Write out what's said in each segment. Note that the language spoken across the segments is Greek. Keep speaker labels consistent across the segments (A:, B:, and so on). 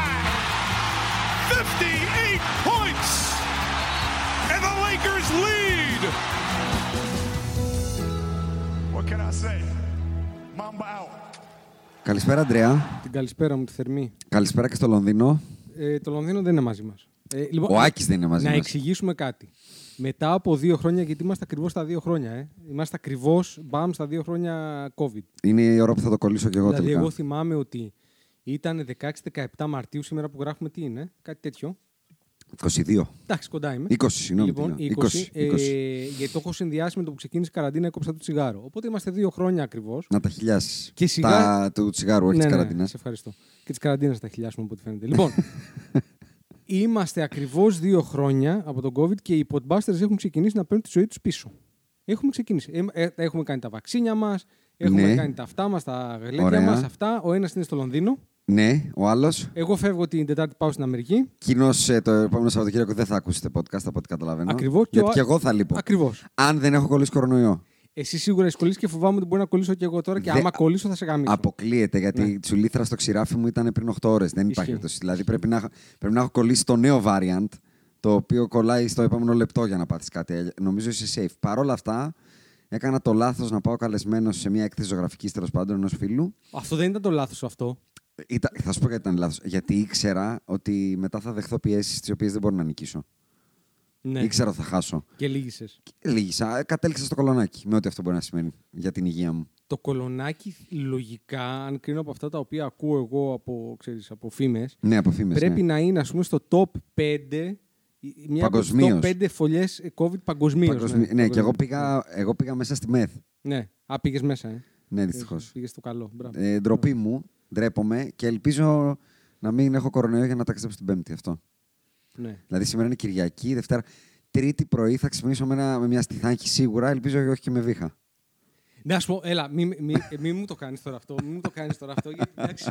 A: 58 points! And the Lakers lead!
B: What can I say? Mamba out.
C: Καλησπέρα, Αντρέα.
D: Την καλησπέρα μου, τη θερμή.
C: Καλησπέρα και στο Λονδίνο.
D: Ε, το Λονδίνο δεν είναι μαζί μας. Ε, λοιπόν,
C: Ο Άκης δεν είναι μαζί
D: να
C: μας.
D: εξηγήσουμε κάτι. Μετά από δύο χρόνια, γιατί είμαστε ακριβώς στα δύο χρόνια, ε. είμαστε ακριβώς μπαμ στα δύο χρόνια COVID.
C: Είναι η ώρα που θα το κολλήσω κι εγώ
D: δηλαδή,
C: τελικά.
D: εγώ θυμάμαι ότι ήταν 16-17 Μαρτίου, σήμερα που γράφουμε τι είναι, κάτι τέτοιο.
C: 22.
D: Εντάξει, κοντά είμαι.
C: 20, συγγνώμη,
D: Λοιπόν,
C: τι λέω.
D: 20,
C: 20,
D: ε,
C: 20.
D: γιατί το έχω συνδυάσει με το που ξεκίνησε η καραντίνα, έκοψα το τσιγάρο. Οπότε είμαστε δύο χρόνια ακριβώς.
C: Να τα χιλιάσει.
D: Και σιγά-
C: Τα του τσιγάρου, όχι τη καραντίνα.
D: Ναι, σε ευχαριστώ. Και της καραντίνας τα χιλιάσουμε από ό,τι φαίνεται. Λοιπόν, είμαστε ακριβώς δύο χρόνια από τον COVID και οι podbusters έχουν ξεκινήσει να παίρνουν τη ζωή τους πίσω. Έχουμε ξεκινήσει. Ε, ε, έχουμε κάνει τα βαξίνια μας, έχουμε
C: Ναι.
D: κάνει τα αυτά μας, τα γλέντια
C: Ωραία.
D: μας, αυτά. Ο ένας είναι στο Λονδίνο.
C: Ναι, ο άλλος.
D: Εγώ φεύγω την Τετάρτη, πάω στην Αμερική.
C: Κοινώς το επόμενο Σαββατοκύριακο δεν θα ακούσετε podcast από ό,τι καταλαβαίνω.
D: Ακριβώς, και
C: Γιατί
D: ο-
C: κι εγώ θα λείπω.
D: Ακριβώς.
C: Αν δεν έχω κολλήσει κορονοϊό.
D: Εσύ σίγουρα έχεις κολλήσει και φοβάμαι ότι μπορεί να κολλήσω και εγώ τώρα και
C: Δε-
D: άμα κολλήσω θα σε γαμίσω.
C: Αποκλείεται γιατί
D: Ναι.
C: η τσουλήθρα στο ξηράφι μου ήταν πριν 8 ώρες. Δεν υπάρχει περίπτωση. Δηλαδή πρέπει να, έχω- πρέπει να έχω κολλήσει το νέο variant, το οποίο κολλάει στο επόμενο λεπτό για να πάθεις κάτι. Ε, Νομίζω είσαι safe. Παρ' όλα αυτά, έκανα το λάθος να πάω καλεσμένο σε μια έκθεση ζωγραφικής τέλος πάντων ενός φίλου.
D: Αυτό δεν ήταν το λάθος αυτό.
C: Ήταν, θα σου πω γιατί ήταν λάθος. Γιατί ήξερα ότι μετά θα δεχθώ πιέσεις τις οποίες δεν μπορώ να νικήσω.
D: Ναι.
C: Ήξερα ότι θα χάσω.
D: Και λύγησες.
C: Λίγησα. Ε, Κατέληξα στο κολονάκι με ό,τι αυτό μπορεί να σημαίνει για την υγεία μου.
D: Το κολονάκι λογικά, αν κρίνω από αυτά τα οποία ακούω εγώ από, ξέρεις, από φήμες,
C: Ναι, από φήμες,
D: πρέπει
C: ναι.
D: να είναι ας πούμε στο top 5 η- μια
C: Παγκοσμίως.
D: από τις top 5 φωλιές ε, COVID παγκοσμίως.
C: Παγκοσμί- ναι, και εγώ πήγα, εγώ πήγα μέσα στη ΜΕΘ.
D: Ναι, α, πήγες μέσα. Ε.
C: Ναι, δυστυχώς.
D: Πήγες στο καλό. Μπράβο.
C: Ε, ντροπή μου, ντρέπομαι και ελπίζω να μην έχω κορονοϊό για να ταξιδέψω την Πέμπτη αυτό.
D: Ναι.
C: Δηλαδή σήμερα είναι Κυριακή, Δευτέρα. Τρίτη πρωί θα ξυπνήσω με, ένα, με μια στιθάνχη σίγουρα, ελπίζω και όχι και με βήχα.
D: Να σου Ναι, πω, έλα, μην μη, μη, μη μου το κάνεις τώρα αυτό. Μην μου το κάνεις τώρα αυτό. Γιατί, εντάξει,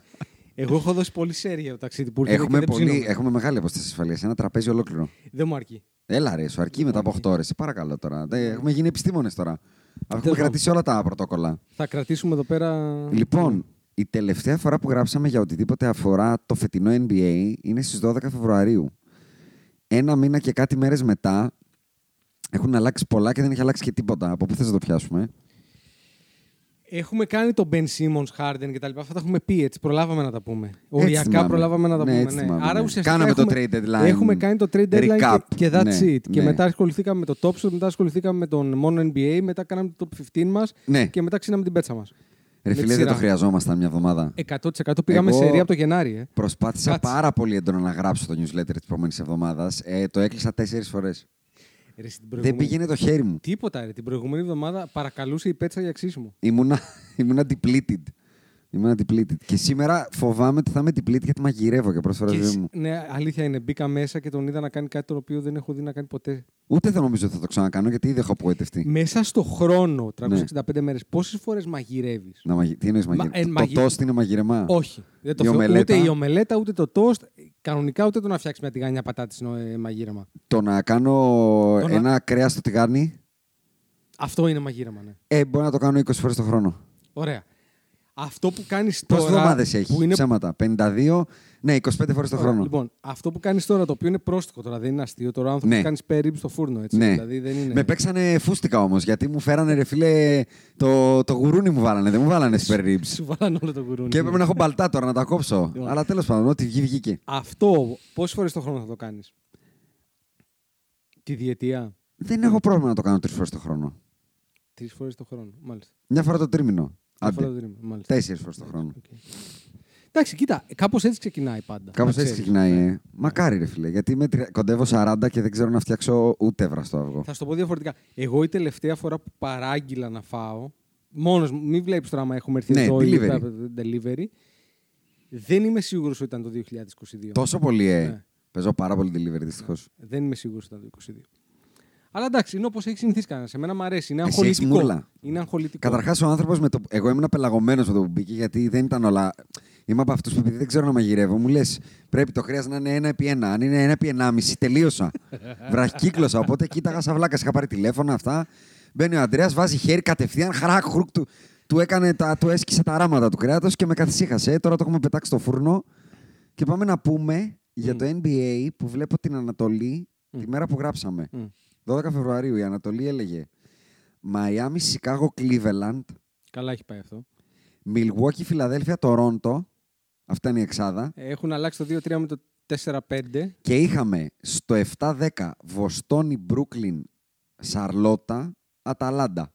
D: εγώ έχω δώσει πολύ σέρια το ταξίδι που ήρθε εδώ και
C: Έχουμε,
D: δεν
C: πολύ,
D: ψήνομαι.
C: έχουμε μεγάλη αποστασία ασφαλείας, ένα τραπέζι ολόκληρο.
D: Δεν μου αρκεί.
C: Έλα ρε, σου αρκεί μετά από 8 ώρες. Παρακαλώ τώρα. Δεν- Έχουμε γίνει επιστήμονες τώρα. Έχουμε
D: Ναι. Τέλος
C: κρατήσει όλα τα πρωτόκολλα.
D: Θα κρατήσουμε εδώ πέρα...
C: Λοιπόν, η τελευταία φορά που γράψαμε για οτιδήποτε αφορά το φετινό NBA είναι στις 12 Φεβρουαρίου. Ένα μήνα και κάτι μέρες μετά έχουν αλλάξει πολλά και δεν έχει αλλάξει και τίποτα. Από πού θες να το πιάσουμε.
D: Έχουμε κάνει το Ben Simmons, Harden και τα λοιπά. Αυτά τα έχουμε πει έτσι. Προλάβαμε να τα πούμε. Οριακά
C: θυμάμαι.
D: προλάβαμε να τα
C: Ναι,
D: πούμε.
C: έτσι θυμάμαι,
D: Άρα
C: ναι.
D: ουσιαστικά.
C: Κάναμε το
D: έχουμε,
C: trade deadline
D: Έχουμε κάνει το trade deadline
C: recap,
D: και, και that's
C: ναι,
D: it. Και
C: ναι.
D: μετά ασχοληθήκαμε με το top shot, μετά ασχοληθήκαμε με τον μόνο NBA, μετά κάναμε το top 15 μας
C: Ναι.
D: και μετά ξύναμε την πέτσα μας.
C: Ρε φίλε, δεν το χρειαζόμασταν μια εβδομάδα.
D: 100% πήγαμε
C: Εγώ-
D: σε ρία από το Γενάρη. Ε.
C: Προσπάθησα
D: Κάτσε.
C: πάρα πολύ έντονα να γράψω το newsletter της προηγούμενης εβδομάδας. Ε, το έκλεισα τέσσερις φορές.
D: Ρε, στην
C: Δεν
D: προηγούμενη-
C: πήγαινε το χέρι μου.
D: Τίποτα, ρε. Την προηγούμενη εβδομάδα παρακαλούσε η πέτσα για ξύσιμο.
C: Ήμουνα, ήμουνα depleted. Είμαι αντιπλήτη. Και σήμερα φοβάμαι ότι θα είμαι αντιπλήτη γιατί μαγειρεύω για πρώτη φορά στη
D: Και
C: ζωή
D: σ-
C: μου.
D: Ναι, αλήθεια είναι. Μπήκα μέσα και τον είδα να κάνει κάτι το οποίο δεν έχω δει να κάνει ποτέ.
C: Ούτε θα νομίζω ότι θα το ξανακάνω γιατί ήδη έχω απογοητευτεί.
D: Μέσα στο
C: Ναι.
D: χρόνο, 365 μέρες, πόσες φορές μαγειρεύεις.
C: Να μαγει... Τι εννοείς μαγειρεμά.
D: ε,
C: το
D: μαγει-
C: τόστ είναι μαγειρεμά.
D: Όχι. Δεν το
C: Η
D: θεωρώ.
C: ομελέτα.
D: Ούτε η ομελέτα, ούτε το τόστ. Κανονικά ούτε το να φτιάξεις μια τηγάνια πατάτης είναι ε, μαγείρεμα.
C: Το να κάνω
D: Το να-
C: ένα κρέας στο τηγάνι,
D: Αυτό είναι μαγείρεμα, ναι.
C: ε, μπορεί να το κάνω 20 φορές το χρόνο.
D: Ωραία. Αυτό που κάνεις τώρα.
C: Πόσε εβδομάδε
D: που
C: έχει,
D: είναι...
C: ψέματα. 52, ναι, 25 φορές το
D: Ωραία,
C: χρόνο.
D: Λοιπόν, αυτό που κάνεις τώρα, το οποίο είναι πρόστιχο τώρα, δεν είναι αστείο. Τώρα, άνθρωπο
C: Ναι.
D: που κάνεις περίπου στο φούρνο. Έτσι,
C: Ναι.
D: δηλαδή, δεν είναι...
C: Με παίξανε φούστικα όμως, γιατί μου φέρανε ρε φίλε το, το γουρούνι μου βάλανε, δεν μου βάλανε spare ribs.
D: Σου βάλανε όλο το κουρούνι.
C: Και έπρεπε να έχω μπαλτά τώρα να τα κόψω.
D: Λοιπόν.
C: Αλλά τέλος πάντων, ό,τι βγει, βγήκε.
D: Αυτό πόσες φορές το χρόνο θα το κάνεις. Τη διετία.
C: Δεν έχω πρόβλημα να το κάνω τρεις φορές το χρόνο.
D: Τρεις φορές το χρόνο. Μάλιστα.
C: Μια φορά το τρίμηνο.
D: Μια φορά το
C: Άντε.
D: τρίμηνο, μάλιστα.
C: Τέσσερις φορές το χρόνο.
D: Οκ. Εντάξει, κοίτα, κάπως έτσι ξεκινάει πάντα.
C: Κάπως
D: Να
C: έτσι
D: ξέρεις. ναι.
C: ξεκινάει. ε. Μακάρι, ρε φίλε. Γιατί είμαι τρι- κοντεύω 40 και δεν ξέρω να φτιάξω ούτε βραστό αυγό.
D: Θα σου το πω διαφορετικά. Εγώ η τελευταία φορά που παράγγειλα να φάω. Μόνος μου, μην βλέπεις τώρα άμα έχουμε έρθει
C: Ναι,
D: εδώ ή
C: delivery.
D: τα- delivery. Δεν είμαι σίγουρος ότι ήταν το 2022.
C: Τόσο πολύ, ε.
D: Ναι.
C: Παίζω πάρα πολύ delivery δυστυχώς.
D: Δεν είμαι σίγουρος ότι ήταν το 2022. Αλλά εντάξει, είναι όπως έχει συνηθίσει κανένας. Σε μένα μου αρέσει. Είναι
C: Εσύ
D: αγχολητικό.
C: έχεις μούρλα.
D: Είναι αγχολητικό.
C: Καταρχάς, ο άνθρωπος με το. Εγώ ήμουν απελαγωμένος με το που μπήκε, γιατί δεν ήταν όλα. Είμαι από αυτούς που επειδή δεν ξέρω να μαγειρεύω, μου λες: Πρέπει το χρέο να είναι ένα επί ένα. Αν είναι ένα επί ενάμιση, τελείωσα. Βραχικύκλωσα. Οπότε κοίταγα σαν βλάκας. Είχα πάρει τηλέφωνα αυτά. Μπαίνει ο Αντρέας, βάζει χέρι κατευθείαν, χαράκ, χρουκ του. Του, έκανε τα, του έσκησε τα ράματα του κρέατος και με καθησύχασε. Τώρα το έχουμε πετάξει στο φούρνο. Και πάμε να πούμε για το NBA που βλέπω την Ανατολή τη μέρα που γράψαμε.
D: Μμ.
C: 12 Φεβρουαρίου η Ανατολή έλεγε Μαϊάμι, Σικάγο, Cleveland,
D: Καλά έχει πάει αυτό.
C: Milwaukee, Φιλαδέλφια, Τορόντο. Αυτά είναι η εξάδα.
D: Έχουν αλλάξει το 2-3 με το 4-5.
C: Και είχαμε στο 7-10 Βοστόνη, Μπρούκλιν, Σαρλότα, Αταλάντα.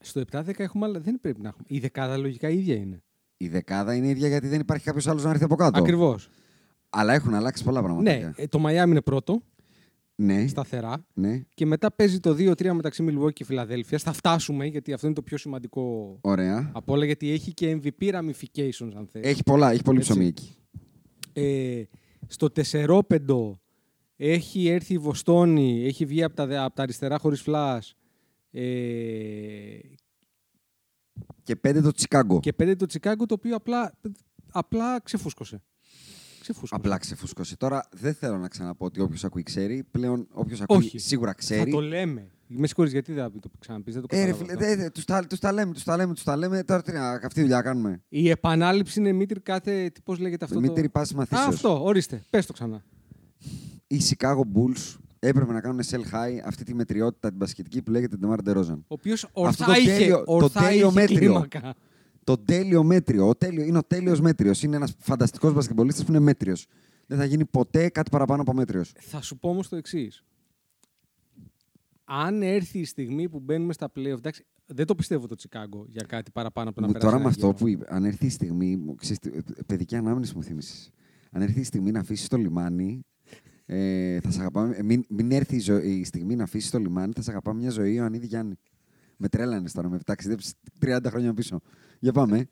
D: Στο 7-10 έχουμε άλλα. Δεν πρέπει να έχουμε. Η δεκάδα λογικά η ίδια είναι.
C: Η δεκάδα είναι ίδια γιατί δεν υπάρχει κάποιος άλλος να έρθει από κάτω.
D: Ακριβώς.
C: Αλλά έχουν αλλάξει πολλά πράγματα.
D: Ναι, ε, το Μαϊάμι είναι πρώτο,
C: ναι.
D: σταθερά.
C: ναι.
D: Και μετά παίζει το 2-3 μεταξύ Milwaukee και Φιλαδέλφια. Θα φτάσουμε γιατί αυτό είναι το πιο σημαντικό
C: Ωραία.
D: από όλα. Γιατί έχει και MVP ramifications, αν θέλει.
C: Έχει πολλά, έχει πολύ
D: ε, Έτσι.
C: ψωμί εκεί.
D: Ε, στο 4-5 έχει έρθει η Βοστόνη, έχει βγει από τα, δε- απ' τα αριστερά χωρίς φλάς. Ε,
C: Και πέντε το Τσικάγκο.
D: και 5 το Τσικάγκο, το οποίο απλά, απλά ξεφούσκωσε. ξεφούσκωσε.
C: Απλά ξεφούσκωσε. Τώρα δεν θέλω να ξαναπώ ότι όποιος ακούει ξέρει. Πλέον όποιος ακούει
D: Όχι.
C: σίγουρα
D: Θα
C: ξέρει.
D: το λέμε. Με συγχωρείς, γιατί δεν θα το ξαναπείς, δεν το
C: Ε, ρε,
D: κατάλαβα
C: φίλε,
D: αυτό.
C: δε, δε, τους, τα, τους τα λέμε, τους τα λέμε, τους τα λέμε. Τώρα τι να, αυτή τη δουλειά κάνουμε.
D: Η επανάληψη είναι μήτρη κάθε, τι- πώς λέγεται αυτό
C: Δημήτρη
D: το...
C: Πάσης
D: Α,
C: Μαθήσεως.
D: αυτό, ορίστε, πες το ξανά.
C: Οι Chicago Bulls έπρεπε να κάνουν sell high αυτή τη μετριότητα την πασχετική που λέγεται Ντεμάρ Ντερόζαν.
D: Ο οποίος
C: το
D: ορθά είχε,
C: τέλειο- το
D: ορθά
C: τέλειο
D: είχε
C: μέτριο.
D: κλίμακα.
C: Το τέλειο μέτριο. Ο τέλειο, είναι ο τέλειος μέτριος. Είναι ένας φανταστικός μπασκετμπολίστας που είναι μέτριος. Δεν θα γίνει ποτέ κάτι παραπάνω από μέτριος.
D: Θα σου πω όμως το εξής. Αν έρθει η στιγμή που μπαίνουμε στα playoff, εντάξει, δεν το πιστεύω το Τσικάγκο για κάτι παραπάνω από να
C: Μου,
D: περάσει.
C: τώρα με
D: ένα
C: αυτό
D: γύρο.
C: που είπε, αν έρθει η στιγμή. μου- Ξέρεις, τι, ε, παιδική ανάμνηση μου θύμισες. Αν έρθει η στιγμή να αφήσεις το λιμάνι. Ε, θα σ' αγαπάμε, ε, μην, μην έρθει η, ζω- η στιγμή να αφήσεις το λιμάνι, θα σε αγαπάμε μια ζωή Ιωαννίδη Γιάννη. Με τρέλανε τώρα, με ταξιδέψεις 30 χρόνια πίσω. Για πάμε. ε.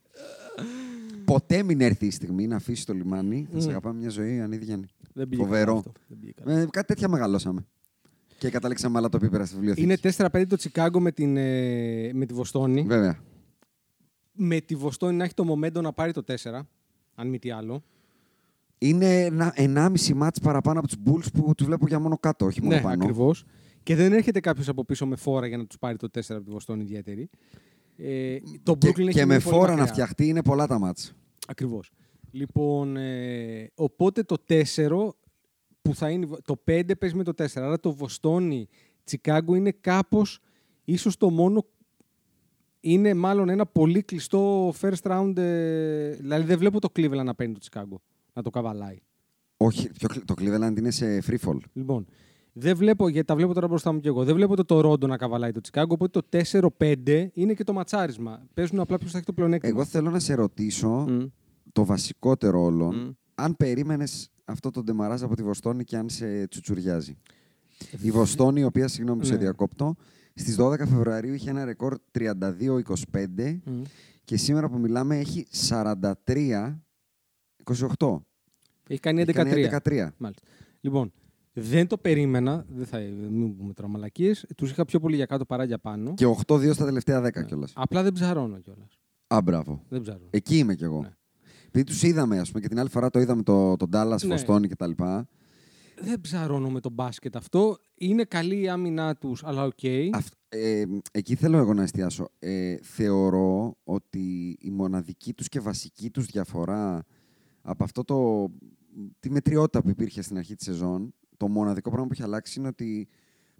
C: Ποτέ μην έρθει η στιγμή να αφήσεις το λιμάνι, θα σε
D: Mm.
C: αγαπάμε μια ζωή Ιωαννίδη Γιάννη.
D: δεν πήγε καλά
C: φοβερό.
D: αυτό. Δεν πήγε καλά.
C: Ε, κάτι τέτοια μεγαλώσαμε. Και καταλήξαμε άλλα τοπίπερα στη βιβλιοθήκη.
D: Είναι 4-5 το Τσικάγκο με, την, ε, με τη Βοστόνη.
C: Βέβαια.
D: Με τη Βοστόνη να έχει το momentum να πάρει το 4, αν μη τι άλλο.
C: Είναι ένα, 1,5 μάτς παραπάνω από τους Bulls που τους βλέπω για μόνο κάτω, όχι μόνο
D: ναι,
C: πάνω.
D: ακριβώς. Και δεν έρχεται κάποιος από πίσω με φόρα για να τους πάρει το 4 από τη Βοστόνη ιδιαίτερη. Ε, το
C: Και,
D: Brooklyn έχει
C: και με
D: μείνει πολύ
C: φόρα να
D: μακριά.
C: φτιαχτεί είναι πολλά τα μάτς.
D: Ακριβώς. Λοιπόν, ε, οπότε το 4 που θα είναι. Το 5 παίζει με το 4. Άρα το Βοστόνη Τσικάγκο είναι κάπως ίσως το μόνο. Είναι μάλλον ένα πολύ κλειστό first round. ε, δηλαδή δεν βλέπω το Cleveland να παίρνει το Τσικάγκο. Να το καβαλάει.
C: Όχι, πιο, κλ- το Cleveland είναι σε free fall.
D: Λοιπόν, δεν βλέπω, γιατί τα βλέπω τώρα μπροστά μου κι εγώ. Δεν βλέπω το Τορόντο να καβαλάει το Τσικάγκο. Οπότε το 4-5 είναι και το ματσάρισμα. Παίζουν απλά ποιος θα έχει το πλεονέκτημα.
C: Εγώ θέλω να σε ρωτήσω
D: Μμ.
C: το βασικότερο όλων,
D: Μμ.
C: αν περίμενες αυτό το ντεμαράζ από τη Βοστόνη και αν σε τσουτσουριάζει. Η Βοστόνη, η οποία, συγγνώμη που σε
D: Ναι.
C: διακόπτω, Στις 12 Φεβρουαρίου είχε ένα ρεκόρ 32-25
D: Μμμ.
C: και σήμερα που μιλάμε έχει 43-28.
D: Έχει κάνει
C: Έχει κάνει
D: 11-13.
C: 11-13.
D: Μάλιστα. Λοιπόν, δεν το περίμενα. Δεν θα μην πούμε τώρα μαλακίες. Τους είχα πιο πολύ για κάτω παρά για πάνω.
C: Και 8-2 στα τελευταία
D: Ναι.
C: 10 κιόλας.
D: Απλά δεν ψαρώνω κιόλας.
C: Α, μπράβο.
D: Δεν ψαρώνω.
C: Εκεί είμαι κι εγώ.
D: Ναι.
C: Επειδή τους είδαμε, ας πούμε, και την άλλη φορά το είδαμε το, τον Ντάλλα,
D: Ναι.
C: Φωστόνη κτλ. Αυτ-
D: Δεν ψαρώνω με τον μπάσκετ αυτό. Είναι καλή η άμυνά τους, αλλά οκ.
C: ε, εκεί θέλω εγώ να εστιάσω. Ε, θεωρώ ότι η μοναδική τους και βασική τους διαφορά από αυτό το. τη μετριότητα που υπήρχε στην αρχή της σεζόν, το μοναδικό πράγμα που έχει αλλάξει είναι ότι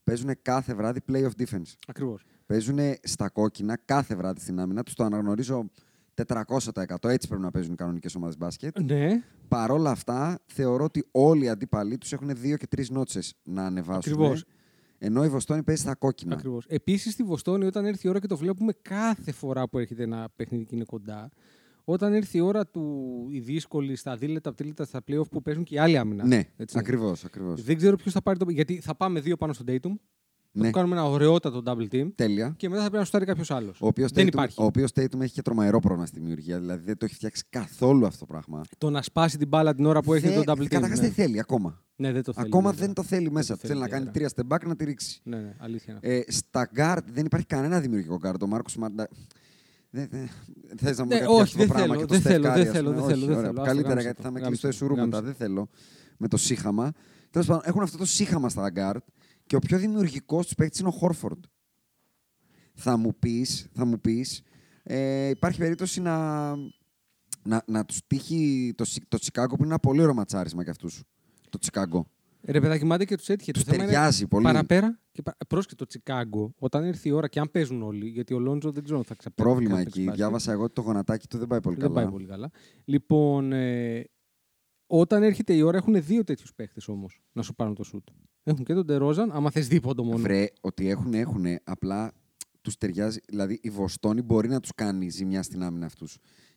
C: παίζουν κάθε βράδυ play of defense.
D: Ακριβώς.
C: Παίζουν στα κόκκινα κάθε βράδυ στην άμυνα. Τους το αναγνωρίζω 400%. Έτσι πρέπει να παίζουν οι κανονικές ομάδες μπάσκετ.
D: Ναι,
C: Παρ' όλα αυτά, θεωρώ ότι όλοι οι αντίπαλοι τους έχουν δύο και τρεις νότσες να ανεβάσουν.
D: Ακριβώς.
C: Ενώ η Βοστόνη παίζει στα κόκκινα.
D: ακριβώς. Επίσης στη Βοστόνη όταν έρθει η ώρα και το βλέπουμε κάθε φορά που έρχεται ένα παιχνίδι και είναι κοντά, όταν έρθει η ώρα του η δύσκολη στα δίλετα, απτύλετα, στα playoff που παίζουν και οι άλλοι άμυνα.
C: Ναι,
D: έτσι.
C: ακριβώς. Ακριβώς.
D: Δεν ξέρω ποιος θα πάρει το. Γιατί θα πάμε δύο πάνω στον Tatum,
C: Ναι,
D: θα κάνουμε ένα ωραιότατο double team
C: τέλεια.
D: και μετά θα πρέπει να σουτάρει κάποιος άλλος.
C: Ο οποίος
D: Δεν
C: Tatum,
D: υπάρχει.
C: ο οποίος Tatum έχει και τρομερό πρόβλημα στη δημιουργία. Δηλαδή δεν το έχει φτιάξει καθόλου αυτό το πράγμα.
D: Το να σπάσει την μπάλα την ώρα που έρχεται το double team.
C: Καταρχάς
D: ναι.
C: δεν θέλει ακόμα.
D: Ναι, δεν το θέλει.
C: ακόμα
D: βέβαια.
C: δεν το θέλει μέσα
D: το
C: του. Θέλει,
D: θέλει
C: να κάνει τρία
D: ιδιαίτερα.
C: step back να τη ρίξει.
D: Ναι, ναι, αλήθεια. είναι.
C: Ε, στα guard δεν υπάρχει κανένα δημιουργικό guard. Ο Μάρκο Μαρντα. Δεν δεν- θες να μου
D: Ναι,
C: κάτι
D: όχι,
C: αυτό
D: δεν
C: το πράγμα και
D: θέλω,
C: το
D: δεν
C: Steph
D: θέλω,
C: Curry,
D: δεν
C: ας
D: θέλω,
C: πούμε.
D: δεν
C: Όχι,
D: θέλω, δεν
C: ωραία,
D: θέλω. Άστο,
C: Καλύτερα
D: γάμισε
C: γιατί
D: το,
C: θα με
D: γάμισε
C: κλειστό
D: το,
C: εσουρού μετά.
D: γάμισε
C: Δεν θέλω. Με το σύχαμα. Τέλος πάντων, έχουν αυτό το σύχαμα στα guard και ο πιο δημιουργικός του παίκτης είναι ο Χόρφορντ. Θα μου πεις, θα μου πεις, ε, υπάρχει περίπτωση να, να, να τους τύχει το, Σι- το Τσικάγκο που είναι ένα πολύ ωραίο ματσάρισμα για αυτούς. Το Τσικάγκο.
D: Ε, Ρε παιδάκι, μάτε και τους έτυχε.
C: Τους
D: Το θέμα είναι
C: ταιριάζει πολύ.
D: Παραπέρα και πα... πρόσκει το Τσικάγκο, όταν έρθει η ώρα και αν παίζουν όλοι, γιατί ο Λόντζο δεν ξέρω αν θα ξαπέξει.
C: Πρόβλημα εκεί. Διάβασα εγώ ότι το γονατάκι του δεν πάει πολύ
D: Δεν
C: καλά.
D: πάει πολύ καλά. Λοιπόν, ε, όταν έρχεται η ώρα έχουν δύο τέτοιους παίχτες όμως να σου πάρουν το σουτ. Έχουν και τον Τερόζαν, άμα θες δίποτο μόνο.
C: Βρε, ότι έχουν, έχουν, απλά τους ταιριάζει. Δηλαδή, η Βοστόνη μπορεί να τους κάνει ζημιά στην άμυνα αυτούς.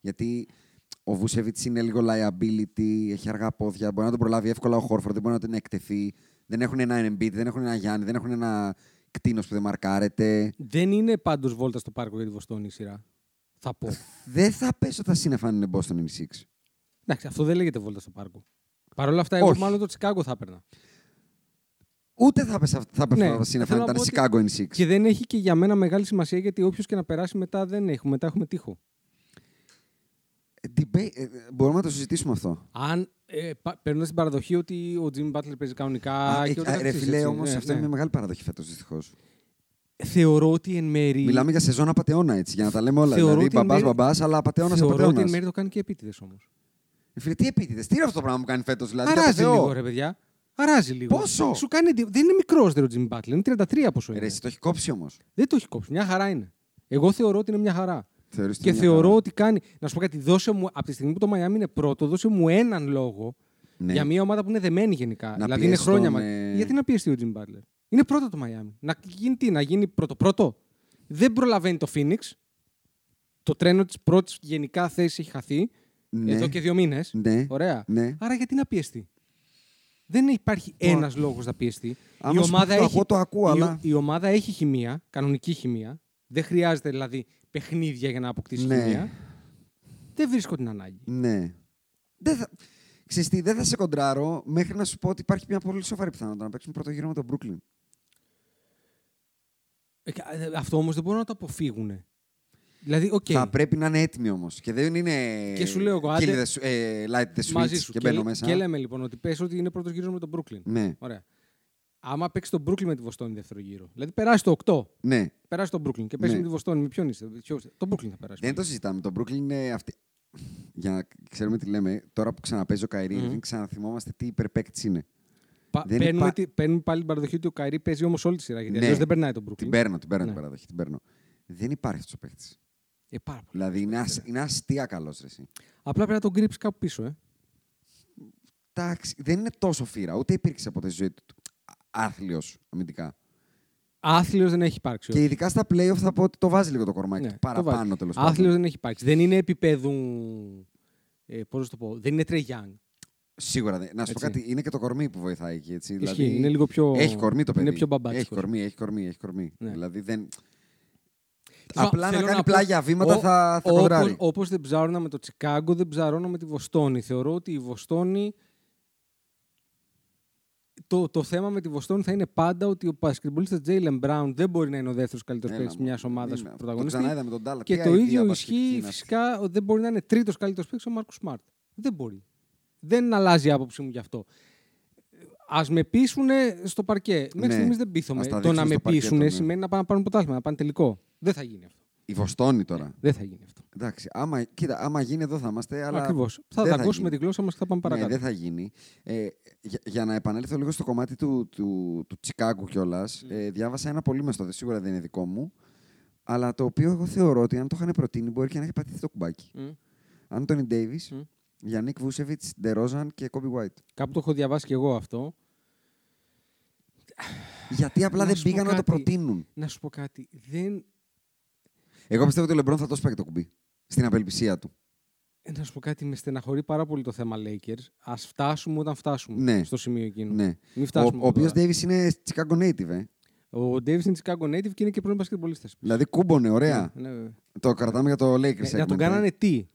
C: Γιατί ο Βούσεβιτ είναι λίγο liability, έχει αργά πόδια, μπορεί να τον προλάβει εύκολα ο Χόρφορντ, δεν μπορεί να τον εκτεθεί. Δεν έχουν ένα Embiid, δεν έχουν ένα Γιάννη, δεν έχουν ένα κτίνος που δεν μαρκάρεται.
D: Δεν είναι πάντως βόλτα στο πάρκο για τη Βοστόνη η σειρά. Θα πω.
C: Δεν θα πέσω τα σύννεφα αν είναι Boston in Six.
D: Εντάξει, αυτό δεν λέγεται βόλτα στο πάρκο. Παρ' όλα αυτά, εγώ
C: Όχι.
D: μάλλον το Τσικάγκο θα έπαιρνα.
C: Ούτε θα πέσω, θα πέσω
D: Ναι,
C: τα σύννεφα αν
D: θέλω να
C: ήταν
D: πω
C: Chicago in Six.
D: Και δεν έχει και για μένα μεγάλη σημασία γιατί όποιος και να περάσει μετά δεν έχουμε. Μετά έχουμε τείχο.
C: Debate- ε, μπορούμε να το συζητήσουμε αυτό.
D: Αν ε, πα- παίρνοντας την παραδοχή ότι ο Jimmy Butler παίζει κανονικά.
C: Α,
D: και
C: ε,
D: όλα
C: α,
D: τα
C: ρε
D: εξής,
C: φιλέ,
D: έτσι.
C: όμως
D: Ναι,
C: αυτό είναι
D: ναι.
C: μια μεγάλη παραδοχή φέτος δυστυχώς.
D: Θεωρώ ότι εν μέρη.
C: Μιλάμε για σεζόν απαταιώνα έτσι, για να τα λέμε όλα.
D: Θεωρώ
C: δηλαδή,
D: ότι εν
C: μπαμπάς,
D: μέρει-
C: μπαμπάς, αλλά απαταιώνας
D: Θεωρώ ότι εν
C: απαταιώνα.
D: μέρη το κάνει και επίτηδες όμως.
C: Φίλε, τι επίτηδες, τι είναι αυτό το πράγμα που κάνει φέτος, δηλαδή. κατά
D: Αράζει
C: Θεό.
D: λίγο, ρε παιδιά. Αράζει λίγο.
C: Πόσο? Ε,
D: Σου κάνει εντύπωση. Δεν είναι μικρός ρε ο Jimmy Butler. Είναι 33 πόσο
C: Ρε,
D: είναι.
C: εσύ το έχει κόψει όμως.
D: Δεν το έχει κόψει. Μια χαρά είναι. Εγώ θεωρώ ότι είναι μια χαρά. Και θεωρώ ότι κάνει. Να σου πω κάτι, δώσε μου. Από τη στιγμή που το Μαϊάμι είναι πρώτο, δώσε μου έναν λόγο
C: Ναι.
D: για μια ομάδα που είναι δεμένη γενικά.
C: Να
D: δηλαδή είναι
C: πιέσει
D: χρόνια
C: τον,
D: μα-
C: ε,
D: Γιατί να πιεστεί ο Τζιμ Μπάτλερ. Είναι πρώτο το Μαϊάμι. Να γίνει τι, να γίνει πρώτο-πρώτο. Δεν προλαβαίνει το Φίνιξ. Το τρένο της πρώτης γενικά θέση έχει χαθεί
C: Ναι.
D: εδώ και δύο μήνες.
C: Ναι.
D: Ωραία.
C: Ναι.
D: Άρα γιατί να πιεστεί. Δεν υπάρχει
C: Τώρα-
D: ένας λόγος να πιεστεί.
C: Άμα σου πω το ακούω, το ακούω,
D: η-
C: αλλά-
D: η ομάδα έχει χημεία, κανονική χημεία. Δεν χρειάζεται δηλαδή παιχνίδια για να αποκτήσει
C: Ναι.
D: χημεία. Δεν βρίσκω την ανάγκη.
C: Ναι. Δεν θα... Ξέρεις τι, δεν θα σε κοντράρω μέχρι να σου πω ότι υπάρχει μια πολύ σοβαρή πιθανότητα να παίξουμε πρώτο γύρο με τον Brooklyn.
D: Ε, κα- ε, Αυτό όμως δεν μπορούν να το αποφύγουν. Δηλαδή, οκ.
C: Θα πρέπει να είναι έτοιμοι όμως. Και δεν είναι.
D: Και σου λέω εγώ,
C: Kill
D: άντε-
C: the sw- ε, light the
D: μαζί
C: switch
D: σου.
C: και μπαίνω
D: λέ-
C: μέσα.
D: και λέμε λοιπόν ότι πες ότι είναι πρώτο γύρο με τον Brooklyn.
C: Ναι.
D: Ωραία. Άμα παίξεις τον Brooklyn με τη Βοστόνη δεύτερο γύρο. Δηλαδή περάσει το 8,
C: ναι.
D: περάσει τον Brooklyn και παίξει
C: Ναι.
D: με τη Βοστόνη. Με ποιον είσαι, ποιος- τον Brooklyn θα περάσει.
C: Δεν το συζητάμε. Το Brooklyn είναι αυτή. Για να ξέρουμε τι λέμε, τώρα που ξαναπαζει ο Καϊρή,
D: Μμμ.
C: mm. ξαναθυμόμαστε τι υπερπαίκτη είναι.
D: Πα-
C: δεν
D: παίρνουμε,
C: υπά-
D: τη- παίρνουμε πάλι την παραδοχή ότι ο Καϊρή παίζει όμως όλη τη σειρά. Γιατί
C: Ναι.
D: αλλιώς δεν περνάει τον Brooklyn.
C: Την παίρνω, την παίρνω,
D: Ναι.
C: την παραδοχή. Την παίρνω. Δεν υπάρχει αυτός ο παίκτης.
D: Ε, πάρα πολύ.
C: Δηλαδή είναι, ασ, είναι αστεία καλός ρε. εσύ.
D: Απλά πρέπει να τον κρύψεις κάπου πίσω. Ε.
C: Εντάξει, δεν είναι τόσο φύρα, ούτε υπήρξε ποτέ στη ζωή του άθλιος αμυντικά.
D: Άθλιος δεν έχει υπάρξει.
C: Και ειδικά στα playoff θα πω ότι το βάζει λίγο το κορμάκι
D: Ναι,
C: του.
D: το βάζει.
C: Παραπάνω τέλο
D: Άθλιος
C: πάντων.
D: δεν έχει υπάρξει. Δεν είναι επίπεδου. Ε, Πώς να σου το πω. Δεν είναι τρεγιάν.
C: Σίγουρα δεν. Να σου πω
D: Έτσι.
C: κάτι, είναι και το κορμί που βοηθάει εκεί. Έτσι. Δηλαδή,
D: Ισχύει, είναι λίγο πιο-
C: Έχει κορμί το παιδί.
D: είναι πιο μπαμπάτσικος.
C: Έχει κορμί, έχει κορμί, έχει κορμί.
D: Ναι.
C: Δηλαδή δεν.
D: Θέλω-
C: Απλά να
D: θέλω
C: κάνει
D: πω-
C: πλάγια βήματα
D: ο-
C: θα, θα
D: όπως-
C: κοντράρει.
D: Όπως δεν ψάρωνα με το Τσικάγκο, δεν ψάρωνα με τη Βοστόνη. Θεωρώ ότι η Βοστόνη... Το, το θέμα με τη Βοστόνη θα είναι πάντα ότι ο πασκευολίστας Τζέιλεν Μπράουν δεν μπορεί να είναι ο δεύτερος καλύτερος
C: Έλα,
D: παίκτης
C: μα,
D: μιας ομάδας
C: μην με-
D: πρωταγωνιστή.
C: το ξανά είδαμε τον Ντάλλα.
D: Και
C: Τι
D: το
C: αηδία
D: ίδιο
C: μπασκετική
D: ισχύει
C: είναι αυτή.
D: φυσικά ότι δεν μπορεί να είναι τρίτος καλύτερος παίκτης ο Μάρκος Σμαρτ. Δεν μπορεί. Δεν αλλάζει η άποψή μου γι' αυτό. Ας με πείσουν στο παρκέ. Μέχρι
C: Ναι.
D: στιγμής δεν
C: Ας τα
D: πείθομαι. Το
C: δείξουν
D: να με
C: στο παρκέ
D: πείσουν
C: τον, ναι.
D: σημαίνει να πάνε να πάρουν ποτάθλημα, να πάνε τελικό. Δεν θα γίνει αυτό.
C: Η Βοστόνη τώρα.
D: Δεν θα γίνει αυτό.
C: Εντάξει, άμα, κοίτα, άμα γίνει εδώ θα είμαστε. Αλλά
D: Ακριβώς. Θα
C: δεν
D: δαγκώσουμε τη
C: γίνει.
D: γλώσσα μας και θα πάμε παρακάτω.
C: Ναι, δεν θα γίνει. Ε, για, για να επανέλθω λίγο στο κομμάτι του, του, του Τσικάγκου κιόλα, ε, διάβασα ένα πολύ μεστό, δε- σίγουρα δεν είναι δικό μου, αλλά το οποίο εγώ θεωρώ ότι αν το είχαν προτείνει μπορεί και να έχει πατηθεί το κουμπάκι.
D: Μμ.
C: Άντωνι Ντέιβι,
D: Μμ.
C: Γιάννικ Βούσεβιτ, Ντερόζαν και Κόμπι White.
D: Κάπου το έχω διαβάσει κι εγώ αυτό.
C: Γιατί απλά
D: Να
C: δεν
D: σου πω
C: πήγαν να το
D: κάτι.
C: προτείνουν.
D: Να σου πω κάτι. Δεν...
C: Εγώ πιστεύω ότι ο Λεμπρόν θα το σπάει το κουμπί. Στην απελπισία του.
D: Να σου πω κάτι. Με στεναχωρεί πάρα πολύ το θέμα Lakers. Ας φτάσουμε όταν φτάσουμε
C: Ναι.
D: στο σημείο εκείνο.
C: Ναι.
D: Μην
C: Ο,
D: φτάσουμε. ε.
C: ο οποίος Ντέιβι είναι Chicago native, ε.
D: Ο Davis είναι Chicago native και είναι και πρώην πασκευολίστα.
C: Δηλαδή κούμπονε, ωραία.
D: Ναι, βέβαια.
C: Το κρατάμε για το Lakers.
D: Ε, να
C: segment,
D: τον
C: ε.
D: κάνανε τι.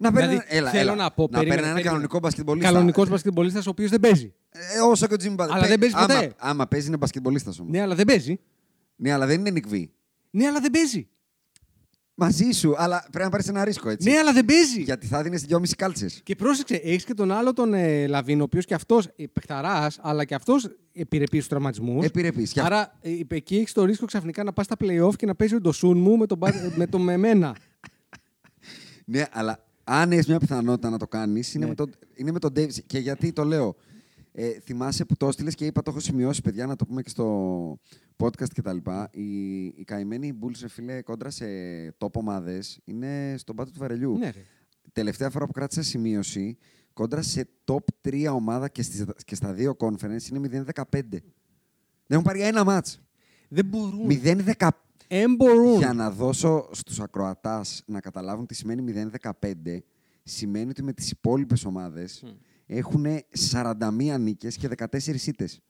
C: Να παίρνει,
D: Δηλαδή,
C: έλα,
D: θέλω
C: έλα.
D: να πω, περίμενε,
C: παίρνει ένα
D: περίμενε.
C: κανονικό μπασκετμπολίστα.
D: Κανονικός πασκευολίστα ο οποίος δεν παίζει.
C: Ε, όσο και ο Τζιμ Μπάτλερ.
D: Αλλά δεν παίζει
C: άμα,
D: ποτέ.
C: Άμα παίζει είναι μπασκετμπολίστας όμως. Ναι.
D: Ναι, αλλά δεν παίζει.
C: αλλά δεν είναι νικβή.
D: Ναι, αλλά δεν παίζει.
C: Μαζί σου, αλλά πρέπει να πάρεις ένα ρίσκο έτσι.
D: Ναι, αλλά δεν παίζει.
C: Γιατί θα δίνεις δυόμιση κάλτσες.
D: Και πρόσεξε, έχεις και τον άλλο τον ε, Λαβίν, ο οποίος και αυτός ε, παιχταράς, αλλά και αυτός επιρρεπείς στους τραυματισμούς.
C: Επιρρεπείς, και
D: Άρα ε, είπε, εκεί έχεις το ρίσκο ξαφνικά να πας στα playoff και να παίζει ο Ντοσούν μου με τον, μπα- ε, με τον με εμένα.
C: Ναι, αλλά αν έχεις μια πιθανότητα να το κάνεις, είναι,
D: Ναι.
C: με τον- είναι με τον Davis. Και γιατί το λέω. Ε, θυμάσαι που το έστειλες και είπα, το έχω σημειώσει, παιδιά, να το πούμε και στο podcast κτλ. Οι, οι καημένοι Bulls, ρε φίλε, κόντρα σε top ομάδε είναι στον πάτο του βαρελιού.
D: ναι, ρε.
C: τελευταία φορά που κράτησα σημείωση, κόντρα σε top 3 ομάδα και, στις, και στα δύο conference είναι 0-15. Δεν έχουν πάρει ένα μάτς.
D: Δεν μπορούν.
C: 0-15.
D: Δεν μπορούν.
C: Για να δώσω στους ακροατάς να καταλάβουν τι σημαίνει 0-15, σημαίνει ότι με τις υπόλοιπες ομάδες έχουν 41 νίκες και 14 ήττες.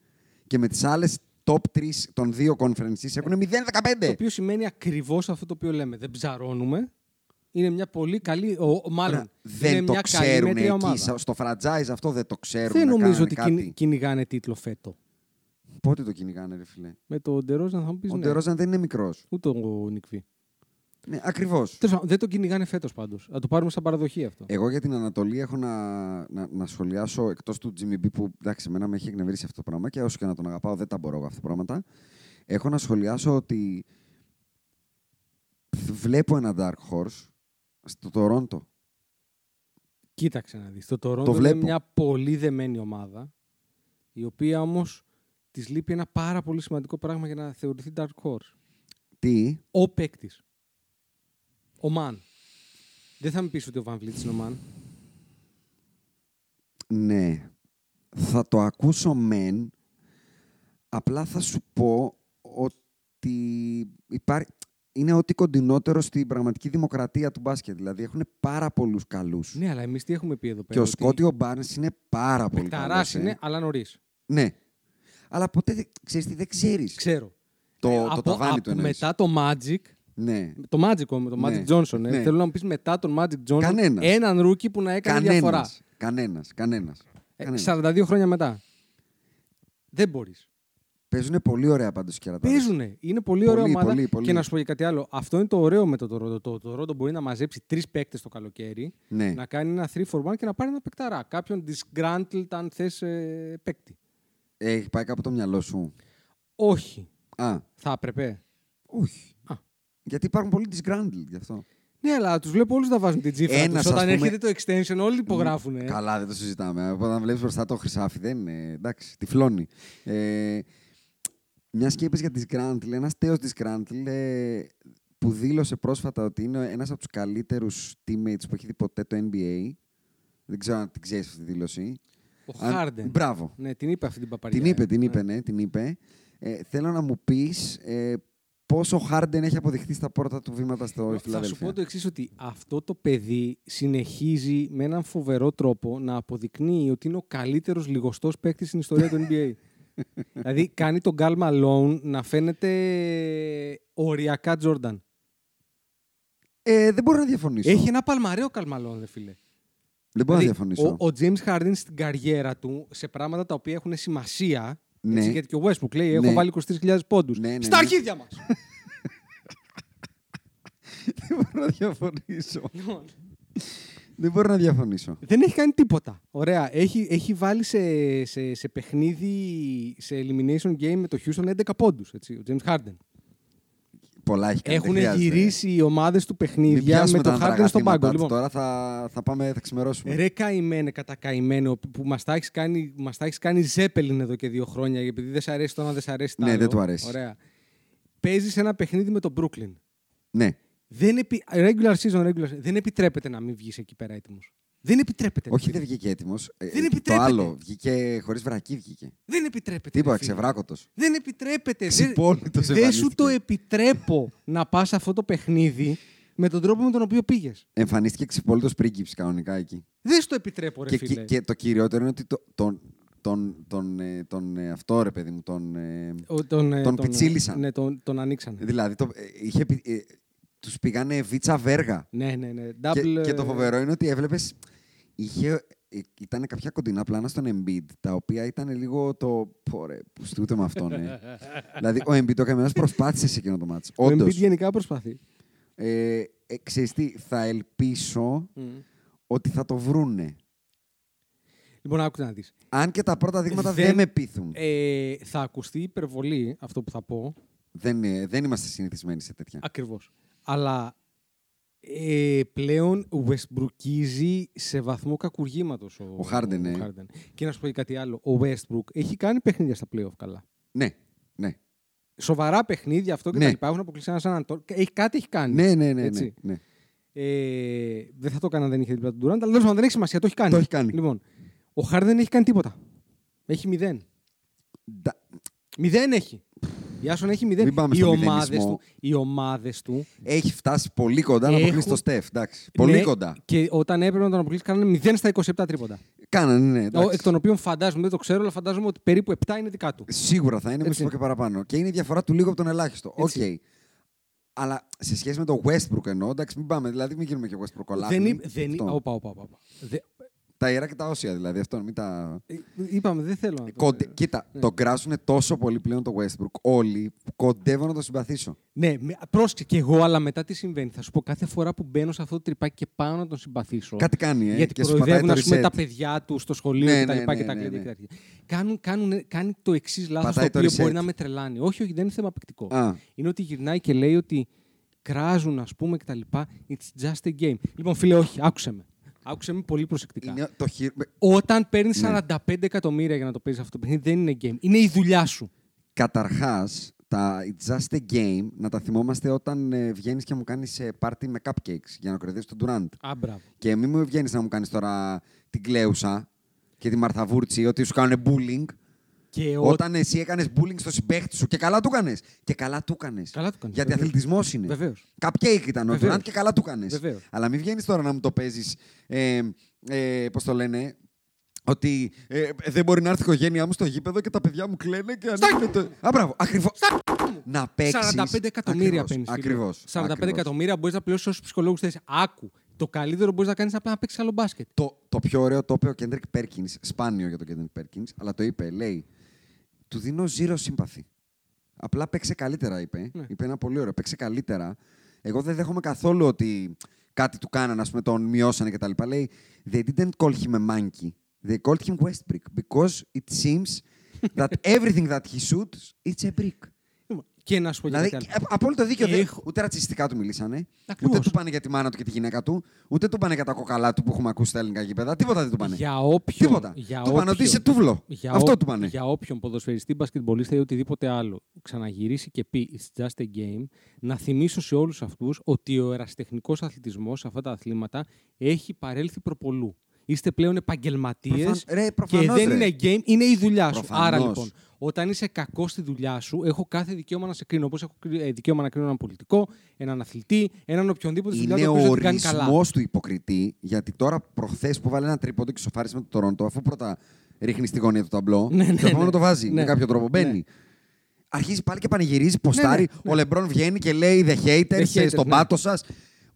C: Και με τις άλλες top 3 των δύο conferences έχουν 0-15.
D: Ε, Το οποίο σημαίνει ακριβώς αυτό το οποίο λέμε. Δεν ψαρώνουμε. Είναι μια πολύ καλή. Ο, ο- μάλλον.
C: Τώρα, δεν
D: είναι
C: το
D: μια
C: ξέρουν
D: μέτρια
C: εκεί,
D: ομάδα.
C: στο franchise αυτό δεν το ξέρουν.
D: Δεν
C: να
D: νομίζω
C: κάνανε
D: ότι
C: κάτι.
D: κυνη- κυνηγάνε τίτλο φέτο.
C: Πότε το κυνηγάνε, ρε φιλέ.
D: Με τον Ντερόζαν θα μου πεις.
C: Ο
D: Ναι.
C: Ντερόζαν δεν είναι μικρός.
D: Ούτε ο Νικβί.
C: Ναι, ακριβώς.
D: Τέλος πάντων, δεν τον κυνηγάνε φέτος πάντως. Να το πάρουμε σαν παραδοχή αυτό.
C: Εγώ για την Ανατολή έχω να, να, να σχολιάσω εκτός του Jimmy B που εντάξει, εμένα με έχει εκνευρίσει αυτό το πράγμα και όσο και να τον αγαπάω, δεν τα μπορώ εγώ αυτά τα πράγματα. Έχω να σχολιάσω ότι βλέπω ένα Dark Horse στο Toronto.
D: Κοίταξε να δεις. Το Toronto
C: Το
D: είναι
C: βλέπω.
D: μια πολύ δεμένη ομάδα, η οποία όμως της λείπει ένα πάρα πολύ σημαντικό πράγμα για να θεωρηθεί Dark Horse.
C: Τι,
D: Ο παίκτης. Ο Μαν. Δεν θα μου πεις ότι ο Van Vliet είναι ο Μαν.
C: ναι, θα το ακούσω μεν, απλά θα σου πω ότι υπάρ... είναι ό,τι κοντινότερο στην πραγματική δημοκρατία του μπάσκετ. Δηλαδή έχουν πάρα πολλούς καλούς.
D: Ναι, αλλά εμείς τι έχουμε πει εδώ πέρα.
C: Και ο
D: ότι
C: Σκότι ο Barnes είναι πάρα πολύ
D: παικταράς
C: καλός. ε.
D: είναι, αλλά νωρίς.
C: Ναι. Αλλά ποτέ δεν ξέρεις τι, δεν ξέρεις.
D: Ξέρω.
C: Το,
D: Ε,
C: το ταβάνι του εννοείς.
D: Μετά το Magic,
C: Ναι.
D: το Magic με τον
C: Ναι.
D: Magic Johnson. ε.
C: Ναι.
D: Θέλω να μου πεις μετά τον Magic Johnson
C: Κανένας.
D: έναν ρούκι που να έκανε διαφορά.
C: Κανένας. Κανένας. Κανένας.
D: Ε,
C: κανένας.
D: 42 χρόνια μετά. Δεν μπορείς.
C: Παίζουν πολύ ωραία πάντως οι κερατάδες.
D: Παίζουνε. Είναι πολύ,
C: Πολύ,
D: ωραία ομάδα.
C: πολύ, πολύ.
D: Και να σου πω και κάτι άλλο. Αυτό είναι το ωραίο με το Toronto. Το Toronto μπορεί να μαζέψει τρεις παίκτες το καλοκαίρι,
C: Ναι.
D: να κάνει ένα 3 for 1 και να πάρει ένα παικταρά. Κάποιον disgruntled, αν θες ε, παίκτη.
C: Ε, Έχει πάει κάπου το μυαλό σου.
D: Όχι.
C: Α,
D: Θα έπρεπε.
C: όχι.
D: Α.
C: Γιατί υπάρχουν πολλοί disgruntled γι' αυτό.
D: Ναι, αλλά τους βλέπω όλους να βάζουν την τσίφρα
C: Ένας,
D: τους.
C: ας
D: Όταν
C: πούμε-
D: έρχεται το extension, όλοι υπογράφουν. Ε.
C: Καλά, δεν το συζητάμε. Όταν βλέπεις μπροστά το χρυσάφι, δεν είναι. Εντάξει, τυφλώνει. Ε, μιας και είπες για τη Γκράντλ, ένας τέος τη Γκράντλ ε, που δήλωσε πρόσφατα ότι είναι ένας από τους καλύτερους teammates που έχει δει ποτέ το NBA. Δεν ξέρω αν την ξέρεις αυτή τη δήλωση.
D: Ο
C: Αν-
D: Harden.
C: Μπράβο.
D: Ναι, την είπε αυτή την παπαριά.
C: Την είπε,
D: ε.
C: την
D: Ναι.
C: είπε, ναι, την είπε. Ε, θέλω να μου πεις ε, πόσο ο Χάρντεν έχει αποδειχθεί στα πρώτα του βήματα στο
D: Θα σου πω
C: Φιλαδέλφια.
D: το εξής: Ότι αυτό το παιδί συνεχίζει με έναν φοβερό τρόπο να αποδεικνύει ότι είναι ο καλύτερος λιγοστός παίκτης στην ιστορία του NBA. δηλαδή κάνει τον Γκάλ Μαλόν να φαίνεται οριακά Τζόρνταν.
C: Ε, δεν μπορώ να διαφωνήσω.
D: Έχει ένα παλμαρέο Γκάλ Μαλόν, ρε φίλε.
C: Δεν μπορώ να
D: Δηλαδή,
C: διαφωνήσω.
D: Ο, ο James Harden στην καριέρα του σε πράγματα τα οποία έχουν σημασία.
C: Ναι.
D: Έτσι, γιατί και ο Westbrook λέει:
C: Ναι.
D: Έχω βάλει 23.000 πόντους.
C: Ναι, ναι,
D: Στα
C: ναι.
D: αρχίδια μας!
C: Δεν μπορώ να διαφωνήσω.
D: Λοιπόν,
C: Δεν μπορώ να διαφωνήσω.
D: Δεν έχει κάνει τίποτα. Ωραία. Έχει, έχει βάλει σε, σε, σε παιχνίδι, σε elimination game με το Houston 11 πόντου. Ο James Harden.
C: Πολλά έχει κάνει.
D: Έχουν
C: Ε, δεν χρειάζεται. ε.
D: γυρίσει οι ομάδες του
C: Μην
D: παιχνίδια
C: πιάσουμε
D: με
C: τα
D: το Harden
C: ανδραγαθήματά
D: στον πάγκο.
C: του
D: Λοιπόν,
C: Τώρα θα, θα πάμε, θα ξημερώσουμε.
D: Ρε καημένε κατά καημένε που- που μας τα έχεις κάνει, μας τα έχεις κάνει ζέπελιν εδώ και δύο χρόνια επειδή δεν σ' αρέσει το ένα, δεν σ' αρέσει το
C: Ναι,
D: άλλο.
C: δεν του αρέσει.
D: Ωραία. Παίζεις ένα παιχνίδι με τον Brooklyn.
C: Ναι.
D: Δεν επι... Regular season, regular season. Δεν επιτρέπεται να μην βγεις εκεί πέρα έτοιμος. Δεν επιτρέπεται. ρε
C: Όχι,
D: φίλε.
C: δεν βγήκε έτοιμος.
D: Δεν
C: το
D: επιτρέπεται. Ε,
C: άλλο βγήκε χωρίς βρακή. Βγήκε.
D: Δεν επιτρέπεται. ρε
C: Τίποτα,
D: φίλε.
C: ξεβράκωτο.
D: Δεν επιτρέπεται. δεν-
C: Ξυπόλυτος
D: Δεν
C: εμφανίστηκε.
D: σου το επιτρέπω να πας αυτό το παιχνίδι με τον τρόπο με τον οποίο πήγες.
C: Εμφανίστηκε ξυπόλυτος πρίγκιψη κανονικά εκεί.
D: Δεν σου το επιτρέπω, ρε
C: Και,
D: φίλε.
C: και, και το κυριότερο είναι ότι το- τον, τον, τον, ε, τον, ε, αυτό ρε παιδί μου, τον, ε,
D: Ο- τον, ε,
C: τον πιτσίλησαν.
D: Ναι, τον, τον ανοίξανε.
C: δηλαδή το, ε, είχε, επι- ε, τους πήγανε βίτσα βέργα.
D: Ναι, ναι, ναι.
C: Και,
D: Double,
C: και το
D: ε,
C: φοβερό είναι ότι έβλεπες, είχε, ε, ήταν κάποια κοντινά πλάνα στον Embiid, τα οποία ήταν λίγο το. Πόρε, πουστούτε με αυτόν, ε. δηλαδή, ο Embiid ο καμένας προσπάθησε σε εκείνο το μάτς.
D: Ο Embiid
C: Όντως.
D: γενικά προσπαθεί.
C: Ε, ε, ξέρεις τι, θα ελπίσω ότι θα το βρούνε.
D: Λοιπόν, άκου να δεις.
C: Αν και τα πρώτα δείγματα δεν,
D: Δεν-
C: με πείθουν.
D: Ε, θα ακουστεί υπερβολή αυτό που θα πω.
C: Δεν, ε, δεν είμαστε συνηθισμένοι σε τέτοια.
D: Ακριβώς. Αλλά ε, πλέον Westbrookίζει σε βαθμό κακουργήματος ο,
C: Ο Harden, ε.
D: Harden. Και να σου πω και κάτι άλλο. Ο Westbrook έχει κάνει παιχνίδια στα playoff καλά.
C: Ναι, ναι.
D: Σοβαρά παιχνίδια αυτό και
C: Ναι.
D: τα λοιπά. Έχουν αποκλείσει έναν Σαν Αντών. Έχει, κάτι έχει κάνει.
C: Ναι, ναι, ναι. ναι,
D: Έτσι.
C: ναι.
D: Ε, δεν θα το έκανα αν δεν είχε δίπλα του Durant, αλλά τέλος πάντων δεν έχει σημασία. Το έχει κάνει.
C: Το έχει κάνει.
D: Λοιπόν, ο Harden δεν έχει κάνει τίποτα. Έχει μηδέν.
C: Τα-
D: Μηδέν έχει. Η Άσον έχει μηδέν.
C: Μην πάμε
D: οι
C: στο
D: ομάδες
C: μηδενισμό.
D: του, οι ομάδες του
C: Έχει φτάσει πολύ κοντά να
D: Έχουν-
C: αποκλείσει το Στεφ. Εντάξει. Πολύ
D: Ναι,
C: κοντά.
D: Και όταν έπρεπε να τον αποκλείσει, κάνανε 0 στα 27 τρίποντα.
C: Κάνανε, ναι. εντάξει.
D: Εκ των οποίων φαντάζομαι, δεν το ξέρω, αλλά φαντάζομαι ότι περίπου 7 είναι δικά του.
C: Σίγουρα θα είναι, μην
D: Έτσι.
C: σου πω και παραπάνω. Και είναι η διαφορά του λίγο από τον ελάχιστο. Οκ.
D: Έτσι.
C: Αλλά σε σχέση με το Westbrook εννοώ, εντάξει, μην πάμε. Δηλαδή, μην γίνουμε και Westbrook κολλά.
D: δεν είπα. Δεν... είπα- Όπα, όπα, όπα, όπα. Δε-
C: Τα ιερά και τα όσια δηλαδή. Αυτό μην τα.
D: ε, Είπαμε, δεν θέλω να το... ε, ναι.
C: Κοντε... Κοίτα, τον κράζουν τόσο πολύ πλέον το Westbrook. Όλοι που κοντεύω να το συμπαθήσω.
D: Ναι, με- πρόσεξε και εγώ, αλλά μετά τι συμβαίνει. Θα σου πω κάθε φορά που μπαίνω σε αυτό το τρυπάκι και πάω να τον συμπαθήσω.
C: Κάτι κάνει, ε,
D: Γιατί
C: και σου
D: κοροϊδεύουν,
C: πατάει
D: ας
C: το
D: πούμε,
C: reset.
D: τα παιδιά τους στο σχολείο
C: Ναι,
D: και τα
C: ναι,
D: λοιπά
C: ναι,
D: και τα
C: ναι,
D: κλείνει
C: ναι.
D: και τα τέτοια. Κάνουν, κάνουν, κάνει το εξής λάθος το
C: Πατάει το
D: οποίο
C: reset.
D: μπορεί να με τρελάνει. Όχι, όχι, δεν είναι θέμα απικτικό.
C: Α.
D: Είναι ότι γυρνάει και λέει ότι κράζουν, ας πούμε, και τα λοιπά. It's just a game. Λοιπόν, φίλε, όχι, άκουσε με. Άκουσε με πολύ προσεκτικά.
C: Είναι το χει...
D: Όταν παίρνεις
C: Ναι.
D: 45 εκατομμύρια για να το παίζεις αυτό το παιχνίδι, δεν είναι game. Είναι η δουλειά σου.
C: Καταρχάς, τα It's Just a Game να τα θυμόμαστε όταν ε, βγαίνεις και μου κάνεις πάρτι με cupcakes για να κρατήσει τον Durant.
D: Α, μπράβο.
C: Και μην μου βγαίνεις να μου κάνεις τώρα την κλαίουσα και τη Μαρθαβούρτσι ότι σου κάνουν bullying.
D: Και ο-
C: Όταν εσύ έκανες bullying στο συμπέχτη σου και καλά του έκανες. Και καλά του έκανες.
D: Καλά του κάνες,
C: Γιατί
D: βεβαίως.
C: αθλητισμός είναι.
D: Βεβαίως.
C: Cupcake ήταν ο
D: Βεβαίως.
C: Durant και καλά του έκανες.
D: Βεβαίως.
C: Αλλά μην βγαίνεις τώρα να μου το παίζεις. Ε, ε, Πώς το λένε, ότι ε, δεν μπορεί να έρθει η οικογένειά μου στο γήπεδο και τα παιδιά μου κλαίνε και ανοίγουν το... Α, μπράβο, ακριβώς. Να παίξεις...
D: 45 εκατομμύρια παίρνει.
C: Ακριβώ.
D: 45 εκατομμύρια μπορείς να πληρώσεις όσους ψυχολόγους θες. Άκου. Το καλύτερο μπορείς να κάνεις είναι απλά να παίξεις καλό μπάσκετ.
C: Το, το πιο ωραίο το είπε ο Κέντρικ Πέρκινς, σπάνιο για τον Κέντρικ Πέρκινς, αλλά το είπε, λέει, του δίνω zero sympathy. Απλά παίξε καλύτερα, είπε.
D: Ναι.
C: Είπε ένα πολύ ωραίο, παίξε καλύτερα. Εγώ δεν δέχομαι καθόλου ότι κάτι του κάνανε, ας πούμε, τον μειώσανε κτλ. Λέει, they didn't call him a monkey. They called him Westbrook because it seems that everything that he shoots, it's a brick.
D: Και να σου πω και
C: Δηλαδή,
D: κάτι
C: α-
D: άλλο.
C: απόλυτο δίκιο. δεν-
D: Έχω-
C: Ούτε ρατσιστικά του μιλήσανε.
D: Ακριβώς.
C: Ούτε του πάνε για τη μάνα του και τη γυναίκα του. Ούτε του πάνε για τα κοκαλά του που έχουμε ακούσει στα ελληνικά γήπεδα. Τίποτα δεν του πάνε.
D: Για όποιον.
C: Τίποτα.
D: Για
C: του πάνε ότι
D: όποιον-
C: είσαι τούβλο.
D: Για
C: Αυτό
D: όποιον-
C: του πάνε.
D: Για όποιον ποδοσφαιριστή, μπασκετμπολίστα ή οτιδήποτε άλλο ξαναγυρίσει και πει It's just a game, να θυμίσω σε όλους αυτούς ότι ο εραστεχνικό αθλητισμός σε αυτά τα αθλήματα έχει παρέλθει προπολού. Είστε πλέον επαγγελματίες.
C: Προφαν- ρε,
D: Και
C: προφανώς,
D: δεν
C: ρε.
D: είναι game, είναι η δουλειά σου.
C: Προφανώς.
D: Άρα λοιπόν, όταν είσαι κακό στη δουλειά σου, έχω κάθε δικαίωμα να σε κρίνω. Όπως έχω κρι- ε, δικαίωμα να κρίνω έναν πολιτικό, έναν αθλητή, έναν οποιονδήποτε στη
C: Είναι
D: δουλειά του
C: ο
D: που την κάνει καλά.
C: ορισμός του υποκριτή, γιατί τώρα προχθές που βάλε ένα τρίποντο και σοφάρισε με το Τωρόντο, αφού πρώτα ρίχνεις στη γωνία του ταμπλό,
D: Ναι, ναι,
C: το επόμενο
D: ναι.
C: το βάζει
D: Ναι.
C: με κάποιο τρόπο. Μπαίνει.
D: Ναι.
C: Αρχίζει πάλι και πανηγυρίζει, ποστάρει.
D: Ναι, ναι,
C: Ο Λεμπρόν βγαίνει και λέει The haters,
D: The haters,
C: στον
D: ναι.
C: πάτο σας.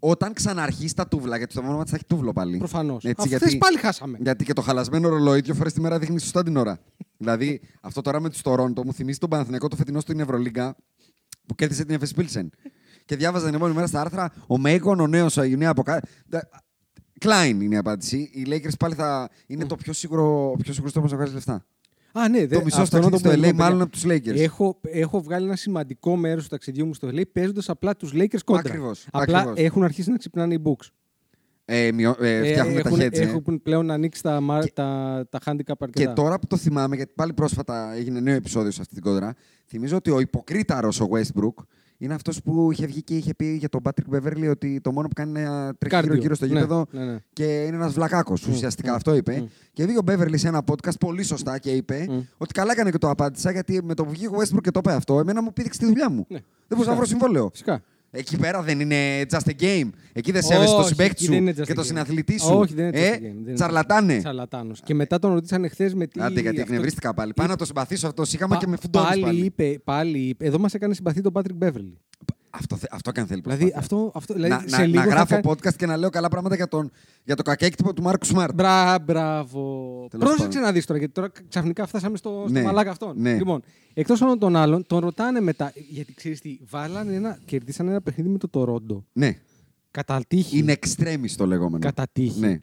C: Όταν ξαναρχίσει τα τούβλα, γιατί στο επόμενο μάτι θα έχει τούβλο πάλι.
D: Προφανώς.
C: Έτσι,
D: Αυτές
C: γιατί-
D: πάλι χάσαμε.
C: Γιατί και το χαλασμένο ρολόι δύο φορές τη μέρα δείχνει σωστά την ώρα. δηλαδή, αυτό τώρα με τους Τωρόντο μου θυμίζει τον Παναθηναϊκό το φετινό στην Ευρωλίγκα που κέρδισε την Εφες Πίλσεν. και διάβαζα την επόμενη μέρα στα άρθρα ο Μέικον, ο νέος Αϊουνέα από κάτω. Κλάιν είναι η απάντηση. Οι Lakers πάλι θα είναι το πιο σίγουρο ο πιο σίγουρος τρόπος να βγάζει λεφτά.
D: Α, ναι, δε,
C: Το μισό
D: αυτό να
C: ταξίδι στο
D: πούμε,
C: LA,
D: παιδιά.
C: μάλλον από τους Lakers.
D: Έχω, έχω βγάλει ένα σημαντικό μέρος του ταξιδιού μου στο LA παίζοντας απλά τους Lakers κόντρα.
C: Ακριβώς,
D: Απλά
C: ακριβώς.
D: έχουν αρχίσει να ξυπνάνε οι Books.
C: Ε, μειω- ε,
D: Ε,
C: φτιάχνουμε
D: έχουν,
C: τα hedge. ε.
D: έχουν πλέον ανοίξει τα, μάρ- τα, τα handicap αρκετά.
C: Και τώρα που το θυμάμαι, γιατί πάλι πρόσφατα έγινε νέο επεισόδιο σε αυτή την κόντρα, θυμίζω ότι ο υποκρίταρος ο Westbrook είναι αυτός που είχε βγει και είχε πει για τον Patrick Beverly ότι το μόνο που κάνει είναι να τρέχει
D: Κάρδιο.
C: γύρω-γύρω στο
D: Ναι,
C: γήπεδο
D: ναι, ναι.
C: και είναι ένας βλακάκος. Ουσιαστικά αυτό είπε. Και βγήκε ο Beverly σε ένα podcast πολύ σωστά και είπε ότι καλά έκανε και το απάντησα γιατί με το που βγήκε ο Westbrook και το είπε αυτό, εμένα μου πήδηξε τη δουλειά μου.
D: Ναι.
C: Δεν μπορούσα να βρω συμβόλαιο.
D: Φυσικά.
C: Εκεί πέρα δεν είναι just a game. Εκεί δεν σέβεσαι τον
D: Όχι,
C: συμπέκτη
D: εκεί δεν είναι
C: σου
D: just
C: και
D: a
C: τον
D: game.
C: συναθλητή σου.
D: Όχι, δεν είναι just a
C: ε,
D: game, δεν είναι just a game.
C: Τσαρλατάνε.
D: Τσαρλατάνος. Και μετά τον ρωτήσανε χθες με τι.
C: Άντε, γιατί
D: αυτό- Ε,
C: εκνευρίστηκα πάλι. Πάω να το συμπαθήσω αυτό. Είχαμε
D: Πα-
C: και με φουντώνεις πάλι.
D: πάλι, είπε, πάλι είπε. Εδώ μας έκανε συμπαθή τον Patrick Beverly.
C: Αυτό, θε- αυτό έκανε θέλει.
D: Δηλαδή,
C: προσπάθεια.
D: αυτό, αυτό, δηλαδή
C: να,
D: σε
C: να,
D: λίγο
C: να
D: θα
C: γράφω
D: κάνει-
C: podcast και να λέω καλά πράγματα για, τον, για το κακέκτυπο του Μάρκου Σμαρτ.
D: Μπρα, μπράβο.
C: Τέλος
D: Πρόσεξε
C: πάντων.
D: να δεις τώρα, γιατί τώρα ξαφνικά φτάσαμε στο, στο
C: Ναι.
D: μαλάκα αυτόν.
C: Ναι.
D: Λοιπόν, εκτός όλων των άλλων, τον ρωτάνε μετά. Γιατί ξέρεις τι, βάλανε ένα, κερδίσανε ένα παιχνίδι με το Τορόντο.
C: Ναι.
D: Κατά τύχη.
C: Είναι εξτρέμι το λεγόμενο.
D: Κατά τύχη.
C: Ναι.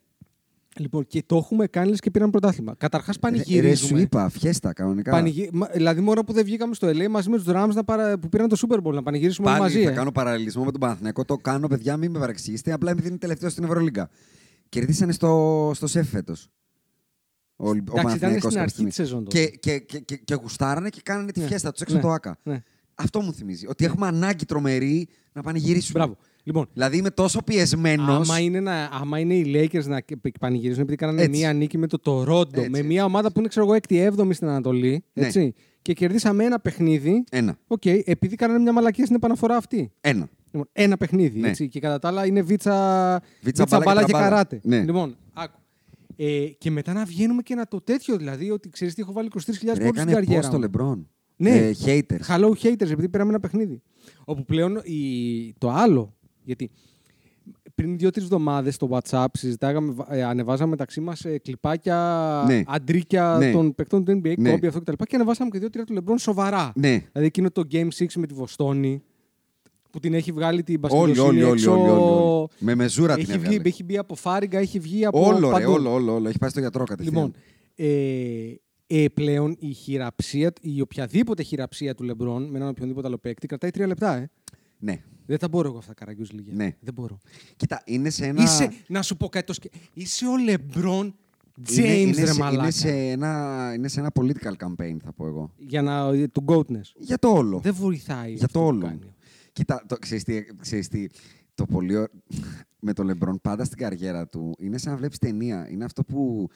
D: Λοιπόν, και το έχουμε κάνει λες και πήραμε πρωτάθλημα. Καταρχάς
C: Ε, Ρε, ρε, σου
D: πανηγυρίζουμε.
C: είπα, φιέστα κανονικά.
D: Πανηγυ... μα- Δηλαδή, μόνο που δεν βγήκαμε στο LA μαζί με τους Rams να παρα... που πήραν το Super Bowl να πανηγυρίσουμε
C: Πάλι
D: όλοι μαζί.
C: θα
D: ε.
C: κάνω παραλληλισμό με τον Παναθηναϊκό. Το κάνω, παιδιά, μην με παρεξηγήσετε. Απλά επειδή είναι τελευταίο στην Ευρωλίγκα. Κερδίσανε στο, στο σεφ φέτος. Ο, ο
D: ήταν
C: Παναθηναϊκός
D: στην
C: κάποια
D: αρχή
C: στιγμή.
D: της σεζόν τότε.
C: Και, και, και, και, και γουστάρανε και κάνανε τη
D: Ναι.
C: φιέστα τους έξω
D: Ναι.
C: από το ΑΚΑ.
D: Ναι.
C: Αυτό μου θυμίζει. Ότι έχουμε ανάγκη τρομερή να πανηγυρίσουμε.
D: Μπράβο. Λοιπόν,
C: Δηλαδή είμαι τόσο πιεσμένος.
D: Άμα είναι, να, άμα είναι οι Lakers να κε- πε- πανηγυρίζουν επειδή κάνανε
C: Έτσι.
D: μία νίκη με το Toronto,
C: Έτσι,
D: με
C: έτσι.
D: μία ομάδα που είναι ξέρω εγώ 6η-7η στην Ανατολή.
C: Ναι. Ε.
D: Έτσι, και κερδίσαμε ένα παιχνίδι.
C: Ένα.
D: Οκ, επειδή κάνανε μια μαλακία στην επαναφορά αυτή.
C: Ένα.
D: Λοιπόν, ένα παιχνίδι.
C: Ναι.
D: Έτσι, και κατά τα άλλα είναι βίτσα, βίτσα,
C: μπάλα
D: μπάλα
C: και
D: και
C: τραμπάλα.
D: καράτε.
C: Ναι.
D: Λοιπόν, άκου. Ε, και μετά να βγαίνουμε και να το τέτοιο δηλαδή ότι ξέρεις τι έχω βάλει 23.000
C: Ρε,
D: πόντου στην
C: έκανε πώ
D: καριέρα.
C: στο
D: μου.
C: Λεμπρόν.
D: Ναι.
C: Ε, haters.
D: Hello haters, επειδή πήραμε ένα παιχνίδι. Όπου πλέον η... το άλλο. Γιατί πριν δύο-τρει εβδομάδες στο WhatsApp συζητάγαμε, ε, ανεβάζαμε μεταξύ μας ε, κλιπάκια,
C: Ναι.
D: αντρίκια
C: Ναι.
D: των παικτών του NBA,
C: Ναι.
D: Kobe, αυτό κτλ. Και ανεβάσαμε και δύο-τρία του Λεμπρόν σοβαρά.
C: Ναι.
D: Δηλαδή εκείνο το Game 6 με τη Βοστόνη που την έχει βγάλει την
C: Όλοι,
D: Πασκευή.
C: όλοι, όλοι, όλοι, όλοι. Με μεζούρα την
D: έχει βγει,
C: έβγαλε.
D: έχει μπει από φάριγγα, έχει βγει από.
C: Όλο, ρε,
D: παντού.
C: όλο, όλο, όλο. Έχει πάει στο γιατρό κατευθείαν.
D: Λοιπόν, ε, ε, πλέον η χειραψία, η οποιαδήποτε χειραψία του Λεμπρόν με έναν οποιονδήποτε άλλο παίκτη κρατάει τρία λεπτά. Ε.
C: Ναι.
D: Δεν τα μπορώ εγώ αυτά, Καραγκιούς Λιγέ.
C: Ναι.
D: Δεν μπορώ.
C: Κοίτα, είναι σε ένα.
D: Είσαι, να σου πω κάτι, το σκε... είσαι ο Λεμπρόν James,
C: είναι, είναι,
D: ρε
C: σε,
D: μαλάκα.
C: είναι, σε ένα, είναι σε ένα political campaign, θα πω εγώ.
D: Για να, ε, του goatness.
C: Για το όλο.
D: Δεν βοηθάει
C: Για
D: αυτό
C: το
D: που
C: όλο.
D: κάνει.
C: Κοίτα, το, ξέρεις, τι, ξέρεις τι, το πολύ ω- με τον Λεμπρόν πάντα στην καριέρα του είναι σαν να βλέπεις ταινία. Είναι αυτό που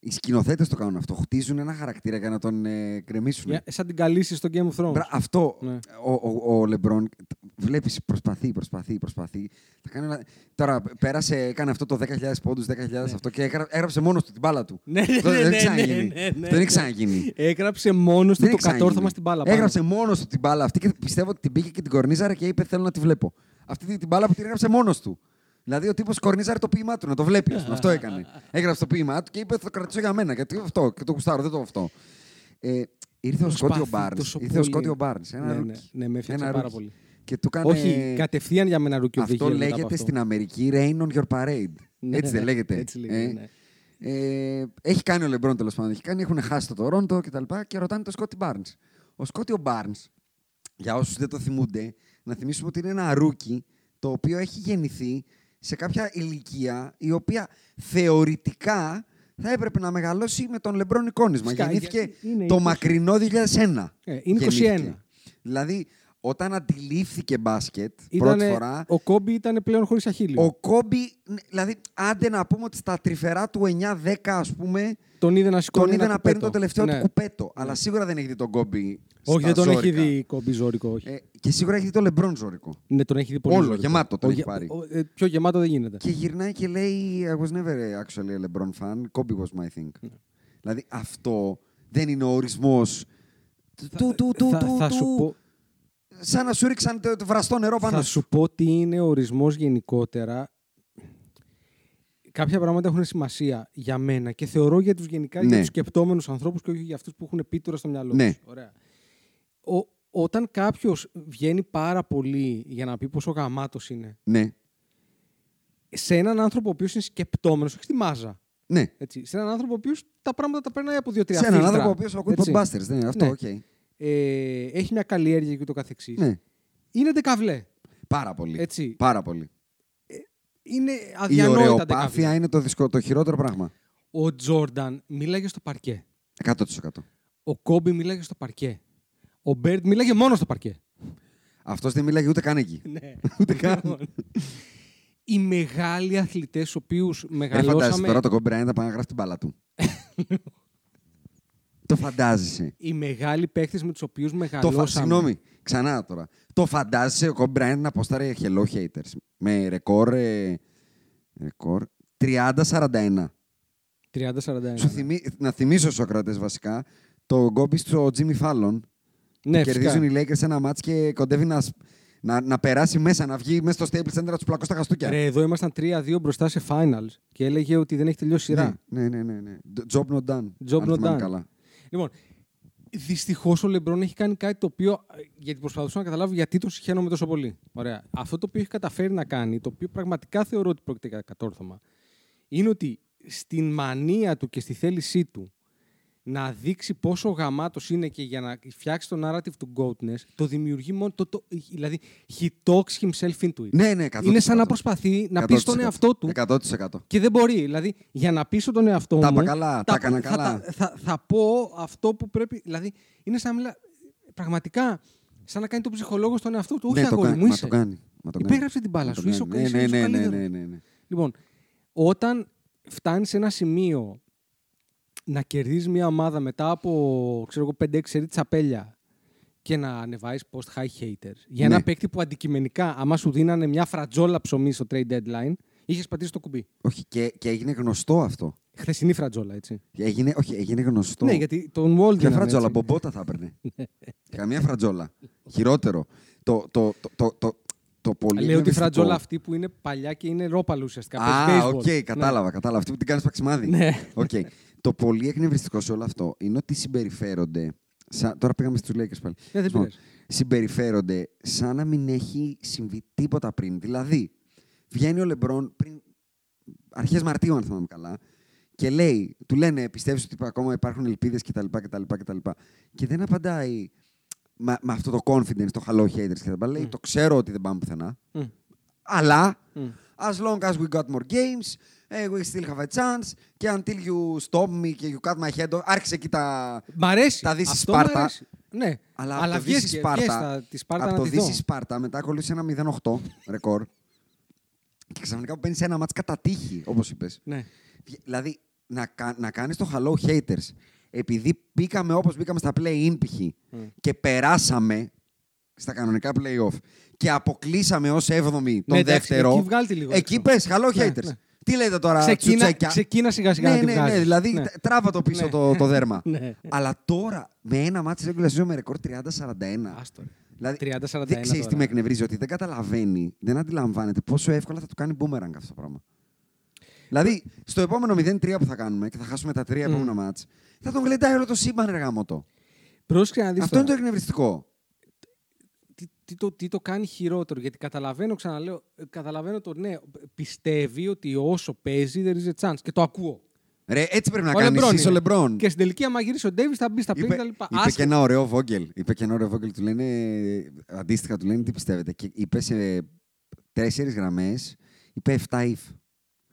C: οι σκηνοθέτες το κάνουν αυτό. Χτίζουν ένα χαρακτήρα για να τον ε, κρεμίσουν.
D: Για- Σαν την καλύση στο Game of Thrones.
C: Μπρα- αυτό
D: Ναι.
C: ο, ο, ο Λεμπρόν βλέπεις, προσπαθεί, προσπαθεί, προσπαθεί. Θα κάνει ένα- Τώρα πέρασε, έκανε αυτό το 10.000 πόντου, 10.000 αυτό και έγρα- έγραψε μόνος του την μπάλα του.
D: Ναι, ναι,
C: Αυτό
D: ναι,
C: δεν
D: ναι,
C: ξαναγίνει.
D: ναι, ναι, ναι.
C: Αυτό Δεν έχει ξαναγίνει.
D: Έγραψε μόνος
C: Δεν
D: του το
C: έχει ξαναγίνει.
D: κατόρθωμα στην μπάλα. πάνω.
C: Έγραψε μόνος του την μπάλα αυτή και πιστεύω ότι την πήγε και την κορνίζαρε και είπε: Θέλω να τη βλέπω. Αυτή τη- την μπάλα που την έγραψε μόνος του. Δηλαδή ο τύπος κορνίζαρε το ποίημά του, να το βλέπει. ας πούμε. αυτό έκανε. Έγραψε το ποίημά του και είπε: Θα το κρατήσω για μένα. Γιατί αυτό και το κουστάρω, δεν το αυτό. Ε, ήρθε ο
D: Προσπαθεί
C: Σκότιο Μπάρν.
D: τόσο
C: Ήρθε ο
D: πολύ.
C: Σκότιο Μπάρν. Ένα
D: Ναι, ναι,
C: ρούκι.
D: ναι, με έφτιαξε
C: Ένα
D: πάρα
C: ρούκι.
D: πολύ.
C: Και του κάνε...
D: Όχι, κατευθείαν για μένα ρούκι
C: Αυτό
D: οδηγία μετά από
C: λέγεται
D: αυτό.
C: στην Αμερική Rain on your parade.
D: Ναι,
C: έτσι δεν
D: ναι,
C: λέγεται.
D: έτσι λέγεται,
C: ε.
D: ναι.
C: Ε, έχει κάνει ο Λεμπρόν τέλος πάντων. Έχει κάνει, έχουν χάσει το Τωρόντο και τα λοιπά και ρωτάνε τον Σκότι Μπάρν. Ο Σκότι ο Μπάρν, για όσους δεν το θυμούνται, να θυμίσουμε ότι είναι ένα ρούκι το οποίο έχει γεννηθεί σε κάποια ηλικία η οποία θεωρητικά θα έπρεπε να μεγαλώσει με τον Λεμπρόν εικόνισμα.
D: Φυσικά,
C: Γεννήθηκε
D: γιατί είναι
C: το
D: 20.
C: μακρινό 2001.
D: Ε, είναι
C: Γεννήθηκε.
D: 21.
C: Δηλαδή, ο όταν αντιλήφθηκε μπάσκετ πρώτη
D: Ήτανε-
C: φορά,
D: Ο Κόμπι ήταν πλέον χωρίς αχίλιο.
C: ο Κόμπι, ναι, δηλαδή άντε να πούμε ότι στα τρυφερά του 9-10 ας πούμε,
D: Τον είδε να
C: τον
D: σηκώνει.
C: είδε
D: ένα
C: να παίρνει το
D: κουπέτο.
C: τελευταίο
D: Ναι.
C: του κουπέτο. Αλλά σίγουρα δεν έχει δει τον Κόμπι
D: Όχι,
C: στα
D: δεν τον έχει
C: ζόρικα.
D: δει Κόμπι ζώρικο. Όχι.
C: Ε, και σίγουρα έχει δει τον Λεμπρόν ζωρικό.
D: ναι, τον έχει δει πολύ.
C: όλο,
D: ζώρικο.
C: γεμάτο τον
D: Ο
C: έχει
D: γε-
C: πάρει.
D: ο- ε, πιο γεμάτο δεν γίνεται.
C: Και γυρνάει και λέει I was never actually a LeBron fan. Kobe was my thing.
D: Ναι.
C: Δηλαδή αυτό δεν είναι ο ορισμός του, του, του, του,
D: θα,
C: του-
D: θα σου
C: του-
D: πω,
C: σαν να σου ρίξαν το, το βραστό νερό πάνω
D: θα
C: σου.
D: σου πω τι είναι ο ορισμός γενικότερα. Κάποια πράγματα έχουν σημασία για μένα και θεωρώ για τους γενικά
C: Ναι.
D: για τους σκεπτόμενους ανθρώπους και όχι για αυτούς που έχουν πίτουρα στο μυαλό
C: Ναι.
D: τους. Ωραία. Ο, όταν κάποιος βγαίνει πάρα πολύ για να πει πόσο γαμάτος είναι,
C: Ναι,
D: σε έναν άνθρωπο ο οποίος είναι σκεπτόμενος, όχι στη μάζα,
C: ναι.
D: έτσι, σε έναν άνθρωπο ο οποίος τα πράγματα τα περνάει από δύο-τρία
C: Σε έναν
D: φίλτρα,
C: άνθρωπο ο οποίος ακούει
D: έτσι.
C: podcasters. Δεν είναι αυτό,
D: Ναι.
C: οκ.
D: Ε, έχει μια καλλιέργεια και το καθεξής.
C: Ναι.
D: Είναι ντεκαβλέ.
C: Πάρα πολύ.
D: Έτσι.
C: Πάρα πολύ.
D: Είναι
C: Η
D: αδιανόητα ντεκαβλέ.
C: ωρεοπάθεια είναι το, δυσκο- το χειρότερο πράγμα.
D: Ο Τζόρνταν μίλαγε στο παρκέ.
C: 100%.
D: Ο Κόμπι μίλαγε στο παρκέ. Ο Μπέρντ μίλαγε μόνο στο παρκέ.
C: Αυτός δεν μίλαγε ούτε καν εκεί.
D: Ναι.
C: Ούτε καν.
D: Οι μεγάλοι αθλητές, του οποίου
C: Δεν Ε, φαντάζεσαι
D: μεγαλώσαμε.
C: τώρα το Kobe Bryant να πάει να γράφει την μπάλα του. το φαντάζεσαι.
D: Οι μεγάλοι παίχτες με τους οποίους
C: Το φα...
D: μεγαλώσαμε.
C: Συγγνώμη, ξανά τώρα. Το φαντάζεσαι ο Kobe Bryant να αποστάρει hello haters με ρεκόρ, ε, ρεκόρ 30-41.
D: 30-41.
C: Σου θυμί... Να θυμίσω στους Σοκράτες βασικά το Kobe στο Jimmy Fallon.
D: Ναι,
C: που
D: φυσικά.
C: κερδίζουν οι Lakers ένα μάτς και κοντεύει να, σ- να, να περάσει μέσα, να βγει μέσα στο Staples Center να τους πλακώσει τα χαστούκια.
D: Ρε, εδώ ήμασταν 3-2 μπροστά σε finals και έλεγε ότι δεν έχει τελειώσει η σειρά.
C: Ναι, ναι, ναι. ναι. Job not done.
D: Job
C: αν
D: not
C: θυμάμαι
D: done.
C: Καλά.
D: Λοιπόν, δυστυχώς ο Λεμπρόν έχει κάνει κάτι το οποίο. ε, Γιατί προσπαθούσα να καταλάβω γιατί τον συχαίνομαι τόσο πολύ. Ωραία. Αυτό το οποίο έχει καταφέρει να κάνει, το οποίο πραγματικά θεωρώ ότι πρόκειται για κατόρθωμα, είναι ότι στην μανία του και στη θέλησή του να δείξει πόσο γαμάτος είναι και για να φτιάξει το narrative του Goatness, το δημιουργεί μόνο. Το, το, δηλαδή, he talks himself into it.
C: Ναι, ναι, 100%.
D: είναι σαν να προσπαθεί να πει στον
C: 100%.
D: εαυτό του
C: 100%.
D: και δεν μπορεί. Δηλαδή, για να πείσω τον εαυτό
C: Τα
D: μου.
C: είπα καλά, τα έκανα
D: θα-
C: καλά.
D: Θα, θα, πω αυτό που πρέπει. Δηλαδή, είναι σαν να μιλά. Πραγματικά, σαν να κάνει τον ψυχολόγο στον εαυτό του. Όχι,
C: ναι, το
D: αγόρι
C: κάνει.
D: μου,
C: Μα
D: είσαι.
C: το κάνει. Μα το κάνει.
D: Υπέγραψε την μπάλα
C: Μα το
D: σου, είσαι ο
C: κάνει. Ναι,
D: είσαι
C: ναι,
D: ο
C: ναι, ναι,
D: καλύτερος.
C: ναι, ναι, ναι.
D: Λοιπόν, όταν φτάνεις σε ένα σημείο να κερδίζεις μια ομάδα μετά από ξέρω εγώ, 5-6 σερί τσαπέλια και να ανεβάζει post high haters για
C: Ναι.
D: ένα παίκτη που αντικειμενικά, άμα σου δίνανε μια φρατζόλα ψωμί στο trade deadline, είχες πατήσει το κουμπί.
C: Όχι, και, και έγινε γνωστό αυτό.
D: Χθεσινή φρατζόλα, έτσι.
C: Έγινε, όχι, έγινε γνωστό.
D: Ναι, γιατί τον Wall
C: Ποια
D: δίνανε,
C: φρατζόλα,
D: έτσι. Ναι.
C: μπομπότα θα έπαιρνε. Καμία φρατζόλα. Χειρότερο. Το, το, το, το, το, το πολύ
D: Λέω τη
C: γνωριστικό-
D: φρατζόλα αυτή που είναι παλιά και είναι ρόπαλ ουσιαστικά. παίζει
C: Α,
D: baseball.
C: οκ,
D: Ναι.
C: κατάλαβα, κατάλαβα. Αυτή που την κάνεις παξιμάδι.
D: Ναι.
C: Οκ. Το πολύ εκνευριστικό σε όλο αυτό είναι ότι συμπεριφέρονται. σαν- Τώρα πήγαμε στου Lakers πάλι.
D: Ναι, δεν
C: Λοιπόν,
D: πειράζει.
C: Συμπεριφέρονται σαν να μην έχει συμβεί τίποτα πριν. Δηλαδή, βγαίνει ο Λεμπρόν πριν αρχές Μαρτίου, αν θυμάμαι καλά, και λέει, του λένε, πιστεύεις ότι ακόμα υπάρχουν ελπίδες κτλ. κτλ, κτλ. Και δεν απαντάει με, με αυτό το confidence, το hello haters κτλ. Λέει, το ξέρω ότι δεν πάμε πουθενά,
D: Μμ.
C: αλλά as long as we got more games, eh, we still have a chance και until you stop me και you cut my head off, άρχισε εκεί τα...
D: Μ' αρέσει.
C: Τα Δύση
D: Αυτό μ'
C: Σπάρτα.
D: αρέσει. Ναι.
C: Αλλά, από το
D: βγες
C: Δύση
D: και- βγες
C: Σπάρτα,
D: τα- τη Σπάρτα
C: από
D: να
C: το
D: τη δω.
C: Δύση Σπάρτα μετά ακολούθησε ένα 0-8 ρεκόρ. και ξαφνικά που παίρνεις ένα μάτς κατά τύχη, όπως είπες.
D: Ναι.
C: Δηλαδή, να, κα- να κάνεις το hello haters. Επειδή μπήκαμε όπως μπήκαμε στα play-in π.χ. και περάσαμε στα κανονικά play-off και αποκλείσαμε ως 7η τον
D: Ναι, εντάξει,
C: δεύτερο.
D: εκεί βγάλτε λίγο
C: Εκεί
D: έξω.
C: πες, hello
D: Ναι,
C: haters.
D: ναι.
C: Τι λέτε τώρα,
D: Ξεκίνα-
C: τσουτσέκια.
D: ξεκίνα σιγά-σιγά
C: ναι,
D: να τη
C: ναι, ναι,
D: βγάζεις.
C: δηλαδή
D: Ναι.
C: τράβα το πίσω
D: Ναι.
C: το, το δέρμα.
D: Ναι.
C: Αλλά τώρα με ένα μάτι regular season με ρεκόρ 30-41.
D: Άστο, ρε.
C: Δηλαδή,
D: 30-41
C: δεν ξέρεις τι
D: τώρα.
C: με εκνευρίζει, ότι δεν καταλαβαίνει, δεν αντιλαμβάνεται πόσο εύκολα θα του κάνει boomerang αυτό το πράγμα. Δηλαδή, στο επόμενο 0-3 που θα κάνουμε και θα χάσουμε τα τρία επόμενα μάτς, θα τον γλεντάει όλο το σύμπαν, ρε γαμότο.
D: Πρόσεξε να δεις
C: Αυτό είναι το
D: τώρα.
C: εκνευριστικό.
D: τι, τι, το, τι το κάνει χειρότερο. Γιατί καταλαβαίνω, ξαναλέω, ε, καταλαβαίνω το ναι, πιστεύει ότι όσο παίζει there is a chance. Και το ακούω.
C: Ρε, έτσι πρέπει να
D: Ο
C: κάνεις.
D: Λεμπρόν
C: Είσαι ο
D: είναι.
C: Λεμπρόν.
D: Και στην τελική, άμα γυρίσει ο Ντέβις, θα μπει στα
C: Είπε,
D: πλήρη τα λοιπά.
C: είπε και
D: Άσχετα.
C: ένα ωραίο Vogel. Είπε και ένα ωραίο Vogel. Του λένε, αντίστοιχα του λένε τι πιστεύετε. Και είπε σε τέσσερις γραμμές, είπε 7 if.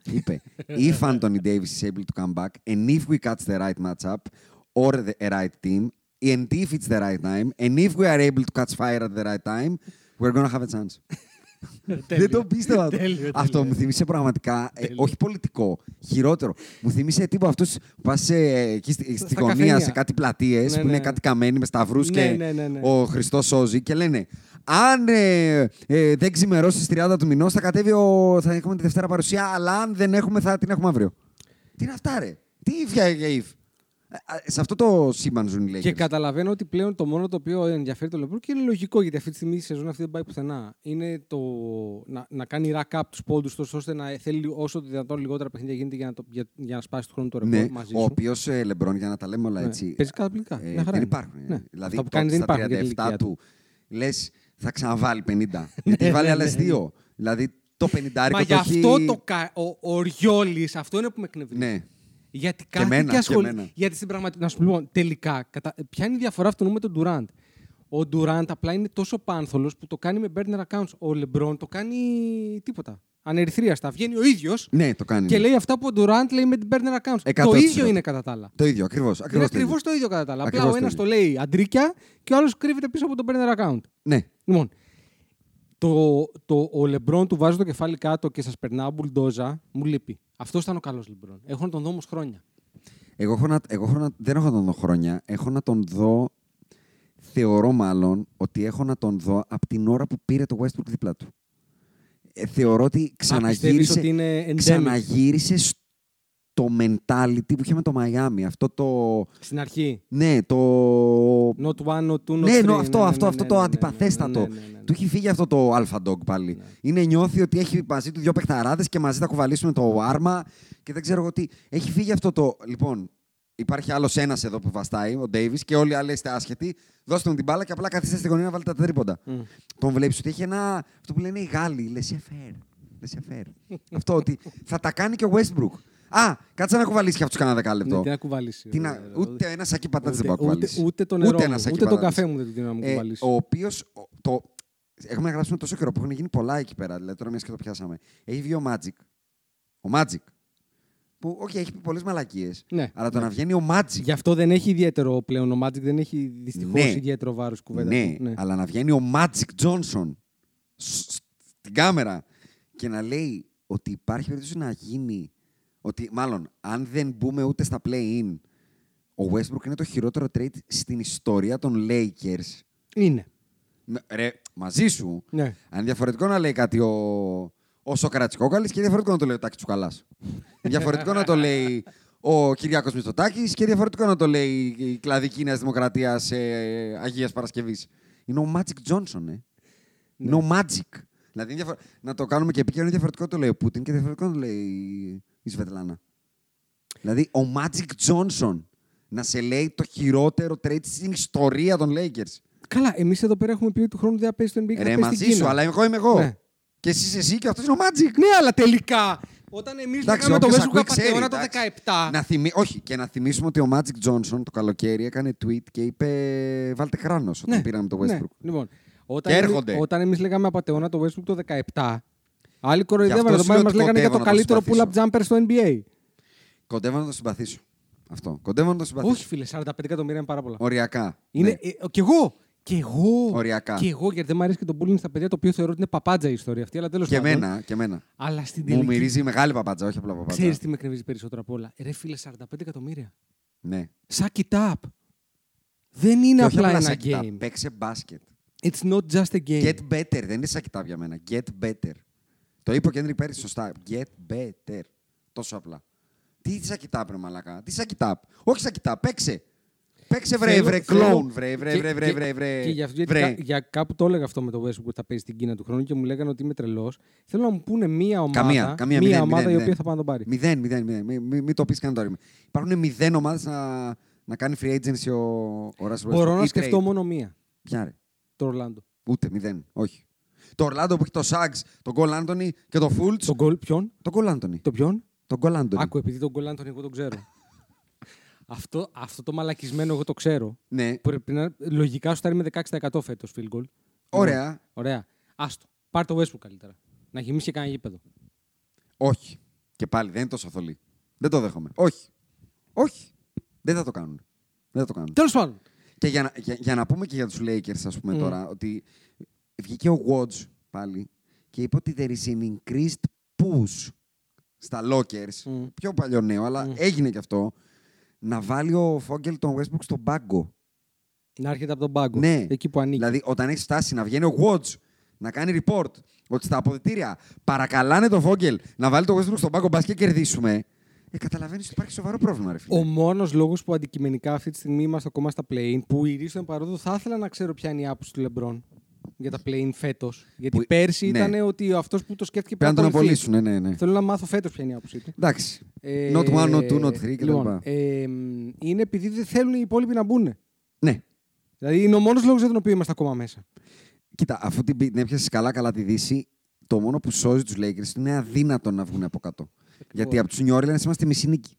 C: Είπε, if Anthony Davis is able to come back and if we catch the right matchup or the a right team, And if it's the right time, and if we are able to catch fire at the right time, we're going to have a chance. Δεν το πίστευα. αυτό.
D: Τέλειο,
C: Αυτό
D: τέλειο.
C: μου θύμισε πραγματικά, ε, όχι πολιτικό, χειρότερο. Μου θύμισε τύπου αυτούς που πας εκεί στη, στη
D: Στα
C: γωνία
D: καφενεία.
C: σε κάτι πλατείες
D: Ναι,
C: που είναι
D: ναι.
C: κάτι καμένοι με σταυρούς
D: Ναι,
C: και
D: ναι, ναι, ναι.
C: ο Χριστός σώζει και λένε. Αν ε, ε, δεν ξημερώσει στις 30 του μηνός, θα κατέβει ο, θα έχουμε τη Δευτέρα παρουσία. Αλλά αν δεν έχουμε, θα την έχουμε αύριο. Τι είναι αυτά, ρε. Τι ήφια, ήφ. Ε, Σε αυτό το σύμπαν ζουν οι Lakers.
D: Και καταλαβαίνω ότι πλέον το μόνο το οποίο ενδιαφέρει το Λεμπρό και είναι λογικό γιατί αυτή τη στιγμή η σεζόν αυτή δεν πάει πουθενά. Είναι το να, να κάνει rack up τους πόντους του ώστε να θέλει όσο το δυνατόν λιγότερα παιχνίδια γίνεται για να, το, για, για να σπάσει το χρόνο του ρεκόρ
C: Ναι,
D: μαζί
C: ο
D: σου.
C: οποίος ε, Λεμπρόν, για να τα λέμε όλα
D: Ναι,
C: έτσι.
D: παίζει καταπληκτικά. Μια χαρά
C: δεν
D: είναι.
C: υπάρχουν. ε.
D: Ναι.
C: Δηλαδή,
D: Αυτά που
C: το-
D: κάνει δεν
C: στα
D: υπάρχουν για την
C: 37
D: ηλικία Ναι,
C: του λες, θα ξαναβάλει 50. Γιατί βάλει άλλε δύο. Δηλαδή το 50
D: Μα γι' αυτό το κα... ο, ο Ριόλης, αυτό είναι που με εκνευρίζει.
C: Ναι.
D: Γιατί
C: Και
D: κάθε
C: εμένα, και
D: και ασχολεί-
C: εμένα.
D: Γιατί στην πραγματικότητα. Να σου πω λοιπόν, τελικά, κατα... ποια είναι η διαφορά αυτού του νου με τον Ντουράντ. Ο Ντουράντ απλά είναι τόσο πάνθολος που το κάνει με burner accounts. Ο Λεμπρόν το κάνει τίποτα. Ανερυθρίαστα. Βγαίνει ο ίδιος
C: Ναι, το κάνει.
D: και
C: ναι.
D: λέει αυτά που ο Ντουράντ λέει με την burner accounts. Το
C: 100%.
D: ίδιο είναι κατά τα άλλα.
C: Το ίδιο, ακριβώς.
D: Είναι ακριβώς το ίδιο κατά τα άλλα. Απλά
C: Ακριβώς
D: ο
C: το
D: ένας
C: ίδιο.
D: το λέει αντρίκια και ο άλλος κρύβεται πίσω από το burner account.
C: Ναι.
D: Λοιπόν, το, το, ο Λεμπρόν του βάζει το κεφάλι κάτω και σας περνά μπουλντόζα, μου λείπει. Αυτός ήταν ο καλός Λεμπρόν. Έχω να τον δω όμως χρόνια.
C: Εγώ, έχω να, εγώ έχω να, δεν έχω να τον δω χρόνια. Έχω να τον δω. Θεωρώ μάλλον ότι έχω να τον δω από την ώρα που πήρε το Westbrook δίπλα του. Ε, θεωρώ ότι
D: πιστεύεις
C: ξαναγύρισε,
D: ότι είναι endemic?
C: ξαναγύρισε στο mentality που είχε με το Μαϊάμι. Αυτό το.
D: Στην αρχή.
C: Ναι, το.
D: Not one, not two, not
C: ναι,
D: three.
C: εννοώ αυτό,
D: ναι,
C: αυτό, αυτό
D: ναι, ναι,
C: το
D: ναι, ναι,
C: αντιπαθέστατο.
D: ναι, ναι, ναι, ναι.
C: Του έχει φύγει αυτό το αλφα dog πάλι. Είναι νιώθει ότι έχει μαζί του δύο παιχταράδες και μαζί θα κουβαλήσουμε το άρμα και δεν ξέρω εγώ τι. Έχει φύγει αυτό το. Λοιπόν, υπάρχει άλλος ένας εδώ που βαστάει, ο Ντέιβι, και όλοι οι άλλοι είστε άσχετοι. Δώστε μου την μπάλα και απλά καθίστε στη γωνία να βάλετε τα τρίποντα. Τον βλέπεις ότι έχει ένα. Αυτό που λένε οι Γάλλοι, laissez-faire. laissez-faire. αυτό ότι θα τα κάνει και ο Westbrook. Α, κάτσε να κουβαλήσει και αυτού κανένα
D: Ναι,
C: δεκάλεπτο.
D: τι να κουβαλήσει.
C: Τι
D: ρε,
C: να-
D: ρε, ρε.
C: ούτε ένα σακί πατάτες δεν
D: Ούτε-
C: πάω
D: ούτε, ούτε το νερό, μου, ούτε, τον καφέ μου δεν του δίνω να μου κουβαλήσει.
C: Ε, ο οποίος. Το... Έχουμε γράψει τόσο καιρό που έχουν γίνει πολλά εκεί πέρα. Δηλαδή τώρα μιας και το πιάσαμε. Έχει βγει ο Magic. Ο Magic. Που, όχι, έχει πει πολλές μαλακίες.
D: Ναι,
C: αλλά το να βγαίνει ο Magic.
D: Γι' αυτό δεν έχει ιδιαίτερο πλέον. Ο Magic δεν έχει δυστυχώς
C: Ναι.
D: ιδιαίτερο βάρος κουβέντα.
C: Ναι, αλλά να βγαίνει ο Magic Johnson σ- σ- στην κάμερα και να λέει ότι υπάρχει περίπτωση να γίνει. Ότι μάλλον αν δεν μπούμε ούτε στα play-in, ο Westbrook είναι το χειρότερο trade στην ιστορία των Lakers.
D: Είναι.
C: Ναι, Ρε, μαζί σου.
D: Ναι.
C: Αν διαφορετικό να λέει κάτι ο, ο Σοκρατσικόκαλη και διαφορετικό να το λέει ο Τάκης Τσουκαλάς. διαφορετικό να το λέει ο Κυριάκος Μητσοτάκης και διαφορετικό να το λέει η κλαδική Νέα Δημοκρατία ε, Αγίας Παρασκευής. Είναι ο Μάτζικ Τζόνσον, ε. Είναι ο Μάτζικ. Δηλαδή είναι διαφορε- να το κάνουμε και επικαιρό είναι διαφορετικό να το λέει ο Πούτιν και διαφορετικό να το λέει η Σβετλάνα. Δηλαδή ο Μάτζικ Τζόνσον να σε λέει το χειρότερο trade στην ιστορία των Lakers.
D: Καλά, εμείς εδώ πέρα έχουμε πει ότι του χρόνου δεν θα παίζει το NBA. θα
C: Ρε,
D: παίζει στην
C: μαζί σου,
D: Κίνα.
C: αλλά εγώ είμαι εγώ.
D: Ναι.
C: Και εσύ είσαι εσύ και αυτός είναι ο Magic.
D: Ναι, αλλά τελικά. Όταν εμείς
C: Εντάξει,
D: λέγαμε το
C: όποιος
D: Westbrook
C: ακούει ξέρει,
D: Απατεώνα το
C: εντάξει.
D: 17.
C: Να θυμί... Όχι, και να θυμίσουμε ότι ο Magic Johnson το καλοκαίρι έκανε tweet και είπε βάλτε χράνος όταν πήραμε το Westbrook.
D: Ναι. Λοιπόν, όταν,
C: Και
D: εμείς-
C: έρχονται.
D: όταν εμείς λέγαμε απαταιώνα το Westbrook το 17, άλλοι
C: Γι'
D: κοροϊδεύανε
C: αυτό
D: το
C: σου λέω
D: μα
C: ότι
D: λέγανε για
C: κοντεύω
D: το
C: να
D: καλύτερο
C: το
D: pull-up
C: συμπαθήσω.
D: jumper στο NBA.
C: Κοντεύω να το συμπαθήσω. Αυτό. Κοντεύω να το συμπαθήσω.
D: Όχι, φίλε, 45 εκατομμύρια είναι πάρα πολλά.
C: Οριακά.
D: Είναι,
C: Ναι.
D: ε, κι εγώ. Κι εγώ.
C: Οριακά.
D: Κι εγώ, γιατί δεν μου αρέσει και το bullying στα παιδιά, το οποίο θεωρώ ότι είναι παπάντζα η ιστορία αυτή, αλλά τέλος
C: Και
D: πάντων.
C: εμένα, και εμένα.
D: Αλλά στην
C: Μου
D: τελική.
C: μυρίζει μεγάλη παπάτζα, όχι απλά παπάτζα.
D: Ξέρεις τι με εκνευρίζει περισσότερο απ' όλα. Ρε φίλε, 45 εκατομμύρια.
C: Ναι.
D: Suck it up. Δεν είναι
C: Και όχι
D: απλά
C: απλά
D: ένα
C: σακιτά.
D: game.
C: Παίξε μπάσκετ.
D: It's not just a game.
C: Get better. Δεν είναι σακιτά για μένα. Get better. Το είπε ο Κέντρικ πέρυσι σωστά. Get better. Τόσο απλά. Τι σακιτά ρε μαλακά. Τι σακιτά. Όχι σακιτά. Παίξε. Παίξε βρε,
D: Θέλω-
C: βρε,
D: θέλω-
C: κλόουν, βρε, βρε,
D: και-
C: βρε, βρε,
D: και-
C: βρε, βρε.
D: Και γι' αυτό, γιατί
C: βρε.
D: κα- για κάπου το έλεγα αυτό με το Westbrook που θα παίζει στην Κίνα του χρόνου και μου λέγανε ότι είμαι τρελός. Θέλω να μου πούνε μία ομάδα,
C: Καμία, καμία,
D: μία
C: μηδέν,
D: ομάδα
C: μηδέν,
D: η
C: μηδέν.
D: οποία θα πάει να τον πάρει.
C: Μηδέν, μηδέν, μηδέν. Μην μη, μη το πεις καν τώρα. Υπάρχουν μηδέν ομάδες να, να κάνει free agency ο, ο Russell
D: Μπορώ
C: Westbrook.
D: να
C: Ή
D: σκεφτώ
C: trade.
D: μόνο μία.
C: Ποια ρε.
D: Το Ορλάντο.
C: Ούτε μηδέν. Όχι. Το Ορλάντο που έχει το Σάγκ, τον Γκολ Άντωνη και το Φούλτ.
D: Τον γκολ ποιον.
C: Τον Γκολ Άντωνη.
D: Το ποιον.
C: Τον Γκολ Άντωνη.
D: Άκου, επειδή τον γκολ Άντωνη εγώ τον ξέρω. αυτό, αυτό το μαλακισμένο εγώ το ξέρω.
C: Ναι.
D: Πρέπει να, λογικά σου θα με 16% φέτος field goal.
C: Ωραία.
D: Ωραία. Άστο. Πάρ το Westbrook καλύτερα. Να γεμίσει και κανένα γήπεδο.
C: Όχι. Και πάλι δεν είναι τόσο θολή. Δεν το δέχομαι. Όχι. Όχι. Δεν θα το κάνουν. Δεν θα το κάνουν.
D: Τέλος πάντων.
C: Και για να, για, για να πούμε και για τους Lakers, ας πούμε
D: Μμμ.
C: τώρα, ότι βγήκε ο Watch πάλι και είπε ότι there is an increased push στα Lockers.
D: Μμ.
C: Πιο παλιό νέο, αλλά έγινε και αυτό. Να βάλει ο Φόγκελ τον Westbrook στον πάγκο.
D: Να έρχεται από τον πάγκο.
C: Ναι.
D: Εκεί που ανήκει.
C: Δηλαδή, όταν έχει φτάσει να βγαίνει ο Watch να κάνει report ότι στα αποδητήρια παρακαλάνε τον Φόγκελ να βάλει τον Westbrook στον πάγκο, μπας και κερδίσουμε. Ε, καταλαβαίνεις ότι υπάρχει σοβαρό πρόβλημα, ρε φίλε.
D: Ο μόνος λόγος που αντικειμενικά αυτή τη στιγμή είμαστε ακόμα στα play που η Ρίστον παρόδο θα ήθελα να ξέρω ποια είναι η άποψη του Λεμπρόν για τα play φέτος. Γιατί
C: Που-
D: πέρσι
C: ναι.
D: ήταν ότι αυτός που το σκέφτηκε
C: Πρέπει να τον
D: ακολουθεί.
C: απολύσουν, ναι, ναι.
D: Θέλω να μάθω φέτος ποια είναι η άποψή του.
C: Εντάξει.
D: Ε,
C: not one, not two, not three κτλ.
D: Λοιπόν, ε, μ, είναι επειδή δεν θέλουν οι υπόλοιποι να μπουν.
C: ναι.
D: Δηλαδή είναι ο μόνος λόγος για τον οποίο είμαστε ακόμα μέσα.
C: Κοίτα, αφού την, πει- την έπιασες καλά-καλά τη Δύση, το μόνο που σώζει τους Lakers είναι αδύνατο να βγουν από κάτω. Γιατί από τους New Orleans είμαστε μισή νίκη.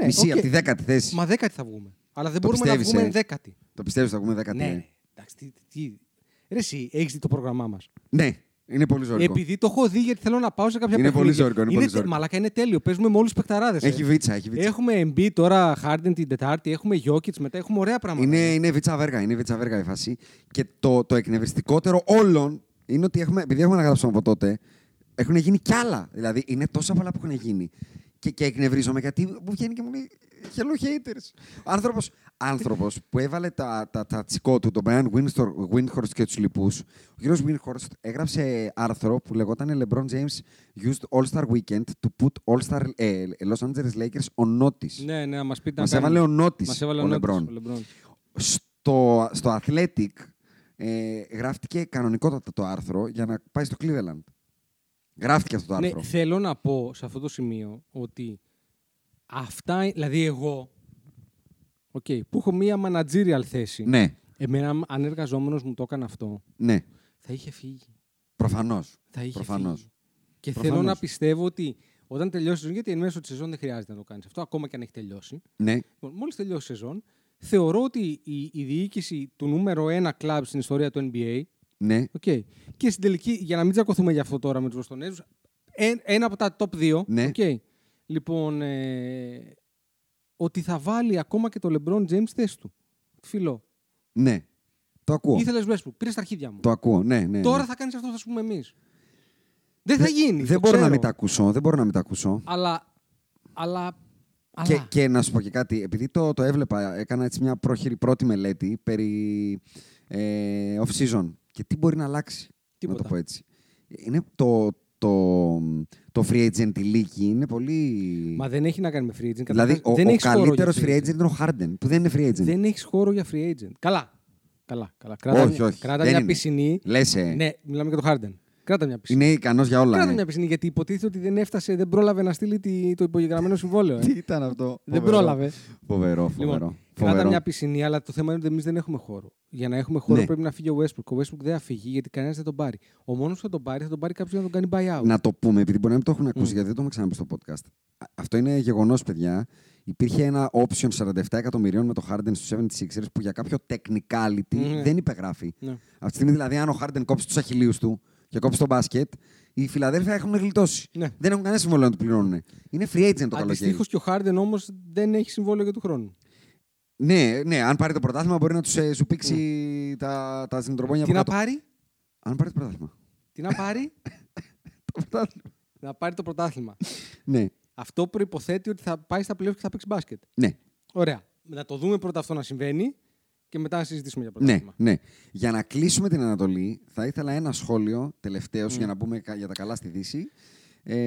D: Ναι,
C: μισή,
D: οκ.
C: από τη δέκατη θέση.
D: Μα δέκατη θα βγούμε. Αλλά δεν
C: Το
D: μπορούμε να
C: πιστεύεις,
D: βγούμε
C: ε?
D: δέκατη.
C: Το πιστεύεις θα βγούμε δέκατη.
D: Ναι,
C: ε?
D: ναι. Εντάξει, τι, τι... Ρε, εσύ, έχεις δει το πρόγραμμά μας.
C: ναι. Είναι πολύ ζωρικό.
D: Επειδή το έχω δει γιατί θέλω να πάω σε κάποια
C: Είναι
D: παιχνίδια.
C: πολύ ζώρικο, είναι πολύ
D: τε-
C: ζώρικο.
D: Μαλάκα είναι τέλειο. Παίζουμε με όλους τους παιχταράδε.
C: Έχει βίτσα, έχει βίτσα.
D: ε. Έχουμε MB τώρα, Harden την Τετάρτη, έχουμε Jokic μετά, έχουμε ωραία πράγματα.
C: Είναι, είναι βίτσα βέργα, είναι βίτσα βέργα η φάση. Και το, το εκνευριστικότερο όλων είναι ότι έχουμε, επειδή έχουμε να γράψουμε από τότε, έχουν γίνει κι άλλα. Δηλαδή είναι τόσα πολλά που έχουν γίνει. Και, και εκνευρίζομαι γιατί μου βγαίνει και μου λέει Hello haters. Ο άνθρωπος, άνθρωπος που έβαλε τα, τα, τα τσικό του, τον Brian Windsor, Windhorst και τους λοιπούς, ο κύριος Windhorst έγραψε άρθρο που λεγόταν LeBron James used All-Star Weekend to put All-Star ε, Los Angeles Lakers on notice.
D: Ναι, ναι, μας πείτε. να
C: Μας
D: κάνουμε.
C: έβαλε ο Νότης,
D: Μας έβαλε
C: ο Λεμπρόν.
D: Νότης, ο Λεμπρόν.
C: στο, στο Athletic ε, γράφτηκε κανονικότατα το άρθρο για να πάει στο Cleveland. Γράφτηκε αυτό το
D: Ναι,
C: άρθρο.
D: θέλω να πω σε αυτό το σημείο ότι αυτά, δηλαδή εγώ, okay, που έχω μία managerial θέση,
C: Ναι,
D: εμένα αν εργαζόμενος μου το έκανε αυτό,
C: ναι.
D: θα είχε φύγει.
C: Προφανώς.
D: Θα είχε
C: Προφανώς.
D: φύγει. Και θέλω
C: Προφανώς.
D: να πιστεύω ότι όταν τελειώσει η σεζόν, γιατί εν μέσω της σεζόν δεν χρειάζεται να το κάνεις αυτό, ακόμα και αν έχει τελειώσει.
C: Ναι.
D: Λοιπόν, μόλις τελειώσει η σεζόν, θεωρώ ότι η, η διοίκηση του νούμερο 1 κλαμπ στην ιστορία του NBA.
C: Ναι.
D: Okay, και στην τελική, για να μην τσακωθούμε για αυτό τώρα με τους Βοστονέζους, ένα από τα top 2.
C: Ναι.
D: Okay, λοιπόν, ε, ότι θα βάλει ακόμα και το LeBron James θέση του. Φιλό.
C: Ναι. Το ακούω.
D: Ήθελες Westbrook, πήρες τα αρχίδια μου.
C: Το ακούω. Ναι, ναι, ναι.
D: Τώρα θα κάνεις αυτό που θα σου πούμε εμείς. Δεν θα γίνει.
C: Δεν
D: το
C: μπορώ να
D: ξέρω.
C: μην τα ακούσω. Δεν μπορώ να μην τα ακούσω.
D: Αλλά. Αλλά.
C: Και,
D: αλλά.
C: και να σου πω και κάτι, επειδή το, το έβλεπα, έκανα έτσι μια πρόχειρη πρώτη μελέτη περί ε, off-season και τι μπορεί να αλλάξει, να
D: Τίποτα.
C: το πω έτσι. Είναι το, το, το free agent η league είναι πολύ...
D: Μα δεν έχει να κάνει με free agent.
C: Δηλαδή,
D: Καταρχάς,
C: ο,
D: δεν
C: ο
D: έχεις χώρο
C: καλύτερος
D: για
C: free agent είναι ο Harden, που δεν είναι free agent.
D: Δεν έχεις χώρο για free agent. Καλά. Καλά, καλά. Κράτα,
C: όχι,
D: μια-
C: όχι.
D: κράτα
C: δεν
D: μια
C: είναι.
D: πισινή.
C: Λες, ε.
D: Ναι, μιλάμε για το Harden. Κράτα μια πισινή.
C: Είναι ικανός για όλα.
D: Κράτα
C: ε.
D: μια πισινή γιατί υποτίθεται ότι δεν έφτασε, δεν πρόλαβε να στείλει τη- το υπογεγραμμένο συμβόλαιο. ε.
C: Τι ήταν αυτό.
D: Δεν
C: Φοβερό.
D: πρόλαβε.
C: Φοβερό, φοβερό.
D: Λοιπόν, κράτα
C: φοβερό.
D: μια πισινή, αλλά το θέμα είναι ότι εμείς δεν έχουμε χώρο. Για να έχουμε χώρο
C: Ναι.
D: πρέπει να φύγει ο Westbrook. Ο Westbrook δεν θα φύγει γιατί κανένας δεν τον πάρει. Ο μόνος που θα τον πάρει θα τον πάρει κάποιος να τον κάνει buyout.
C: Να το πούμε, επειδή μπορεί να μην το έχουν
D: Mm.
C: ακούσει, γιατί δεν το έχουμε ξαναπεί στο podcast. Α- Αυτό είναι γεγονός, παιδιά. Υπήρχε ένα option 47 εκατομμυρίων με το Harden στους 76ers που για κάποιο technicality
D: Ναι.
C: δεν υπεγράφει.
D: Ναι.
C: Αυτή τη στιγμή, δηλαδή, αν ο Harden κόψει τους αχυλίου του και κόψει τον μπάσκετ, οι Φιλαδέλφια έχουν γλιτώσει.
D: Ναι.
C: Δεν έχουν κανένα συμβόλαιο να του πληρώνουν. Είναι free agent το καλοκαίρι.
D: Αντιστοίχως και ο Harden όμως δεν έχει συμβόλαιο για του χρόνου.
C: Ναι, ναι, αν πάρει το πρωτάθλημα μπορεί να τους, ε, σου πήξει τα, τα συνδρομόνια
D: Ναι. Τι
C: από
D: να
C: κάτω.
D: πάρει,
C: Αν πάρει το πρωτάθλημα.
D: τι να πάρει,
C: Το πρωτάθλημα.
D: να πάρει το πρωτάθλημα.
C: Ναι,
D: Αυτό προποθέτει ότι θα πάει στα playoff και θα παίξει μπάσκετ.
C: ναι,
D: Ωραία. Να το δούμε πρώτα αυτό να συμβαίνει και μετά να συζητήσουμε για
C: ναι,
D: πρωτάθλημα.
C: ναι. Για να κλείσουμε την Ανατολή, θα ήθελα ένα σχόλιο τελευταίος
D: Ναι.
C: για να πούμε κα- για τα καλά στη Δύση. Ε,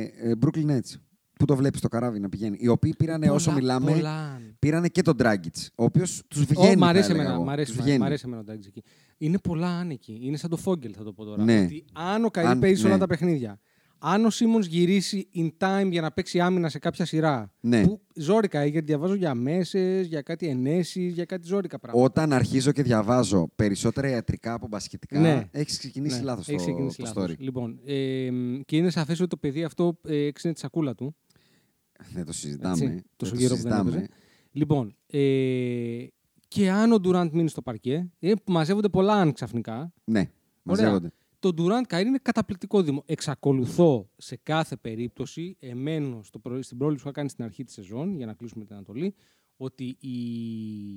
C: ε, Brooklyn Nets. Πού το βλέπεις το καράβι να πηγαίνει. Οι οποίοι πήρανε όσο
D: Πολλά,
C: μιλάμε.
D: πολλά.
C: Πήρανε και τον Dragic, ο οποίος τους
D: Ω,
C: βγαίνει.
D: μ'
C: θα
D: αρέσει
C: έλεγα
D: εμένα,
C: εγώ.
D: μ' αρέσει,
C: Τους
D: εμένα,
C: βγαίνει.
D: μ' αρέσει εμένα ο Ντάγκης εκεί. Είναι πολλά άνεκη. Είναι σαν το Φόγγελ, θα το πω τώρα.
C: Ναι.
D: Ότι αν ο Καϊλή
C: Αν-
D: παίζει σε όλα
C: ναι.
D: τα παιχνίδια, αν ο Σίμον γυρίσει in time για να παίξει άμυνα σε κάποια σειρά.
C: Ναι.
D: Που ζόρικα, ε, γιατί διαβάζω για μέσες, για κάτι ενέσεις, για κάτι ζόρικα πράγματα.
C: Όταν αρχίζω και διαβάζω περισσότερα ιατρικά από μπασκετικά,
D: Ναι.
C: έχεις ξεκινήσει
D: Ναι,
C: λάθος το,
D: έχεις ξεκινήσει
C: το
D: λάθος.
C: story.
D: Λοιπόν, ε, μ, και είναι σαφές ότι το παιδί αυτό ε, έξινε τη σακούλα του.
C: Δεν ε, το συζητάμε.
D: έτσι,
C: δεν
D: τόσο γύρω που δεν έπαιζε. Λοιπόν, ε, και αν ο Ντουραντ μείνει στο παρκέ, ε, που μαζεύονται πολλά αν ξαφνικά.
C: Ναι,
D: Ωραία.
C: μαζεύονται.
D: Το Ντουραντ Καϊρή είναι καταπληκτικό δήμο. Εξακολουθώ σε κάθε περίπτωση, εμένω στο προ... στην πρόληψη που είχα κάνει στην αρχή της σεζόν, για να κλείσουμε την Ανατολή, ότι η,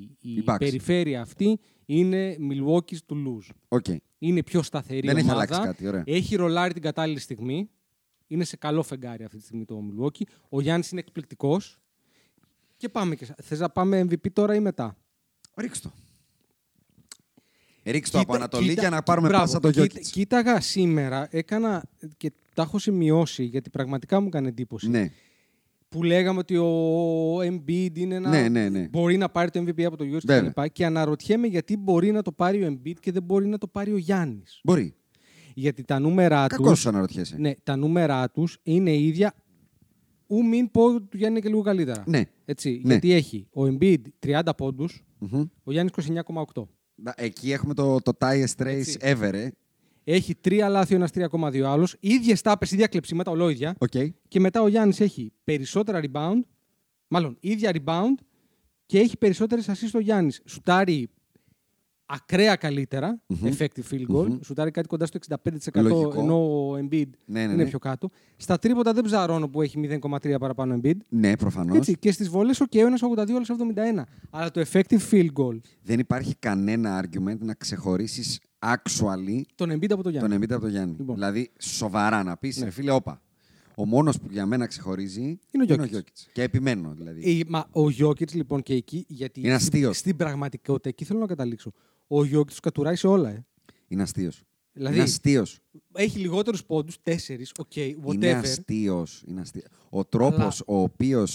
D: η
C: Οι Bucks.
D: περιφέρεια αυτή είναι Milwaukee του Luz.
C: Οκ.
D: Είναι πιο σταθερή
C: Δεν έχει
D: ομάδα.
C: αλλάξει κάτι, ωραία.
D: Έχει ρολάρει την κατάλληλη στιγμή. Είναι σε καλό φεγγάρι αυτή τη στιγμή το Milwaukee. Ο Γιάννης είναι εκπληκτικός. Και πάμε. Και... Θες να πάμε MVP τώρα ή μετά.
C: Ρίξ' το. Ρίξ' το από
D: Κοίτα-
C: Ανατολή
D: κοίτα-
C: για να πάρουμε
D: μπράβο,
C: πάσα το
D: κοίτα-
C: Γιώκητς.
D: Κοίταγα σήμερα, έκανα και τα έχω σημειώσει γιατί πραγματικά μου έκανε εντύπωση.
C: Ναι.
D: Που λέγαμε ότι ο Embiid είναι ένα...
C: Ναι, ναι, ναι.
D: μπορεί να πάρει το MVP από το Γιώργο
C: Βέβαια.
D: και λοιπά. Και αναρωτιέμαι γιατί μπορεί να το πάρει ο Embiid και δεν μπορεί να το πάρει ο Γιάννης.
C: Μπορεί.
D: Γιατί τα νούμερα
C: Κακός
D: τους.
C: σου αναρωτιέσαι.
D: Ναι, τα νούμερα τους είναι ίδια. Ου μην πω ότι του Γιάννη είναι και λίγο καλύτερα.
C: Ναι.
D: Έτσι,
C: Ναι.
D: Γιατί έχει ο Embiid 30 ποντους ο Γιάννης 29,8.
C: Να- Εκεί έχουμε το, το highest race
D: Έτσι.
C: ever, ε.
D: Έχει τρία λάθη, ο ένα 3,2 άλλο. ίδιες τάπες, ίδια κλεψίματα, ολόιδια.
C: Οκ.
D: Και μετά ο Γιάννης έχει περισσότερα rebound, μάλλον ίδια rebound και έχει περισσότερες assist ο Γιάννης. Σουτάρει ακραία καλύτερα, effective field goal. Σουτάρει κάτι κοντά στο 65%
C: Λογικό.
D: ενώ ο Embiid
C: Ναι, ναι,
D: είναι
C: ναι.
D: πιο κάτω. Στα τρίποτα δεν ψαρώνω που έχει 0,3 παραπάνω Embiid.
C: Ναι, προφανώς.
D: Έτσι, και στις βολές, ο okay, ο ένας 82, ο άλλος 71. Αλλά το effective field goal
C: Δεν υπάρχει κανένα argument να ξεχωρίσεις actually
D: τον Embiid από τον Γιάννη.
C: τον Embiid από τον Γιάννη.
D: Λοιπόν. Ναι.
C: Δηλαδή, σοβαρά να πεις, ρε φίλε, όπα. Ο μόνος που για μένα ξεχωρίζει
D: Είναι ο Γιώκητς.
C: Γιώκητς. Και επιμένω, δηλαδή.
D: Ε, μα ο Γιώκητ λοιπόν και εκεί, γιατί
C: Είναι αστείος.
D: στην πραγματικότητα, εκεί θέλω να καταλήξω. Ο Γιώκητ τους κατουράει σε όλα. Ε.
C: Είναι αστείος.
D: Δηλαδή-
C: Είναι αστείος.
D: Έχει λιγότερους πόντους, τέσσερις, οκ, whatever.
C: Είναι αστείος. Ο τρόπος ο οποίος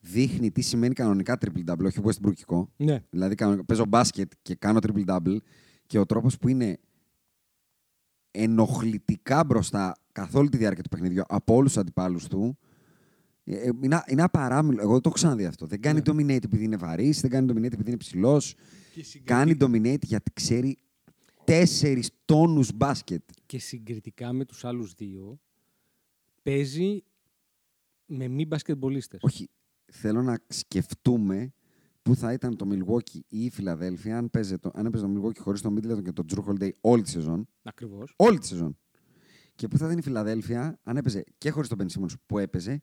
C: δείχνει τι σημαίνει κανονικά triple double, όχι Westbrookικό.
D: Ναι.
C: Δηλαδή, κανονικά- παίζω μπάσκετ και κάνω triple double και ο τρόπος που είναι ενοχλητικά μπροστά καθ' όλη τη διάρκεια του παιχνιδιού από όλους τους αντιπάλους του. ε, ε, Είναι, α- είναι απαράμιλο. Εγώ το έχω ξαναδεί αυτό. Δεν κάνει dominate επειδή είναι βαρύς, δεν κάνει dominate επειδή είναι ψηλός. Κάνει dominate γιατί ξέρει τέσσερις τόνους μπάσκετ.
D: Και συγκριτικά με τους άλλους δύο, παίζει με μη μπασκετμπολίστες.
C: Όχι. Θέλω να σκεφτούμε πού θα ήταν το Milwaukee ή η Φιλαδέλφια αν, παίζε το, αν έπαιζε το Milwaukee χωρίς τον Middleton και τον Drew Holiday όλη τη σεζόν.
D: Ακριβώς.
C: Όλη τη σεζόν. Και πού θα ήταν η Φιλαδέλφια αν έπαιζε και χωρίς τον Ben Simmons που έπαιζε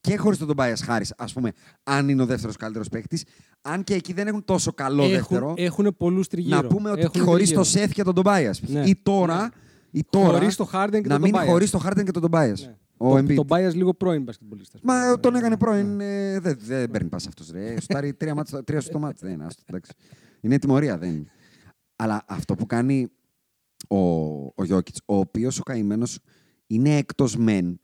C: και χωρίς τον Tobias Harris, ας πούμε, αν είναι ο δεύτερος καλύτερος παίκτης. Αν και εκεί δεν έχουν τόσο καλό δεύτερο.
D: Έχουν, έχουν πολλούς τριγύρω.
C: να πούμε ότι χωρίς το Seth και τον Tobias.
D: Ναι.
C: Ή τώρα. Ή τώρα
D: Χωρίς το Harden και
C: να
D: τον
C: μην
D: Tobias.
C: χωρίς το Harden και τον Tobias. Ο
D: Τον
C: Embiid.
D: Ναι. το Bias λίγο πρώην Ναι, μπασκετμπολίστας.
C: Μα τον έκανε πρώην. ε, δεν δεν παίρνει πάσα αυτό. Σουτάρει τρία, μάτς, τρία στο μάτι. Δεν, άστο, εντάξει. Είναι τιμωρία, δεν είναι. Αλλά αυτό που κάνει ο, ο Γιώκητ, ο οποίος ο καημένος είναι εκτός μεν,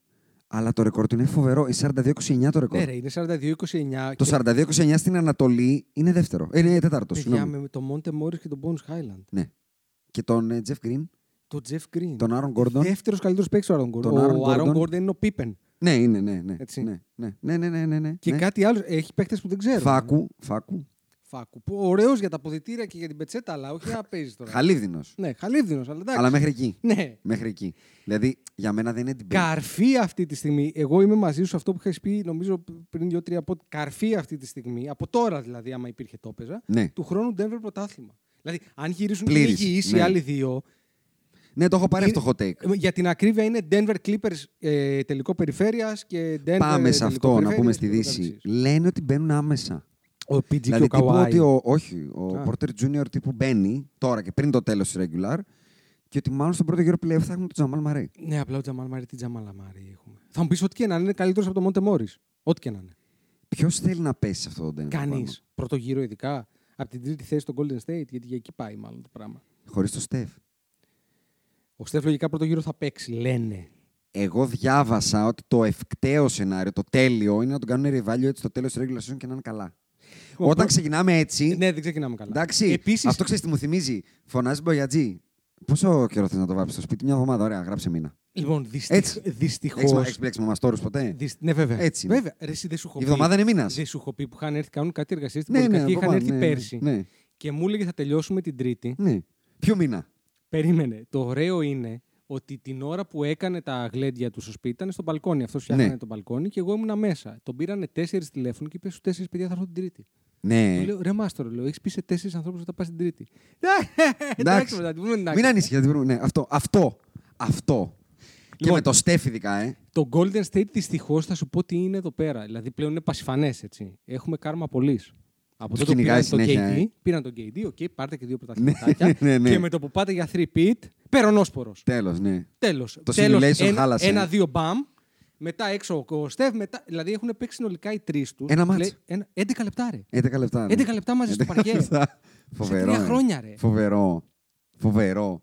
C: αλλά το ρεκόρ του είναι φοβερό. Είναι 42-29 το
D: Ναι,
C: ρεκόρ.
D: ρε, είναι 42-29.
C: το 42-29 στην Ανατολή είναι δεύτερο. Ε, είναι τέταρτο.
D: Παιδιά
C: Συγγνώμη.
D: με με τον Μόντε Μόρι και τον Bones Highland.
C: Ναι. Και τον ε, Jeff Green,
D: Τον Jeff Green.
C: τον Άρον Gordon.
D: Δεύτερος καλύτερος παίκτης ο Άρον
C: Τον
D: Γκόρντον.
C: Aaron
D: Ο Άρον
C: Gordon.
D: Γκόρντον είναι ο Πίπεν.
C: Ναι, είναι, ναι, ναι.
D: Έτσι.
C: Ναι, ναι, ναι, ναι, ναι, ναι, ναι.
D: Και
C: ναι.
D: κάτι άλλο. Ναι. Έχει παίκτες που δεν ξέρω.
C: Φάκου, φάκου.
D: Φάκου. Ωραίος για τα αποδητήρια και για την πετσέτα, αλλά όχι να παίζεις τώρα.
C: Χαλίβδινος.
D: Ναι, χαλίβδινο, αλλά εντάξει.
C: Αλλά μέχρι εκεί.
D: Ναι.
C: Μέχρι εκεί. Δηλαδή, για μένα δεν είναι debate.
D: Καρφί αυτή τη στιγμή. Εγώ είμαι μαζί σου σε αυτό που είχες πει, νομίζω πριν δύο-τρία πόντ. Καρφί αυτή τη στιγμή, από τώρα δηλαδή, άμα υπήρχε το έπαιζα,
C: Ναι.
D: του χρόνου Denver πρωτάθλημα. Δηλαδή, αν γυρίσουν
C: Πλήρης,
D: οι υγιείς οι
C: ναι.
D: άλλοι δύο.
C: Ναι, το έχω πάρει
D: είναι-
C: αυτό το hot take.
D: ε, Για την ακρίβεια είναι Denver Clippers ε, τελικό περιφέρειας και Denver.
C: Πάμε σε
D: τελικό
C: αυτό να
D: περιφέρειας
C: πούμε
D: και
C: στη
D: ούτω
C: Δύση.
D: καθεξής.
C: Λένε ότι μπαίνουν άμεσα.
D: Ο PG
C: δηλαδή,
D: και ο
C: τύπου
D: Kawhi.
C: ότι ο, όχι, ο
D: Α.
C: Porter Junior τύπου μπαίνει τώρα και πριν το τέλος τη regular και ότι μάλλον στον πρώτο γύρο playoff θα έχουμε τον Τζαμάλ Μαρέι.
D: Ναι, απλά ο Τζαμάλ Μάρι, τι Τζαμάλ Μάρι έχουμε. Θα μου πεις ό,τι και να είναι, είναι καλύτερος από τον Μόντε Μόρι. Ό,τι και να είναι.
C: Ποιος θέλει να πέσει σε αυτό το τέννη.
D: Κανεί. Πρώτο γύρο ειδικά. Από την τρίτη θέση στο Golden State, γιατί για εκεί πάει μάλλον το πράγμα.
C: Χωρίς το Στεφ.
D: Ο Στεφ λογικά πρώτο γύρο θα παίξει, λένε.
C: Εγώ διάβασα ότι το ευκταίο σενάριο, το τέλειο, είναι να τον κάνουν ρεβάλιο έτσι στο τέλος τη regular season και να είναι καλά.
D: Λοιπόν,
C: Όταν
D: προ-
C: ξεκινάμε έτσι,
D: Ναι, δεν ξεκινάμε καλά.
C: Ε, Εντάξει,
D: Επίσης,
C: αυτό ξέρεις τι μου θυμίζει. Φωνάζει Μπογιατζή. Πόσο καιρό θες να το βάψεις στο σπίτι, μια εβδομάδα, ωραία, γράψε μήνα.
D: Λοιπόν,
C: Έτσι.
D: δυστυχώ.
C: Έχεις μπλέξει με μαστόρους ποτέ.
D: Ναι, βέβαια.
C: Έτσι είναι.
D: Βέβαια. Ρε, εσύ δεν σου έχω
C: Η εβδομάδα είναι μήνας.
D: Δεν σου έχω πει που είχαν έρθει, κάνουν κάτι εργασία στην
C: Ναι, ναι,
D: Πολυκαρπία,
C: από
D: Είχαν
C: πάνω, ναι,
D: έρθει
C: ναι,
D: πέρσι.
C: ναι.
D: Και μου έλεγε θα τελειώσουμε την Τρίτη.
C: Ναι. Ποιο μήνα.
D: Περίμενε. Το ωραίο είναι ότι την ώρα που έκανε τα γλέντια του στο σπίτι ήταν στο μπαλκόνι. Αυτός φτιάχνανε
C: Ναι.
D: το μπαλκόνι και εγώ ήμουνα μέσα. Τον πήρανε τέσσερις τηλέφωνο και είπε στου τέσσερις παιδιά θα έρθω την Τρίτη.
C: Ναι.
D: Του λέω ρε Μάστορο, λέω, έχεις πει σε τέσσερις ανθρώπους θα πας την Τρίτη.
C: Εντάξει.
D: μετά, τι πούμε, εντάξει.
C: Μην ανησυχείς, γιατί βρούμε. Ναι, αυτό. Αυτό. αυτό. Και
D: Λοιπόν.
C: με το Στεφ ειδικά, ε.
D: Το Golden State δυστυχώς θα σου πω τι είναι εδώ πέρα. Δηλαδή πλέον είναι πασιφανές έτσι. Έχουμε κάρμα πολλής. Από
C: Τους
D: τότε που πήραν
C: κυνηγάει
D: τον
C: συνέχεια,
D: KD,
C: ε.
D: πήραν τον KD, οκ, πάρτε και δύο πρωταθληματάκια.
C: ναι, ναι.
D: Και με το που πάτε για 3-peat, πέρονόσπορος.
C: Τέλος, ναι.
D: Τέλος.
C: Το simulation χάλασε.
D: Ένα-δύο μπαμ. Μετά έξω ο Στεφ. Μετά, δηλαδή έχουν παίξει συνολικά οι τρεις τους.
C: Ένα μάτς.
D: 11 λεπτά, ρε.
C: 11 λεπτά. ναι.
D: 11 λεπτά μαζί στο
C: 11
D: παρκέ.
C: λεπτά. Φοβερό.
D: τρία
C: ε.
D: χρόνια, ρε.
C: Φοβερό. Φοβερό.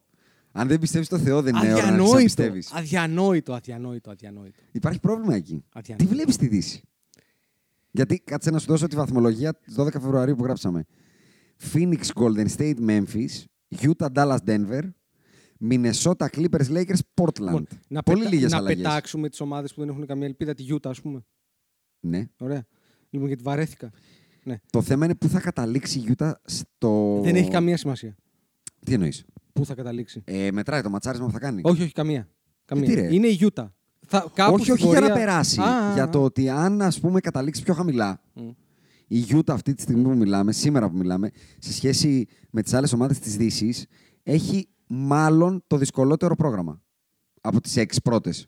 C: Αν δεν πιστεύεις στο Θεό, δεν είναι ώρα να
D: Αδιανόητο.
C: πιστεύει.
D: Αδιανόητο, αδιανόητο, αδιανόητο.
C: Υπάρχει πρόβλημα εκεί.
D: Αδιανόητο.
C: Τι βλέπεις στη Δύση. Γιατί κάτσε να σου δώσω τη βαθμολογία τη 12 Φεβρουαρίου που γράψαμε. Phoenix Golden State Memphis, Utah Dallas Denver, Minnesota Clippers Lakers Portland.
D: Λοιπόν, να
C: Πολύ
D: πετα-
C: λίγες
D: να
C: αλλαγές.
D: πετάξουμε τις ομάδες που δεν έχουν καμία ελπίδα, τη Γιούτα, ας πούμε.
C: Ναι.
D: Ωραία. Λοιπόν, γιατί βαρέθηκα. Ναι.
C: Το θέμα είναι πού θα καταλήξει η Utah στο.
D: Δεν έχει καμία σημασία.
C: Τι εννοείς.
D: Πού θα καταλήξει.
C: Ε, μετράει το ματσάρισμα που θα κάνει.
D: Όχι, όχι, καμία. καμία.
C: τι, ρε.
D: Είναι η Γιούτα. Θα, κάπου
C: όχι,
D: στη
C: όχι για
D: πορεία-
C: να περάσει.
D: Α,
C: για
D: α,
C: το ότι αν ας πούμε καταλήξει πιο χαμηλά. Η Utah αυτή τη στιγμή που μιλάμε, σήμερα που μιλάμε, σε σχέση με τις άλλες ομάδες της Δύσης, έχει μάλλον το δυσκολότερο πρόγραμμα από τις έξι πρώτες.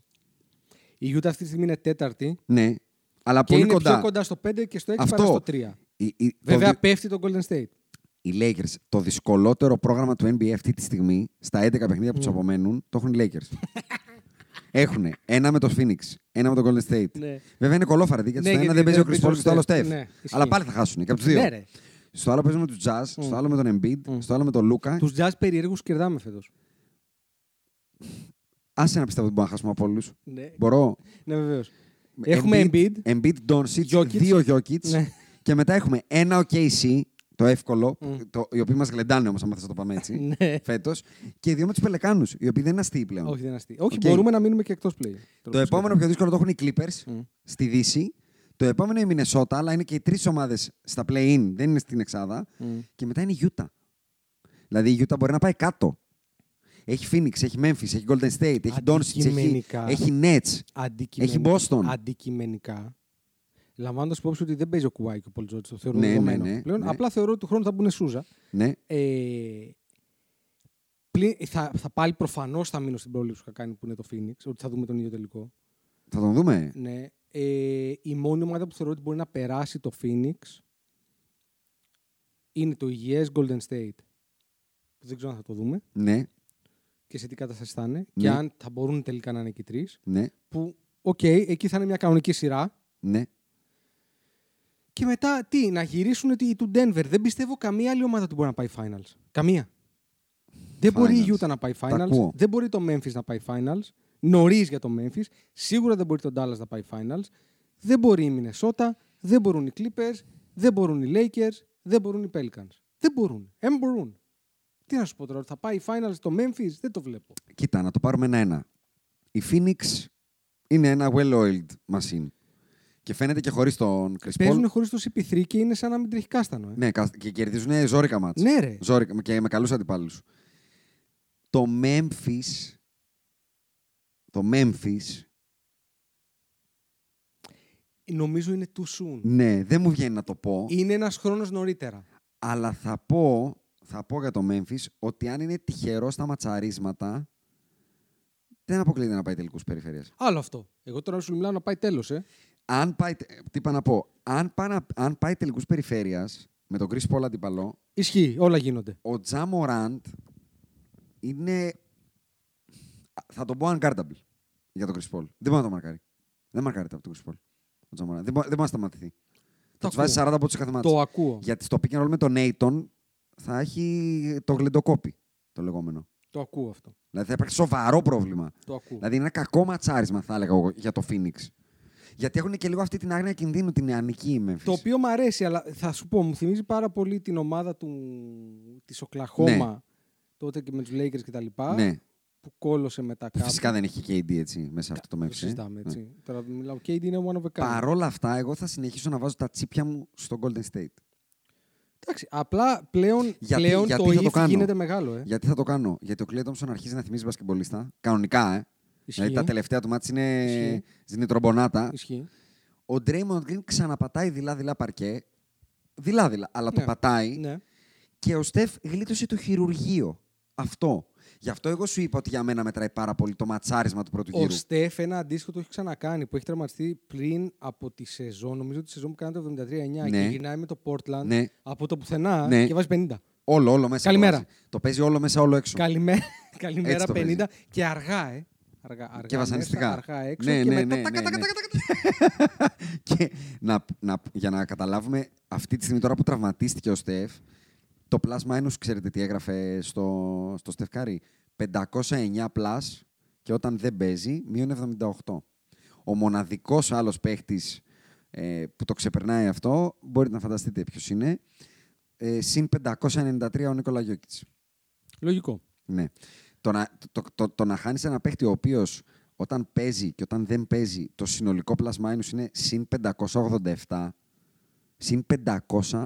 D: Η Γιούτα αυτή τη στιγμή είναι τέταρτη.
C: Ναι, αλλά
D: Και
C: πολύ
D: είναι
C: κοντά.
D: πιο κοντά στο 5 και στο 6
C: Αυτό.
D: παρά στο 3.
C: Η- η- το
D: Βέβαια
C: δυ-
D: πέφτει το Golden State.
C: οι Lakers, το δυσκολότερο πρόγραμμα του NBA αυτή τη στιγμή, στα 11 παιχνίδια που τους απομένουν, το έχουν οι Lakers. Έχουν ένα με το Phoenix, ένα με το Golden State.
D: Ναι.
C: Βέβαια είναι κολόφαρα γιατί
D: Ναι,
C: στο ένα
D: γιατί
C: δεν παίζει ο
D: δεν
C: Chris
D: παίζει ο
C: Paul και στο άλλο
D: Steph.
C: Steph.
D: Ναι, ισχύει.
C: Αλλά πάλι θα χάσουν και από τους δύο.
D: Ναι, ρε.
C: Στο άλλο παίζουν με του Jazz, στο άλλο με τον Embiid, στο άλλο με τον Luca.
D: Τους jazz περίεργους κερδάμε φέτος.
C: Άσε να πιστεύω ότι μπορούμε να χάσουμε από όλους.
D: Ναι,
C: Μπορώ.
D: ναι βεβαίως. Έχουμε Embiid.
C: Embiid, Doncic,
D: Jokic.
C: δύο Jokic.
D: Ναι.
C: Και μετά έχουμε ένα OKC, το εύκολο, το, οι οποίοι μας γλεντάνε όμως, αν θες να το πάμε έτσι,
D: Ναι.
C: φέτος. Και δύο με τους Πελεκάνους, οι οποίοι δεν είναι αστείοι πλέον.
D: Όχι, δεν αστεί. Όχι,
C: Οκ.
D: μπορούμε να μείνουμε και εκτός play.
C: Το επόμενο πιο δύσκολο το έχουν οι Clippers στη Δύση. Το επόμενο η Μινεσότα, αλλά είναι και οι τρεις ομάδες στα play-in, δεν είναι στην Εξάδα. Και μετά είναι η Utah. Δηλαδή η Utah μπορεί να πάει κάτω. Έχει Phoenix, έχει Memphis, έχει Golden State, έχει Doncic, έχει,
D: Αντικειμενικά.
C: έχει Nets.
D: Αντικειμενικά.
C: Έχει Boston.
D: Αντικειμενικά. Λαμβάνοντας υπόψη ότι δεν παίζει ο Κουάι και ο Πολ Τζόρτζ, το θεωρώ
C: Ναι, ναι,
D: δεδομένο.
C: ναι,
D: πλέον,
C: ναι.
D: Απλά θεωρώ ότι του χρόνου θα μπουν Σούζα.
C: Ναι.
D: Ε, πλη- θα, θα πάλι προφανώς θα μείνω στην πρόληψη που είχα κάνει που είναι το Phoenix, ότι θα δούμε τον ίδιο τελικό.
C: Θα τον δούμε.
D: Ναι. Ε, η μόνη ομάδα που θεωρώ ότι μπορεί να περάσει το Phoenix είναι το υγιές Golden State. Που δεν ξέρω αν θα το δούμε
C: Ναι,
D: και σε τι κατάσταση θα είναι
C: Ναι.
D: και αν θα μπορούν τελικά να είναι και οι τρεις.
C: ναι,
D: Που, οκ, εκεί θα είναι μια κανονική σειρά.
C: ναι.
D: Και μετά τι, να γυρίσουν ότι οι του Denver. Δεν πιστεύω καμία άλλη ομάδα ότι μπορεί να πάει finals. Καμία. Δεν μπορεί η
C: Finals.
D: Utah να πάει
C: Τα ακούω.
D: finals. Δεν μπορεί το Memphis να πάει finals. Νωρίς για το Memphis. Σίγουρα δεν μπορεί το Dallas να πάει finals. Δεν μπορεί η Minnesota. Δεν μπορούν οι Clippers. Δεν μπορούν οι Lakers. Δεν μπορούν οι Pelicans. Δεν μπορούν. Εμ μπορούν. Τι να σου πω τώρα, ότι θα πάει η finals το Memphis. Δεν το βλέπω.
C: Κοίτα, να το πάρουμε ένα-ένα. Η Phoenix είναι ένα well-oiled machine. Και φαίνεται και χωρίς τον Chris Paul.
D: Παίζουν χωρί το CP3 και είναι σαν να μην τρέχει κάστανο. Ε.
C: Ναι, κα- και κερδίζουν ζόρικα μάτς.
D: Ναι, ρε.
C: Ζόρικα, και με καλούς αντιπάλους. Το Memphis... Το Memphis...
D: Νομίζω είναι too soon.
C: Ναι, δεν μου βγαίνει να το πω,
D: Είναι ένας χρόνος νωρίτερα.
C: αλλά θα πω, θα πω για το Memphis ότι αν είναι τυχερός στα ματσαρίσματα, δεν αποκλείεται να πάει τελικούς περιφέρειας.
D: Άλλο αυτό. Εγώ τώρα σου μιλάω να πάει τέλος, ε.
C: Αν πάει, τε- τι είπα να πω, αν, πάει να- αν πάει τελικούς περιφέρειας με τον Chris Paul αντιπαλό,
D: Ισχύει, όλα γίνονται.
C: ο Τζα Μοράντ είναι. Θα τον πω unguardable για τον Chris Paul. Δεν μπορεί να το μαρκάρει. Δεν μαρκάρεται από τον Chris Paul. Ο Τζα Μοράντ. Δεν, μπορεί- δεν μπορεί να σταματηθεί. Θα τους
D: ακούω.
C: βάζει 40 από κάθε μάτι.
D: Το ακούω.
C: Γιατί στο pick and roll με τον Νέιτον θα έχει το γλεντοκόπι το λεγόμενο.
D: Το ακούω αυτό.
C: Δηλαδή θα υπάρχει σοβαρό πρόβλημα.
D: Το ακούω.
C: Δηλαδή είναι ένα κακό ματσάρισμα, θα έλεγα εγώ, για το Phoenix. Γιατί έχουν και λίγο αυτή την άγνοια κινδύνου, την νεανική η Memphis.
D: Το οποίο μου αρέσει, αλλά θα σου πω, μου θυμίζει πάρα πολύ την ομάδα του... της Οκλαχώμα
C: Ναι.
D: τότε και με τους Lakers κτλ.
C: Ναι.
D: Που κόλωσε μετά κάπου.
C: Φυσικά δεν έχει και KD έτσι μέσα σε αυτό το
D: Το
C: Memphis. ε.
D: συζητάμε,
C: Ναι.
D: έτσι. Τώρα μιλάω. Ο KD είναι one of a kind.
C: Παρ' όλα αυτά, εγώ θα συνεχίσω να βάζω τα τσίπια μου στο Golden State.
D: Εντάξει, απλά πλέον,
C: Γιατί-
D: πλέον
C: γιατί θα
D: το
C: το
D: if
C: κάνω.
D: γίνεται μεγάλο, ε.
C: Γιατί θα το κάνω, Γιατί ο Clay Thompson αρχίζει να θυμίζει μπασκεμπολίστα. Κανονικά, ε.
D: Ισχύει.
C: Δηλαδή τα τελευταία του μάτια είναι
D: Ισχύει.
C: ζυνητρομπονάτα.
D: Ισχύει.
C: Ο Draymond Green ξαναπατάει δειλά-δειλά παρκέ. Δειλά-δειλά, αλλά το
D: Ναι.
C: πατάει.
D: Ναι.
C: Και ο Στεφ γλίτωσε το χειρουργείο. Αυτό. Γι' αυτό εγώ σου είπα ότι για μένα μετράει πάρα πολύ το ματσάρισμα του πρώτου
D: Ο
C: γύρου.
D: Στεφ ένα αντίστοιχο το έχει ξανακάνει που έχει τραυματιστεί πριν από τη σεζόν. Νομίζω τη σεζόν που κάνει το 73-9
C: Ναι.
D: και γυρνάει με το Portland
C: Ναι.
D: από το πουθενά
C: Ναι.
D: και βάζει 50.
C: Όλο, όλο μέσα.
D: Καλημέρα.
C: Το, βάζει. Το παίζει όλο μέσα, όλο έξω.
D: Καλημέρα, καλημέρα
C: το
D: 50
C: παίζει.
D: και αργά, ε. Αργά, αργά
C: και βασανιστικά.
D: Μέσα, αργά έξω
C: ναι,
D: και
C: ναι,
D: μετά
C: ναι,
D: τακα,
C: ναι,
D: τακα,
C: ναι.
D: τακα, τακα.
C: και να, να, για να καταλάβουμε, αυτή τη στιγμή τώρα που τραυματίστηκε ο Στεφ, το plus minus, ξέρετε τι έγραφε στο, στο Στεφκάρι. 509 plus και όταν δεν παίζει, μείον 78. Ο μοναδικός άλλος παίχτης ε, που το ξεπερνάει αυτό, μπορείτε να φανταστείτε ποιος είναι, ε, συν 593 ο Νίκολα Γιώκητς.
D: Λογικό.
C: Ναι. Το να, το, το, το, να χάνεις ένα παίχτη ο οποίος όταν παίζει και όταν δεν παίζει, το συνολικό plus minus είναι συν 587. Συν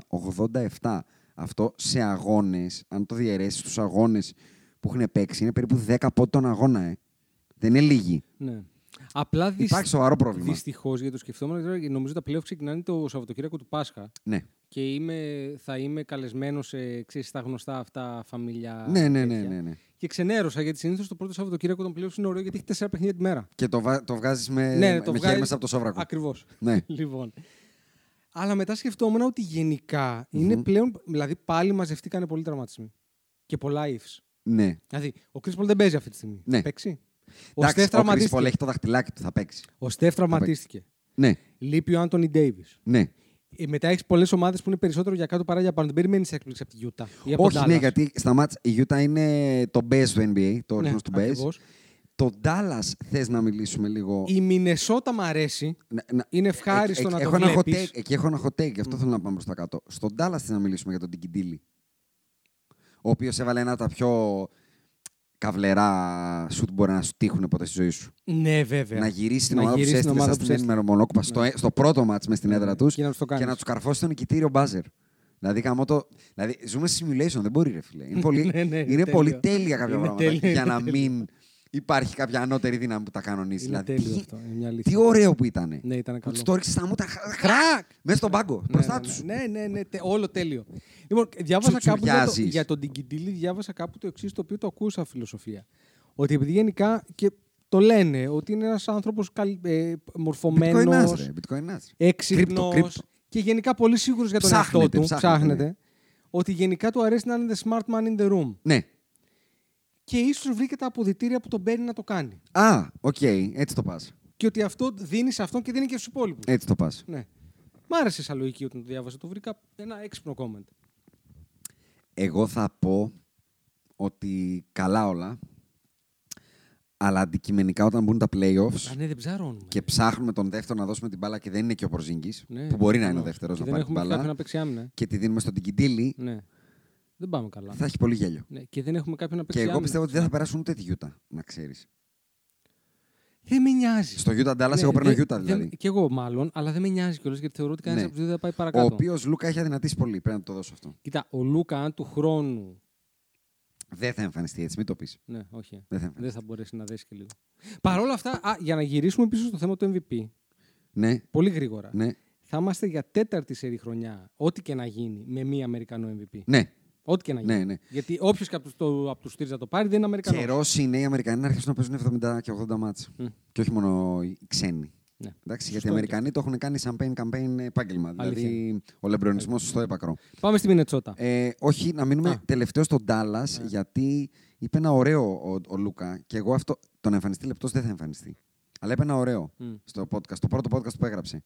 C: 587. Αυτό σε αγώνες, αν το διαιρέσεις στους αγώνες που έχουν παίξει, είναι περίπου 10 πόντων τον αγώνα, ε. Δεν είναι λίγοι.
D: Ναι. Απλά δυσ...
C: Υπάρχει σοβαρό πρόβλημα.
D: Δυστυχώς, γιατί το σκεφτόμουν, τώρα, νομίζω τα πλέον ξεκινάνε το Σαββατοκύριακο του Πάσχα.
C: Ναι.
D: Και είμαι, θα είμαι καλεσμένος σε ξέρεις, στα γνωστά αυτά φαμιλιά.
C: Ναι, ναι, ναι,
D: τέτοια.
C: ναι, ναι.
D: Και ξενέρωσα γιατί συνήθως το πρώτο Σαββατοκύριακο των πλέον είναι ωραίο γιατί έχει τέσσερα παιχνίδια τη μέρα.
C: Και το, βα- το βγάζεις με,
D: ναι,
C: Ε, με χέρι μέσα από το σόβρακο.
D: Ακριβώς.
C: Ναι.
D: λοιπόν. Αλλά μετά σκεφτόμουν ότι γενικά είναι πλέον. Δηλαδή πάλι μαζευτήκανε πολλοί τραυματισμοί. Και πολλά ifs.
C: Ναι.
D: Δηλαδή, ο Chris Paul δεν παίζει αυτή τη στιγμή.
C: Ναι.
D: Θα Παίξει. Ο
C: Εντάξει,
D: Στεφ
C: ο Chris Paul
D: τραυματίστηκε.
C: έχει το δαχτυλάκι του, θα παίξει.
D: Ο Στεφ τραυματίστηκε.
C: Ναι,
D: Λείπει ο Άντωνι Ντέιβις.
C: ναι.
D: Ε, μετά έχεις πολλές ομάδες που είναι περισσότερο για κάτω παρά για πάνω. Δεν περιμένεις έκπληξη από τη Γιούτα. Ή από
C: Όχι,
D: τον
C: ναι,
D: Dallas.
C: γιατί στα μάτς η Utah είναι το best του NBA, το
D: Ναι,
C: όριθμο του best.
D: ακριβώς.
C: Το Dallas θες να μιλήσουμε λίγο.
D: Η Μινεσότα μ' αρέσει.
C: Να- να-
D: Είναι ευχάριστο να το
C: έχω ένα hot
D: βλέπεις.
C: take- Εκεί έχω ένα hot take, γι' αυτό θέλω να πάμε προς τα κάτω. Στον Dallas θες να μιλήσουμε για τον Τικιντήλη, ο οποίος έβαλε ένα από τα πιο καβλερά σου που μπορεί να σου τύχουν ποτέ στη ζωή σου.
D: Ναι, βέβαια.
C: Να γυρίσει την
D: Να
C: ομάδα που
D: γυρίσει
C: σε
D: την
C: έστειλε
D: ομάδα
C: στα
D: που
C: στυλ
D: σε
C: ημερομονόκουπα στο, ε, στο πρώτο μάτς μες στην
D: Ναι,
C: έδρα
D: ναι.
C: τους
D: Και να τους το κάνεις.
C: τους καρφώσει το νικητήριο μπάζερ. Δηλαδή, γαμώ το... δηλαδή, ζούμε σε simulation, δεν μπορεί, ρε φίλε. Είναι πολύ,
D: Ναι, ναι,
C: είναι
D: είναι
C: πολύ
D: τέλειο.
C: τέλεια κάποια
D: Είναι
C: πράγματα
D: τέλειο,
C: για
D: είναι
C: να
D: τέλειο.
C: μην υπάρχει κάποια ανώτερη δύναμη που τα κανονίζει.
D: Είναι
C: δηλαδή,
D: τέλειο
C: τι-
D: αυτό. Είναι μια
C: τι
D: αλήθεια.
C: ωραίο που ήταν.
D: Ναι, ήτανε
C: Που τους
D: καλό.
C: το ρίξει στα μούτρα. Χρακ! Μέσα στον πάγκο.
D: Ναι,
C: μπροστά
D: ναι,
C: τους.
D: Ναι, ναι, ναι, ναι, τε- όλο τέλειο. Λοιπόν, διάβασα κάπου για, το,
C: Τσουτσουριάζεις.
D: για τον Τιγκιντήλη, διάβασα κάπου το εξής το οποίο το ακούσα φιλοσοφία. Ότι επειδή γενικά και το λένε ότι είναι ένας άνθρωπος ε, μορφωμένος,
C: Bitcoin ρε. Bitcoin Κρύπτο,
D: έξυπνο
C: κρύπτο.
D: και γενικά πολύ σίγουρος για τον
C: Ψάχνεται,
D: εαυτό του.
C: ψάχνεται, ναι.
D: Ότι γενικά του αρέσει να είναι the smart man in the room.
C: Ναι.
D: Και ίσως βρήκε τα αποδητήρια που τον παίρνει να το κάνει.
C: Α, οκ. Έτσι το πας.
D: Και ότι αυτό δίνει σε αυτόν και δίνει και στους υπόλοιπους.
C: Έτσι το πας.
D: Ναι. Μ' άρεσε σαν λογική όταν το διάβασα. Το βρήκα ένα έξυπνο comment.
C: Εγώ θα πω ότι καλά όλα, αλλά αντικειμενικά όταν μπουν τα
D: Α,
C: playoffs
D: ναι, δεν ψαρώνουμε.
C: και ψάχνουμε τον δεύτερο να δώσουμε την μπάλα και δεν είναι και ο Πορζίνγκης,
D: Ναι,
C: που μπορεί να
D: προφανώς.
C: είναι ο δεύτερος
D: Και
C: να
D: δεν
C: πάρει την
D: έχουμε κάποιον
C: μπάλα
D: να παίξει άμυνα. ε.
C: και τη δίνουμε στον Τικιντήλη,
D: Ναι. Δεν πάμε καλά.
C: θα έχει πολύ γέλιο.
D: Ναι. Και δεν έχουμε κάποιον να παίξει
C: Και εγώ
D: άμυνα.
C: πιστεύω ότι δεν θα περάσουν ούτε τη Γιούτα, να ξέρεις.
D: Δεν με νοιάζει.
C: Στο Γιούτα Ντάλλας
D: Ναι,
C: εγώ παίρνω
D: δεν-
C: Γιούτα
D: δεν-
C: δηλαδή.
D: Κι εγώ μάλλον, αλλά δεν με νοιάζει κιόλας γιατί θεωρώ ότι κανένας
C: Ναι.
D: από τους δύο δεν θα πάει
C: Ο
D: παρακάτω.
C: οποίος Λούκα έχει αδυνατήσει πολύ, πρέπει να το δώσω αυτό.
D: Κοίτα, ο Λούκα, αν του χρόνου.
C: Δεν θα εμφανιστεί έτσι, μην το πεις.
D: Ναι, όχι.
C: Δεν θα εμφανιστεί.
D: Δεν θα μπορέσει να δέσει και λίγο. Παρ' όλα αυτά, α, για να γυρίσουμε πίσω στο θέμα του MVP,
C: Ναι,
D: πολύ γρήγορα.
C: ναι,
D: Θα είμαστε για τέταρτη σερή χρονιά, ό,τι και να γίνει, με μία Αμερικανό MVP.
C: ναι.
D: Ό,τι και να γίνει.
C: Ναι, ναι.
D: Γιατί όποιος και από τους τρει να το πάρει δεν είναι Αμερικανός.
C: Καιρό είναι οι Αμερικανοί να αρχίσουν να παίζουν 70 και 80 μάτς.
D: Μμ.
C: Και όχι μόνο οι ξένοι.
D: Ναι.
C: Εντάξει, γιατί
D: Σωστό
C: οι
D: είναι
C: Αμερικανοί το έχουν κάνει champagne campaign επάγγελμα. Δηλαδή ο λεμπρονισμός στο έπακρο.
D: Πάμε στη Μινετσότα.
C: Ε, όχι, να μείνουμε
D: Α. Ναι.
C: τελευταίο στον Τάλλας, γιατί είπε ένα ωραίο ο, ο Λούκα και εγώ αυτό. Τον εμφανιστεί λεπτός δεν θα εμφανιστεί. Αλλά είπε ένα ωραίο
D: Μμ.
C: στο podcast, το πρώτο podcast που έγραψε.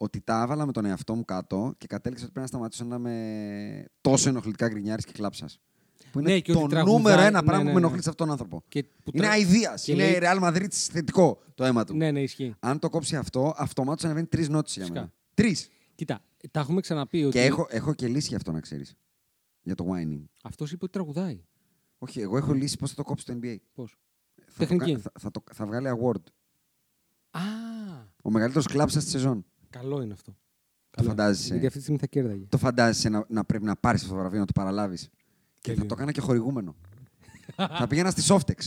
C: Ότι τα άβαλα με τον εαυτό μου κάτω και κατέληξα ότι πρέπει να σταματήσω να είμαι τόσο ενοχλητικά γκρινιάρης και κλάψας. Που είναι
D: Ναι, και ότι
C: το
D: τραγουδάει-
C: νούμερο ένα
D: ναι,
C: πράγμα
D: ναι,
C: που
D: ναι.
C: με ενοχλεί σε αυτόν τον άνθρωπο.
D: Και που
C: είναι
D: τρα-
C: αηδίας.
D: και
C: Είναι
D: λέει-
C: Real Madrid θετικό το αίμα του.
D: Ναι, ναι, ισχύει.
C: Αν το κόψει αυτό, αυτομάτως ανεβαίνει τρεις νότε για
D: Φυσικά.
C: μένα. Τρεις.
D: Κοίτα, τα έχουμε ξαναπεί ότι
C: Και έχω, έχω και λύση για αυτό να ξέρεις. Για το whining.
D: αυτός είπε ότι τραγουδάει.
C: Όχι, εγώ έχω λύσει πώς θα το κόψει το NBA.
D: Πώς.
C: Θα το
D: Τεχνική.
C: κα- θα, θα, το, θα βγάλει award.
D: Α,
C: Ο μεγαλύτερος κλάψας της σεζόν.
D: καλό είναι αυτό.
C: Το
D: Καλό.
C: φαντάζεσαι.
D: Γιατί αυτή τη στιγμή θα κέρδαγε.
C: Το φαντάζεσαι να, να πρέπει να πάρεις αυτό το βραβείο, να το παραλάβεις. Και θα
D: Τέλειο.
C: το έκανα και χορηγούμενο. θα πήγαινα στη Softex.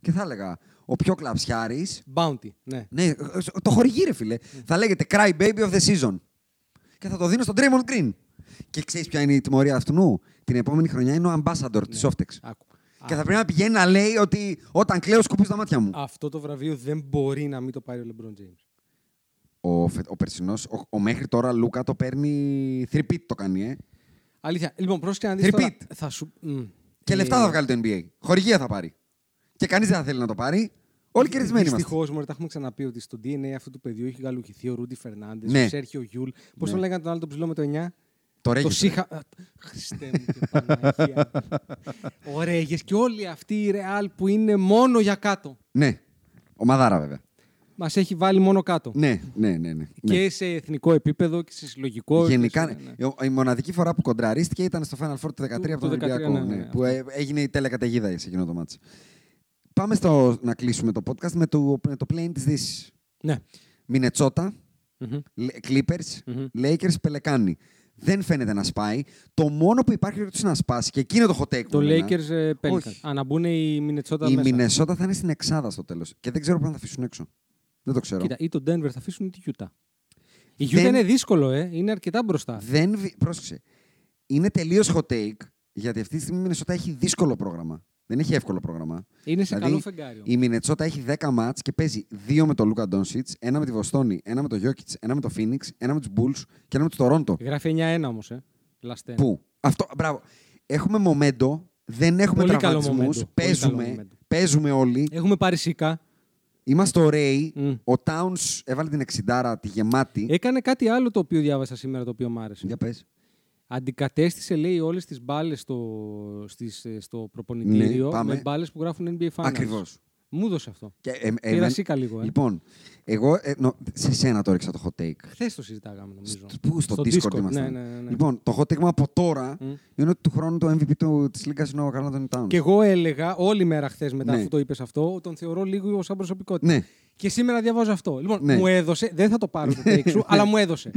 C: Και θα έλεγα, ο πιο κλαψιάρης.
D: Bounty, ναι.
C: Ναι, ε, ε, το χορηγεί, ρε φίλε. θα λέγεται Cry Baby of the Season. Και θα το δίνω στον Draymond
D: Ναι.
C: Green. Και ξέρεις ποια είναι η τιμωρία αυτού. Την επόμενη χρονιά είναι ο ambassador της Softex.
D: Άκου.
C: Και θα πρέπει να πηγαίνει να λέει ότι όταν κλαίω σκουπίζω τα μάτια μου.
D: Αυτό το βραβείο δεν μπορεί να μην το πάρει ο LeBron James.
C: Ο, φε- ο περσινός, ο, ο μέχρι τώρα Λούκα το παίρνει θρυπίτ το κάνει, ε.
D: Αλήθεια. Λοιπόν, πρόσεχε να δεις τώρα.
C: Repeat.
D: Θα σου... Μμ.
C: Και
D: Ε,
C: λεφτά θα βγάλει το NBA. Χορηγία θα πάρει. Και κανείς δεν θα θέλει να το πάρει. Όλοι
D: Ε,
C: κερδισμένοι είμαστε.
D: Δυστυχώς, τα έχουμε ξαναπεί ότι στο DNA αυτού του παιδιού έχει γαλουχηθεί ο Ρούντι Φερνάντες,
C: Ναι.
D: ο Σέρχιο Γιούλ. Πώς
C: Ναι.
D: τον λέγανε τον άλλο τον ψηλό με το 9.
C: Το
D: Το
C: Ρέγιος.
D: Σίχα. Α, Χριστέ μου και Παναγία. Ο Ρέγες και όλοι αυτοί οι Ρεάλ που είναι μόνο για κάτω.
C: Ναι. Ομαδάρα βέβαια.
D: Μας έχει βάλει μόνο κάτω.
C: Ναι, ναι, ναι. ναι. ναι.
D: Και σε εθνικό επίπεδο και σε συλλογικό.
C: Γενικά,
D: και σε- ναι.
C: η μοναδική φορά που κοντραρίστηκε ήταν στο Final Four του 13
D: Του-
C: από τον
D: του 13,
C: Ολυμπιακό.
D: ναι,
C: ναι,
D: ναι,
C: που ε, έγινε η τέλεια καταιγίδα σε εκείνο το μάτσο. Πάμε στο, να κλείσουμε το podcast με το, με το play της Δύσης.
D: ναι.
C: Μινετσότα,
D: Μμμ.
C: Λε- Clippers, Lakers, Πελεκάνη. Δεν φαίνεται να σπάει. Το μόνο που υπάρχει περίπτωση να σπάσει και εκείνο το hot take.
D: Το
C: μου εμένα,
D: Lakers ε, Pelicans.
C: Ναι, Όχι.
D: Α, να μπουν οι Μινετσότα
C: Η
D: μέσα.
C: Μινεσότα θα είναι στην εξάδα στο τέλος. Και δεν ξέρω πού να τα αφήσουν έξω. Δεν το ξέρω.
D: Κοίτα, ή τον Denver θα αφήσουν ή τη Utah. Η Utah
C: Δεν-
D: είναι δύσκολο, ε. Είναι αρκετά μπροστά.
C: Δεν... βι- Πρόσεξε. Είναι τελείως hot take, γιατί αυτή τη στιγμή η Μινεσότα έχει δύσκολο πρόγραμμα. Δεν έχει εύκολο πρόγραμμα.
D: Είναι σε
C: Δηλαδή,
D: καλό φεγγάρι. όμως.
C: Η Μινετσότα έχει 10 μάτ και παίζει 2 με τον Λούκα Ντόνσιτ, ένα με τη Βοστόνη, ένα με τον Γιώκητ, ένα με τον Φίνιξ, ένα με τους Μπούλ και ένα με τους Τορόντο.
D: Γράφει 9-1 όμως, ε. Λαστέ.
C: Πού? Αυτό, μπράβο. Έχουμε μομέντο, δεν έχουμε
D: Πολύ καλό
C: τραυματισμούς.
D: momentum. Πολύ καλό Ε,
C: Παίζουμε,
D: momentum.
C: παίζουμε όλοι.
D: Έχουμε πάρει σίκα.
C: Είμαστε ωραίοι.
D: Μμ.
C: Ο Towns έβαλε την 60 τη γεμάτη.
D: Έκανε κάτι άλλο το οποίο διάβασα σήμερα το οποίο μου άρεσε.
C: Για πες.
D: Αντικατέστησε, λέει, όλες τις μπάλες στο, στις, ε, στο προπονητήριο
C: Ναι, πάμε.
D: με μπάλες που γράφουν NBA Finals.
C: Ακριβώς.
D: Μου δώσε αυτό.
C: Και, ε, ε,
D: Πήρα
C: εμέ-
D: σίκα λίγο. Ε.
C: Λοιπόν, εγώ ε, νο- σε σένα το έριξα το hot take.
D: Χθες το συζητάγαμε, νομίζω.
C: Στ- Πού, στο, Discord,
D: Ναι,
C: ήμασταν.
D: ναι, ναι, ναι.
C: Λοιπόν, το hot take μου από τώρα
D: Μμ.
C: είναι ότι του χρόνου το MVP του, της Λίγκας είναι ο Καρλάντον Towns.
D: Και εγώ έλεγα όλη μέρα χθες μετά
C: Ναι.
D: αφού το είπες αυτό, τον θεωρώ λίγο σαν προσωπικότητα.
C: Ναι.
D: Και σήμερα διαβάζω αυτό. Λοιπόν,
C: Ναι.
D: μου έδωσε, δεν θα το πάρω το take σου, αλλά μου έδωσε.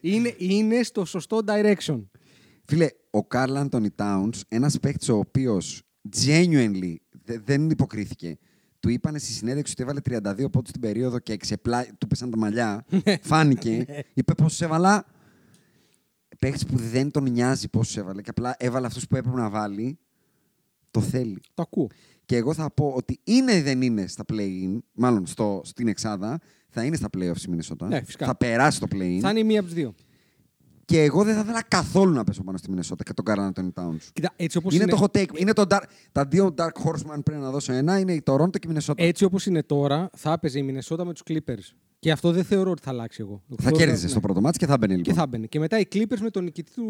D: είναι, είναι στο σωστό direction.
C: Φίλε, ο Καρλ Αντώνι Τάουνς, ένας παίκτης ο οποίος genuinely δε- δεν υποκρίθηκε. Του είπανε στη συνέντευξη ότι έβαλε 32 πόντους στην περίοδο και ξεπλά... του πέσαν τα μαλλιά.
D: Ναι.
C: Φάνηκε. Είπε πόσους έβαλα. Παίκτη που δεν τον νοιάζει πόσους έβαλε και απλά έβαλε αυτούς που έπρεπε να βάλει. Το θέλει.
D: Το ακούω.
C: Και εγώ θα πω ότι είναι ή δεν είναι στα play-in, μάλλον στο, στην εξάδα, θα είναι στα play-offs η Μινεσότα.
D: Ναι, φυσικά.
C: θα περάσει το play-in.
D: Θα είναι η μία από τις δύο.
C: Και εγώ δεν θα ήθελα καθόλου να πέσω πάνω στη Μινεσότα και τον Καρλ Αντώνι Τάουνς.
D: Κοίτα, έτσι όπως
C: Είναι,
D: είναι-
C: το hot take. Είναι το dark... Τα δύο Dark Horseman πρέπει να δώσω ένα. Είναι η Toronto και η Minnesota.
D: Έτσι όπως είναι τώρα, θα έπαιζε η Μινεσότα με τους Clippers. Και αυτό δεν θεωρώ ότι θα αλλάξει εγώ.
C: θα
D: Θεωρώ-
C: κέρδιζε
D: ναι.
C: στο πρώτο μάτς και θα μπαίνει
D: Και
C: λοιπόν.
D: θα μπαινε. Και μετά οι Clippers με τον νικητή του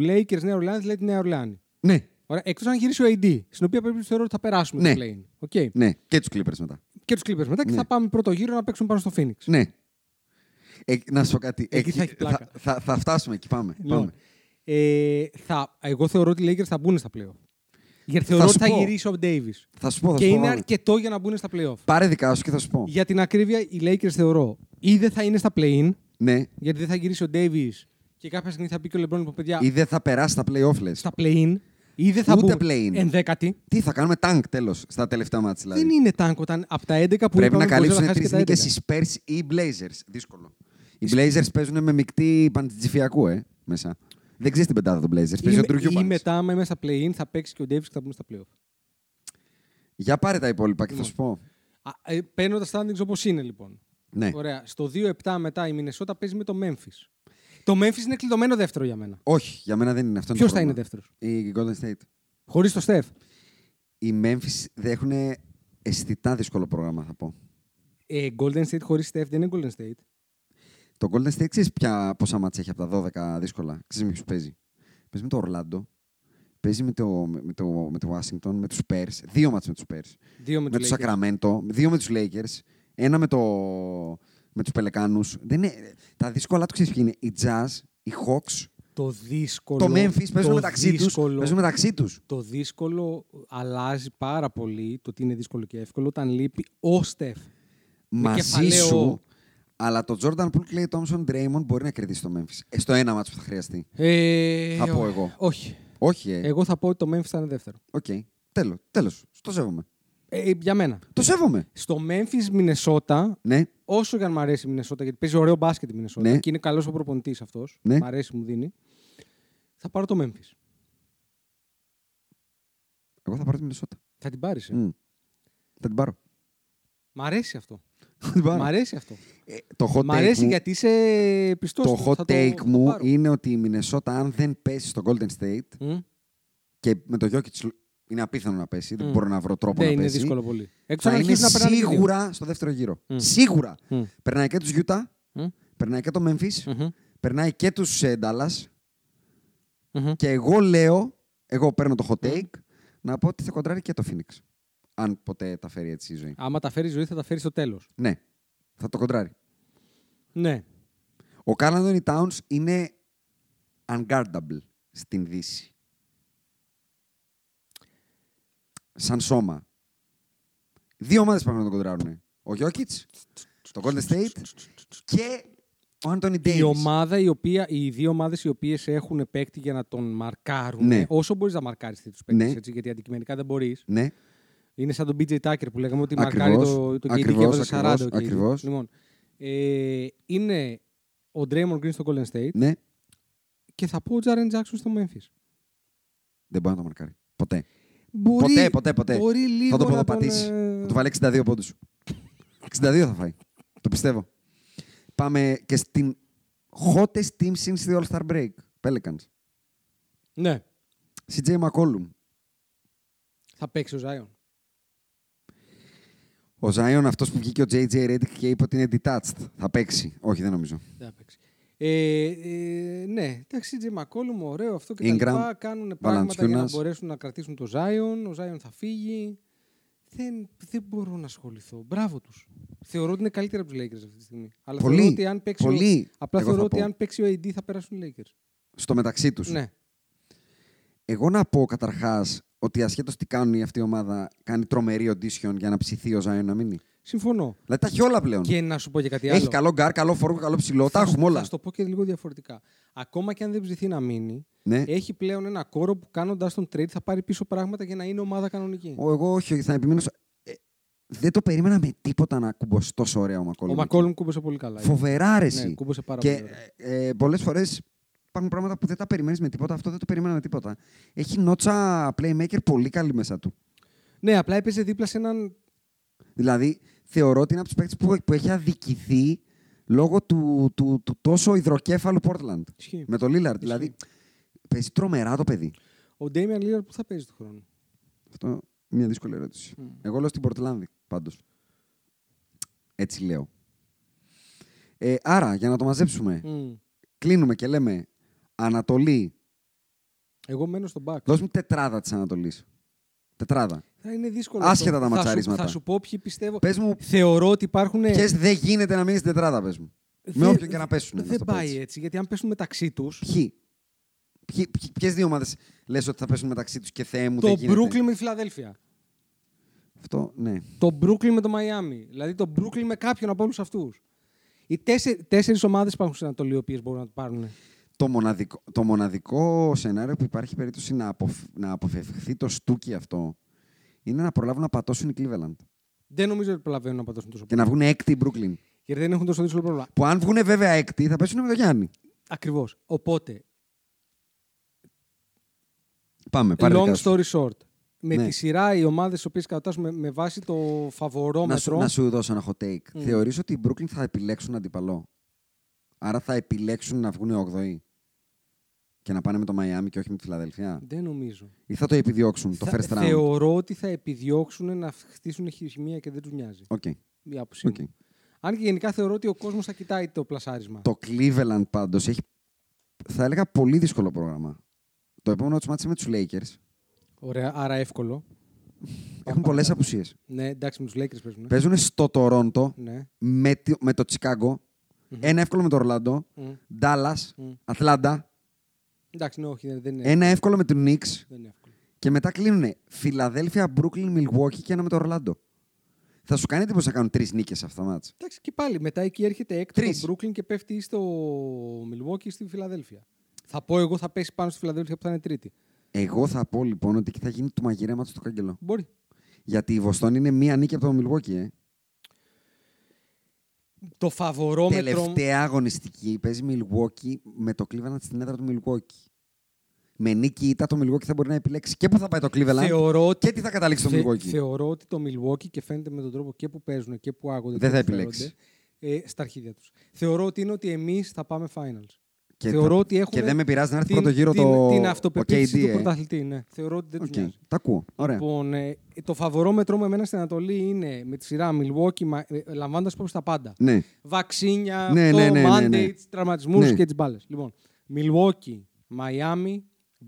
D: Lakers Νέα Ορλάνη, δηλαδή τη Νέα Ορλάνη.
C: Ναι,
D: Ωραία. Εκτός αν γυρίσει ο AD, στην οποία περίπτωση θεωρώ ότι θα περάσουμε
C: Ναι.
D: το play. Okay.
C: ναι. Και τους Clippers μετά.
D: Και τους Clippers μετά και
C: Ναι.
D: θα πάμε πρώτο γύρο να παίξουμε πάνω στο Phoenix.
C: Ναι. Ε, να σου πω κάτι.
D: Εκεί θα έχει πλάκα.
C: θα, θα, θα φτάσουμε εκεί. Πάμε.
D: Λοιπόν,
C: πάμε.
D: ε, θα, εγώ θεωρώ ότι οι Lakers θα μπουν στα playoff. Γιατί θεωρώ
C: σου
D: ότι θα
C: πω.
D: γυρίσει ο Davis.
C: Θα σου πω. Θα σου πω,
D: Και είναι
C: πάμε.
D: αρκετό για να μπουν στα playoff.
C: Πάρε δικά σου και θα σου πω.
D: Για την ακρίβεια, οι Lakers θεωρώ ή δεν θα είναι στα play-in,
C: Ναι.
D: γιατί δεν θα γυρίσει ο Davis και κάποια στιγμή θα πει και ο LeBron λοιπόν, παιδιά,
C: Ή δεν θα περάσει τα play-off λες.
D: στα play-in ή δεν θα
C: Ούτε
D: μπουν
C: play-in.
D: ενδέκατη.
C: Τι θα κάνουμε tank τέλος στα τελευταία μάτς δηλαδή.
D: Δεν είναι τάγκο όταν από τα 11 που
C: Πρέπει να
D: είπαμε ότι μπορείς
C: καλύψουν
D: χάσεις
C: τρεις
D: και τα
C: νίκες
D: 11.
C: οι Spurs ή οι Blazers. Δύσκολο. Οι Blazers παίζουν με μεικτή παντζηφιακού, ε, μέσα. Δεν ξέρεις την πεντάδα των Blazers. Παίζει ο
D: Ή-
C: Drew
D: Ή
C: Eubanks.
D: μετά, άμα είμαι στα play-in, θα παίξει και ο Davis και θα μπουν στα play-off.
C: Για πάρε τα υπόλοιπα και θα
D: Λοιπόν.
C: σου πω.
D: Α, ε, Παίρνω τα standings όπως είναι λοιπόν.
C: Ναι.
D: Ωραία. Στο 2-7 μετά η Μινεσότα παίζει με το Memphis. Το Memphis είναι κλειδωμένο δεύτερο για μένα.
C: Όχι, για μένα δεν είναι αυτό.
D: Ποιος
C: το
D: θα είναι
C: πρόβλημα.
D: δεύτερος.
C: Η Golden State.
D: Χωρίς το Steph.
C: Οι Memphis δεν έχουν αισθητά δύσκολο πρόγραμμα, θα πω.
D: Ε, Golden State χωρίς Steph δεν είναι Golden State.
C: Το Golden State ξέρεις πόσα μάτσα έχει από τα 12 δύσκολα. Ξέρεις με ποιους παίζει. Παίζει με το Orlando. Παίζει με το, με το, με το Washington, με τους Spurs. Δύο μάτσα με τους Spurs.
D: Δύο με,
C: με
D: τους
C: τους
D: Lakers.
C: Sacramento. Δύο με τους Lakers. Ένα με, το, με τους Πελεκάνου. Τα δύσκολα του ξέρεις ποιοι είναι. Οι Jazz, οι Hawks,
D: Το δύσκολο.
C: το Memphis. Παίζουν
D: το
C: μεταξύ τους.
D: δύσκολο-
C: Παίζουν μεταξύ τους.
D: Το δύσκολο αλλάζει πάρα πολύ το τι είναι δύσκολο και εύκολο όταν λείπει ο Steph. Με
C: μαζί
D: κεφαλαίο.
C: σου. Αλλά το Jordan Poole, Clay Thompson, Draymond μπορεί να κερδίσει το Memphis. Ε, στο ένα μάτσο που θα χρειαστεί.
D: Ε,
C: Θα πω
D: ό-
C: εγώ.
D: Όχι.
C: Όχι, ε.
D: Εγώ θα πω ότι το Memphis θα είναι δεύτερο.
C: Οκ. Τέλος. Τέλος. Το σέβομαι.
D: Ε, για μένα.
C: Το σέβομαι.
D: Στο Memphis Μινεσότα,
C: Ναι.
D: όσο και αν μ' αρέσει η Μινεσότα, γιατί παίζει ωραίο μπάσκετ η Μινεσότα
C: Ναι.
D: και είναι καλός ο προπονητής αυτός.
C: Ναι.
D: Μ' αρέσει, μου δίνει. Θα πάρω το Memphis.
C: Εγώ θα πάρω τη Μινεσότα.
D: Θα την πάρεις.
C: Μμ. Θα την πάρω.
D: Μ' αρέσει αυτό.
C: Θα την πάρω.
D: Μ' αρέσει αυτό.
C: Ε, το hot
D: Μ'
C: take
D: αρέσει
C: μου,
D: γιατί είσαι πιστός.
C: το hot take μου είναι ότι η Μινεσότα, αν δεν πέσει στο Golden State και με το Jokic είναι απίθανο να πέσει, δεν
D: Μμ.
C: μπορώ να βρω τρόπο
D: Δεν
C: να
D: είναι
C: πέσει.
D: δύσκολο πολύ. Εκτό
C: θα
D: αν
C: είναι
D: αρχίσει να περνάει.
C: σίγουρα στο δεύτερο γύρο.
D: Μμ.
C: Σίγουρα.
D: Μμ.
C: Περνάει και τους Utah,
D: Μμ.
C: περνάει και το Memphis, περνάει και τους Dallas.
D: Μμμ.
C: Και εγώ λέω, εγώ παίρνω το hot take, να πω ότι θα κοντράρει και το Phoenix. Αν ποτέ τα φέρει έτσι η ζωή.
D: Άμα τα φέρει ζωή, θα τα φέρει στο τέλος.
C: Ναι, θα το κοντράρει.
D: Ναι.
C: Ο Carl Anthony Towns είναι unguardable στην Δύση. Σαν σώμα. Δύο ομάδες πρέπει να τον κοντράρουν. Ο Jokic, το Golden State και ο Anthony Davis.
D: Η ομάδα η οποία, οι δύο ομάδες οι οποίες έχουν παίκτη για να τον μαρκάρουν.
C: Ναι.
D: Όσο μπορείς να μαρκάρεις του παίκτες,
C: Ναι.
D: έτσι, γιατί αντικειμενικά δεν μπορείς.
C: Ναι,
D: Είναι σαν τον BJ Tucker που λέγαμε ότι
C: Ακριβώς,
D: μαρκάρει το, το KD και
C: ακριβώς,
D: έβαζε 40.
C: ακριβώς,
D: ο KD.
C: ακριβώς.
D: Λοιπόν, ε, είναι ο Draymond Green στο Golden State
C: ναι.
D: και θα πω ο Jaren Jackson στο Memphis.
C: Δεν μπορεί να το μαρκάρει. Ποτέ.
D: Μπορεί,
C: ποτέ, ποτέ, ποτέ.
D: Μπορεί λίγο
C: θα το
D: να τον,
C: ποδοπατήσει.
D: ε,
C: Θα του βάλει 62 πόντους. 62 θα φάει. Το πιστεύω. Πάμε και στην hottest team since the All-Star break. Pelicans.
D: Ναι,
C: CJ McCollum.
D: θα παίξει ο Zion.
C: Ο Ζάιον αυτός που βγήκε ο JJ Redick και είπε ότι είναι detached. Θα παίξει. Όχι, δεν νομίζω.
D: Δεν θα παίξει. Ε, ε, ναι, εντάξει, Τζι Μακόλουμ, ωραίο αυτό και τα
C: Ingram,
D: λοιπά. Κάνουν πράγματα για να
C: Valanciunas.
D: μπορέσουν να κρατήσουν το Ζάιον. Ο Ζάιον θα φύγει. Δεν, δεν μπορώ να ασχοληθώ. Μπράβο τους. Θεωρώ ότι είναι καλύτερα από τους Lakers αυτή τη στιγμή. Αλλά
C: Πολύ,
D: θεωρώ ότι αν παίξει
C: πολύ,
D: ο, απλά
C: εγώ
D: θεωρώ
C: θα
D: ότι
C: πω.
D: αν παίξει ο AD θα περάσουν οι Lakers.
C: Στο μεταξύ τους.
D: Ναι.
C: Εγώ να πω καταρχάς ότι ασχέτως τι κάνουν η αυτή η ομάδα, κάνει τρομερή audition για να ψηθεί ο Ζάιον να μείνει.
D: Συμφωνώ.
C: Δηλαδή τα έχει όλα πλέον.
D: Και να σου πω και κάτι άλλο.
C: Έχει καλό γκάρ, καλό φόρμα, καλό ψηλό. Τα
D: σου-
C: έχουμε όλα.
D: Θα σου το πω και λίγο διαφορετικά. Ακόμα και αν δεν ψηθεί να μείνει,
C: Ναι.
D: έχει πλέον ένα κόρο που κάνοντας τον trade θα πάρει πίσω πράγματα για να είναι ομάδα κανονική.
C: Ο, εγώ όχι, θα επιμείνω. στο- Ε, δεν το περίμενα με τίποτα να κουμπωσει τόσο ωραία ο Μακόλουμ.
D: Ο Μακόλουμ κούμπωσε πολύ καλά. ε.
C: Φοβερά αρέσει.
D: Ναι, κούμπωσε πάρα
C: και
D: πολύ ωραία.
C: ε, ε, πολλές φορές υπάρχουν πράγματα που δεν τα περιμένεις με τίποτα. Αυτό δεν το περίμενα με τίποτα. Έχει νότσα playmaker πολύ καλή μέσα του.
D: Ναι, απλά έπαιζε δίπλα σε έναν.
C: Δηλαδή, θεωρώ ότι είναι από τους παίκτες που, που έχει αδικηθεί λόγω του, του, του τόσο υδροκέφαλου Portland.
D: Ισχύει.
C: Με το Lillard. Δηλαδή, παίζει τρομερά το παιδί.
D: Ο Ντέιμιαν Λίλαρ που θα παίζει του χρόνου.
C: Αυτό είναι μια δύσκολη ερώτηση. Εγώ λέω στην Πορτλάνδη, πάντως. Έτσι λέω. Ε, άρα, για να το μαζέψουμε, κλείνουμε και λέμε Ανατολή.
D: Εγώ μένω στον μπακ.
C: Δώσ' μου τετράδα της Ανατολής. Τετράδα.
D: Θα είναι δύσκολο.
C: Άσχετα τα
D: αυτό. θα σου,
C: ματσαρίσματα.
D: θα σου πω ποιοι πιστεύω.
C: Πες μου,
D: Θεωρώ ότι υπάρχουν.
C: ποιες δεν γίνεται να μείνεις στην τετράδα, πες μου. με όποιον και να πέσουν. να
D: Δεν
C: το πω
D: πάει ε. έτσι. γιατί αν πέσουν μεταξύ τους.
C: Ποιοι. Ποιες δύο ομάδες λες ότι θα πέσουν μεταξύ τους και θεέ μου
D: Το
C: δεν γίνεται.
D: Brooklyn με τη Φιλαδέλφια.
C: Αυτό, ναι.
D: Το Brooklyn με το Miami. Δηλαδή το Brooklyn με κάποιον από όλους αυτούς. Οι τέσσερι ομάδες υπάρχουν στην Ανατολή οι οποίες μπορούν να το πάρουν.
C: Το μοναδικό, το μοναδικό σενάριο που υπάρχει περίπτωση να, αποφ- να αποφευχθεί το στούκι αυτό είναι να προλάβουν να πατώσουν οι Cleveland
D: Δεν νομίζω ότι προλαβαίνουν να πατώσουν τόσο
C: και
D: πολύ.
C: να βγουν έκτη οι Brooklyn.
D: Γιατί δεν έχουν τόσο δύσκολο πρόβλημα.
C: Που αν βγουν βέβαια έκτη θα πέσουν με τον Γιάννη.
D: Ακριβώς. Οπότε
C: Πάμε, πάρε
D: Long
C: δικά σου.
D: story short. Με
C: Ναι.
D: τη σειρά οι ομάδες τι οποίες κατατάσσουμε με βάση το
C: να, σου,
D: φαβορόμετρο.
C: να σου δώσω ένα hot take.
D: Mm.
C: Θεωρείς ότι οι Brooklyn θα επιλέξουν αντιπαλό. Άρα θα επιλέξουν να βγουν 8 και να πάνε με το Miami και όχι με τη Φιλαδελφία.
D: Δεν νομίζω.
C: Ή θα το επιδιώξουν το
D: Θα-
C: first round.
D: Θεωρώ ότι θα επιδιώξουν να χτίσουν χημεία και δεν τους μοιάζει.
C: Οκ.
D: Η άποψή μου.
C: Οκ.
D: Αν και γενικά θεωρώ ότι ο κόσμος θα κοιτάει το πλασάρισμα.
C: Το Cleveland πάντως έχει, θα έλεγα, πολύ δύσκολο πρόγραμμα. Το επόμενο του μάτι είναι με τους Lakers.
D: Ωραία, άρα εύκολο.
C: Έχουν πολλές απουσίες.
D: Ναι, εντάξει, με τους Lakers παίζουν.
C: Παίζουν στο Toronto
D: Ναι.
C: με, τη- με το Chicago.
D: Mm-hmm.
C: Ένα εύκολο με το Orlando.
D: Μμ.
C: Dallas. Atlanta.
D: Εντάξει, Mm. ναι, όχι, δεν δεν είναι,
C: Ένα εύκολο με τους Knicks.
D: δεν είναι εύκολο.
C: Και μετά κλείνουν Φιλαδέλφια, Brooklyn, Milwaukee και ένα με το Orlando. Θα σου κάνει εντύπωση να κάνουν τρεις νίκες αυτά τα μάτς.
D: Εντάξει, και πάλι μετά εκεί έρχεται έκτο
C: Τρεις.
D: το Brooklyn και πέφτει ή στο Milwaukee ή στη Φιλαδέλφια. Θα πω εγώ θα πέσει πάνω στη Φιλαδέλφια που θα είναι τρίτη.
C: Εγώ θα πω λοιπόν ότι εκεί θα γίνει του μαγειρέματο στο καγκελό.
D: Μπορεί.
C: Γιατί η Βοστόνη είναι μία νίκη από το Milwaukee, ε.
D: Το φαβορόμετρο.
C: Τελευταία αγωνιστική παίζει Milwaukee με το Cleveland στην έδρα του Milwaukee. με νίκη ήττα το Milwaukee θα μπορεί να επιλέξει και πού θα πάει το Cleveland
D: Θεωρώ ότι-
C: και τι θα καταλήξει το
D: Θε-
C: Milwaukee.
D: θεωρώ ότι το Milwaukee και φαίνεται με τον τρόπο και που παίζουν και που άγονται.
C: Δεν
D: και
C: θα
D: που
C: επιλέξει.
D: φέρονται, Ε, στα αρχίδια τους. Θεωρώ ότι είναι ότι εμείς θα πάμε finals.
C: Και
D: Θεωρώ
C: θα-
D: ότι έχουμε
C: και δεν με πειράζει να έρθει
D: την,
C: πρώτο γύρο
D: την,
C: το-
D: την
C: ο
D: αυτοπεποίθηση
C: KD,
D: του
C: ε.
D: πρωταθλητή. Ναι. Θεωρώ ότι δεν του
C: Οκ,
D: νοιάζει.
C: Τα ακούω. Ωραία.
D: Λοιπόν, ε, το φαβορό μετρό με εμένα στην Ανατολή είναι με τη σειρά Milwaukee, λαμβάνοντας υπόψη τα πάντα.
C: Ναι.
D: Βαξίνια,
C: Ναι,
D: αυτό,
C: ναι, ναι, ναι,
D: mandates,
C: ναι.
D: τραυματισμούς
C: Ναι.
D: και τις μπάλες. Λοιπόν, Milwaukee, Miami,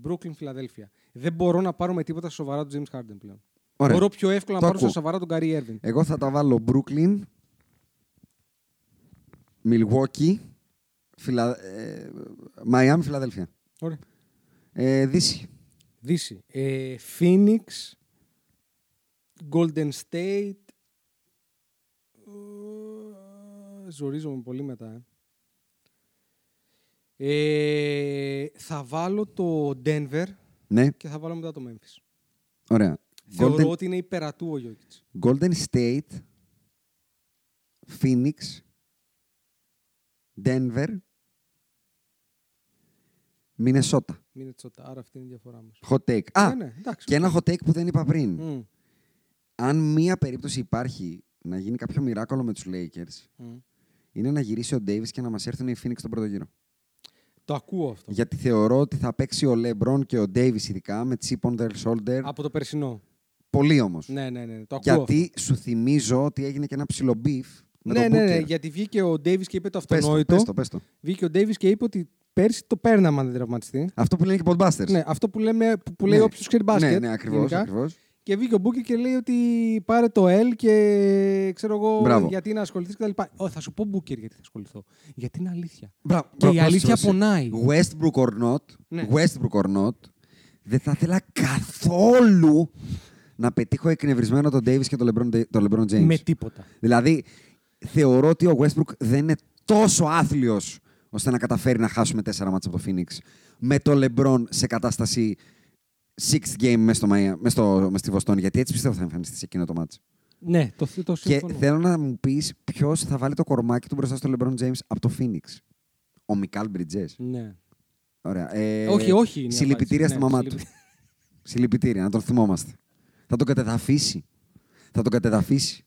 D: Brooklyn, Φιλαδέλφια. Δεν μπορώ να πάρω με τίποτα σοβαρά του James Harden πλέον.
C: Ωραία.
D: Μπορώ πιο εύκολα
C: Το
D: να πάρω στα
C: ακούω. Ε.
D: σοβαρά τον Gary Irving.
C: Εγώ θα τα βάλω Brooklyn, Milwaukee, Φιλα... ε, Miami, Φιλαδέλφια.
D: Ωραία.
C: Ε, Δύση.
D: Δύση. Ε, Phoenix, Golden State. Ε, Ζορίζομαι πολύ μετά. ε. Ε, θα βάλω το Denver
C: Ναι,
D: και θα βάλω μετά το Memphis.
C: ωραία.
D: Θεωρώ
C: Golden,
D: ότι είναι υπερατού ο Jokic.
C: Golden State, Phoenix, Denver, Minnesota.
D: Μινετσότα. Άρα αυτή είναι η διαφορά μας.
C: Hot take. Α,
D: ναι, εντάξει.
C: και ένα hot take που δεν είπα πριν.
D: Μμ,
C: Αν μία περίπτωση υπάρχει να γίνει κάποιο μοιράκολο με τους Lakers,
D: μμ.
C: είναι να γυρίσει ο Davis και να μας έρθουν οι Phoenix στον πρώτο γύρο.
D: Το ακούω αυτό.
C: Γιατί θεωρώ ότι θα παίξει ο LeBron και ο Davis ειδικά με chip on their shoulder.
D: Από το περσινό.
C: Πολύ όμως.
D: Ναι, ναι, ναι. Το ακούω.
C: Γιατί σου θυμίζω ότι έγινε και ένα ψηλό beef με
D: ναι,
C: τον
D: ναι, ναι,
C: Booker.
D: γιατί βγήκε ο Ντέβι και είπε το
C: Πες το,
D: αυτονόητο.
C: πες το, πες το.
D: Βγήκε ο Ντέβι και είπε ότι πέρσι το παίρναμε αν δεν τραυματιστεί.
C: Αυτό που λένε και οι Podbusters.
D: Ναι, αυτό που, λέμε, που, που λέει
C: Ναι.
D: όποιος ξέρει μπάσκετ.
C: Ναι, ναι, ακριβώς,
D: γενικά.
C: ακριβώς.
D: Και βγήκε ο Μπούκερ και λέει ότι πάρε το L και ξέρω εγώ
C: Μπράβο.
D: γιατί να ασχοληθείς κτλ. Ω, θα σου πω Μπούκερ γιατί θα ασχοληθώ. Γιατί είναι αλήθεια.
C: Μπράβο,
D: Και η
C: πρόσεξε,
D: αλήθεια
C: πρόσεξε.
D: πονάει.
C: Westbrook or not,
D: Ναι.
C: Westbrook or not, δεν θα ήθελα καθόλου να πετύχω εκνευρισμένο τον Davis και τον LeBron, τον LeBron James.
D: Με τίποτα.
C: Δηλαδή, θεωρώ ότι ο Westbrook δεν είναι τόσο άθλιος ώστε να καταφέρει να χάσουμε τέσσερα μάτς από το Phoenix με το LeBron σε κατάσταση sixth game μέσα στο, Μαϊα- μες στο, μες στη Βοστόνη. Γιατί έτσι πιστεύω θα εμφανιστεί σε εκείνο το μάτς.
D: Ναι, το, θ- το
C: Και
D: συμφωνώ.
C: θέλω να μου πεις ποιος θα βάλει το κορμάκι του μπροστά στο LeBron James από το Phoenix. Ο Μικάλ Μπριτζές.
D: Ναι.
C: Ωραία. Ε,
D: όχι, όχι. είναι η
C: Συλληπιτήρια στη
D: απάντηση.
C: μαμά
D: Ναι,
C: του.
D: συλληπι-
C: Συλληπιτήρια, να τον θυμόμαστε. Θα τον κατεδαφίσει. Θα τον κατεδαφίσει.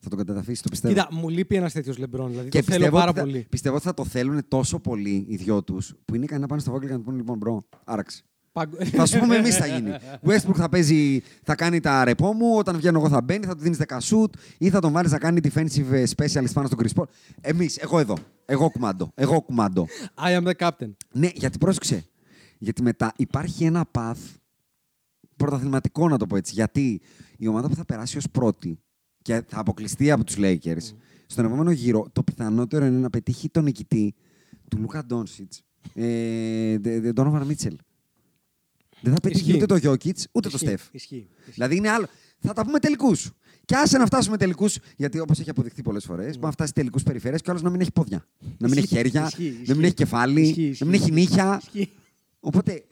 C: Θα τον κατεδαφίσει, το πιστεύω.
D: Κοίτα, μου λείπει ένας τέτοιος λεμπρόν. Δηλαδή το θέλω πάρα
C: ότι θα,
D: πολύ.
C: πιστεύω ότι θα το θέλουν τόσο πολύ οι δυο τους που είναι ικανοί να πάνε στο Vogel και να του πούνε λοιπόν, μπρο, άραξε.
D: Παγκο-
C: θα σου πούμε εμείς θα γίνει. Westbrook θα παίζει, θα κάνει τα ρεπό μου, όταν βγαίνω εγώ θα μπαίνει, θα του δίνεις 10 shoot ή θα τον βάλεις να κάνει defensive ε, specialist πάνω στον Chris Paul. Εμείς, εγώ εδώ. Εγώ κουμάντο. Εγώ κουμάντο.
D: I am the captain.
C: Ναι, γιατί πρόσεξε. Γιατί μετά υπάρχει ένα path πρωταθληματικό, να το πω έτσι. Γιατί η ομάδα που θα περάσει ως πρώτη και θα αποκλειστεί από τους Lakers στον επόμενο γύρο, το πιθανότερο είναι να πετύχει τον νικητή του Λούκα Ντόνσιτς, ε, Ντόνοβαν Μίτσελ. Δεν θα πετύχει
D: Ισχύει.
C: ούτε το Γιώκητς, ούτε
D: Ισχύει,
C: το Στεφ.
D: Ισχύει. ισχύει.
C: Δηλαδή είναι άλλο. Θα τα πούμε τελικούς. Και άσε να φτάσουμε τελικούς, γιατί όπως έχει αποδειχθεί πολλές φορές, μπορεί να φτάσει τελικούς περιφέρειες και ο άλλος να μην έχει πόδια. Να μην έχει
D: Ισχύει,
C: χέρια,
D: ισχύει,
C: να
D: ισχύει.
C: μην έχει
D: Ισχύει,
C: κεφάλι,
D: ισχύει,
C: να μην έχει
D: ισχύει.
C: νύχια.
D: Ισχύει.
C: Οπότε,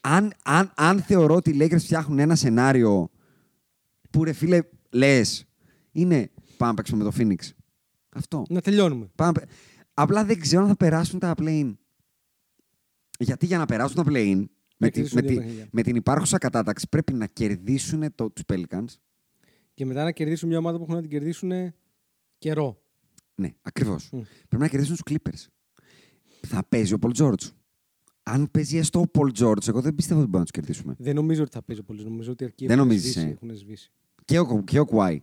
C: αν, αν, αν θεωρώ ότι οι Lakers φτιάχνουν ένα σενάριο που ρε φίλε, λες, είναι πάμε να παίξουμε με το Phoenix. Αυτό.
D: Να τελειώνουμε.
C: Πάμε να πε- Απλά δεν ξέρω αν θα περάσουν τα play-in. Γιατί για να περάσουν τα play-in, με, τη-
D: κλείσουν
C: με,
D: δύο
C: τη-
D: παιχνίδια.
C: με την υπάρχουσα κατάταξη, πρέπει να κερδίσουν το, τους Pelicans.
D: Και μετά να κερδίσουν μια ομάδα που έχουν να την κερδίσουν καιρό.
C: Ναι, ακριβώς.
D: Μμ.
C: Πρέπει να κερδίσουν τους Clippers. Θα παίζει ο Paul George. Αν παίζει έστω ο Paul George, εγώ δεν πιστεύω ότι μπορούμε να τους κερδίσουμε.
D: Δεν νομίζω ότι θα παίζει πολύ. Νομίζω ότι αρκεί
C: Δεν
D: έχουν
C: νομίζεις,
D: σβήσει,
C: ε.
D: έχουν σβήσει.
C: Και ο, και ο Kawhi.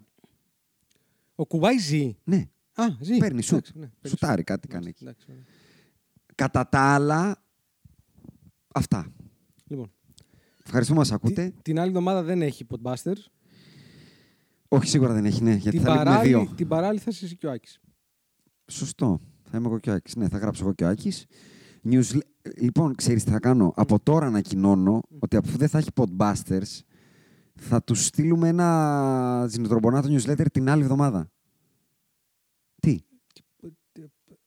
D: Ο Κουβάη ζει.
C: Ναι,
D: Α, ζει.
C: παίρνει σουτ.
D: Εντάξει, ναι, παίρνει
C: Σουτάρει,
D: σουτ.
C: κάτι κάνει
D: Εντάξει,
C: εκεί.
D: εντάξει, ωραία.
C: Κατά τα άλλα, αυτά.
D: Λοιπόν,
C: Ευχαριστούμε που μας ακούτε.
D: τι- την άλλη εβδομάδα δεν έχει podbuster.
C: Όχι, σίγουρα δεν έχει, ναι, γιατί
D: Την
C: θα λείπουμε
D: παράλληλη,
C: δύο.
D: την παράλληλη θα είσαι εσύ και ο Άκης.
C: Σωστό. Θα είμαι εγώ και ο Άκης. Ναι, θα γράψω εγώ και ο Άκης. Newsle- Λοιπόν, ξέρεις τι θα κάνω. Από τώρα ανακοινώνω ότι αφού δεν θα έχει Podbusters, θα τους στείλουμε ένα ζυνοτρομπονάτο newsletter την άλλη εβδομάδα. Τι.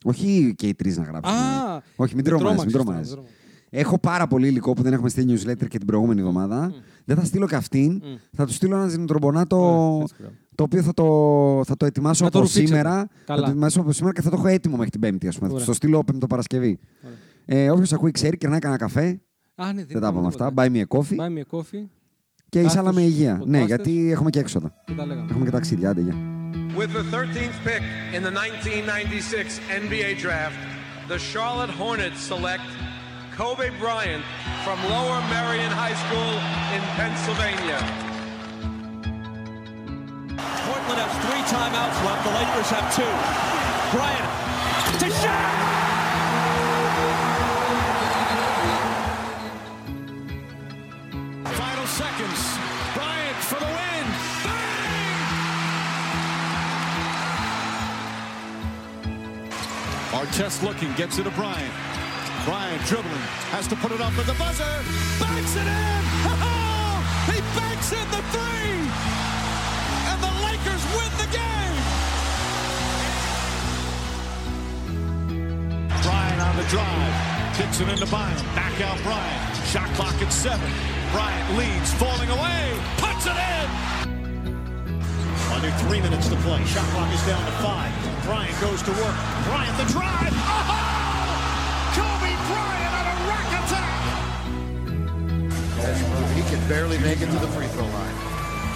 C: Όχι και οι τρεις να γράψουν.
D: Α,
C: Όχι, μην
D: με
C: τρομάζει. Μην
D: τρόμαξες,
C: τρομάζεις.
D: τρόμαξες.
C: Έχω πάρα πολύ υλικό που δεν έχουμε στείλει newsletter και την προηγούμενη εβδομάδα. Δεν θα στείλω και αυτήν.
D: Μμ.
C: Θα τους στείλω ένα
D: Ωραία,
C: ζυνοτρομπονάτο
D: έτσι, μπράβο.
C: το οποίο θα το, θα το ετοιμάσω
D: Να το
C: από
D: ρουφήξετε.
C: σήμερα. Θα
D: Καλά.
C: το ετοιμάσω από σήμερα και θα το έχω έτοιμο μέχρι την Πέμπτη, ας πούμε.
D: Ωραία.
C: Θα το στείλω πέμπτο Παρασκευή. Ε, Όποιος ακούει ξέρει, κερνάει κανένα καφέ.
D: Α, ναι,
C: Δεν τα είπαμε αυτά.
D: τίποτα.
C: Buy me a coffee
D: Buy me a coffee.
C: και εισάλα με
D: Κάθος,
C: υγεία. Ναι,
D: podcasters.
C: γιατί έχουμε και έξοδα.
D: Και τα λέγαμε.
C: Έχουμε και ταξίδια, άντε γεια.
E: With the 13th pick in the 1996 NBA Draft, the Charlotte Hornets select Kobe Bryant from Lower Merion High School in Pennsylvania.
F: Portland has three timeouts left. The Lakers have two. Bryant to shot.
G: Final seconds. Bryant for the win. Bang! Artest looking, gets it to Bryant. Bryant dribbling, has to put it up at the buzzer. Banks it in. Oh, he banks in the three. And the Lakers win the game. Bryant on the drive. Kicks it into Bynum. Back out Bryant. Shot clock at seven. Bryant leads, falling away. Puts it in. Under three minutes to play. Shot clock is down to five. Bryant goes to work. Bryant the drive. Oh! Kobe Bryant on a rack attack.
H: He can barely make it to the free throw line.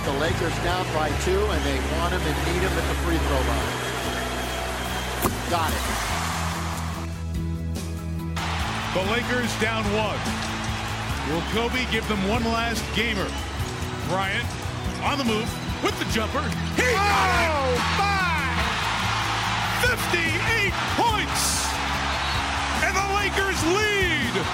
H: The Lakers down by two, and they want him and need him at the free throw line. Got it.
A: The Lakers down one. Will Kobe give them one last gamer? Bryant on the move with the jumper. He got it! Five! 58 points! And the Lakers lead!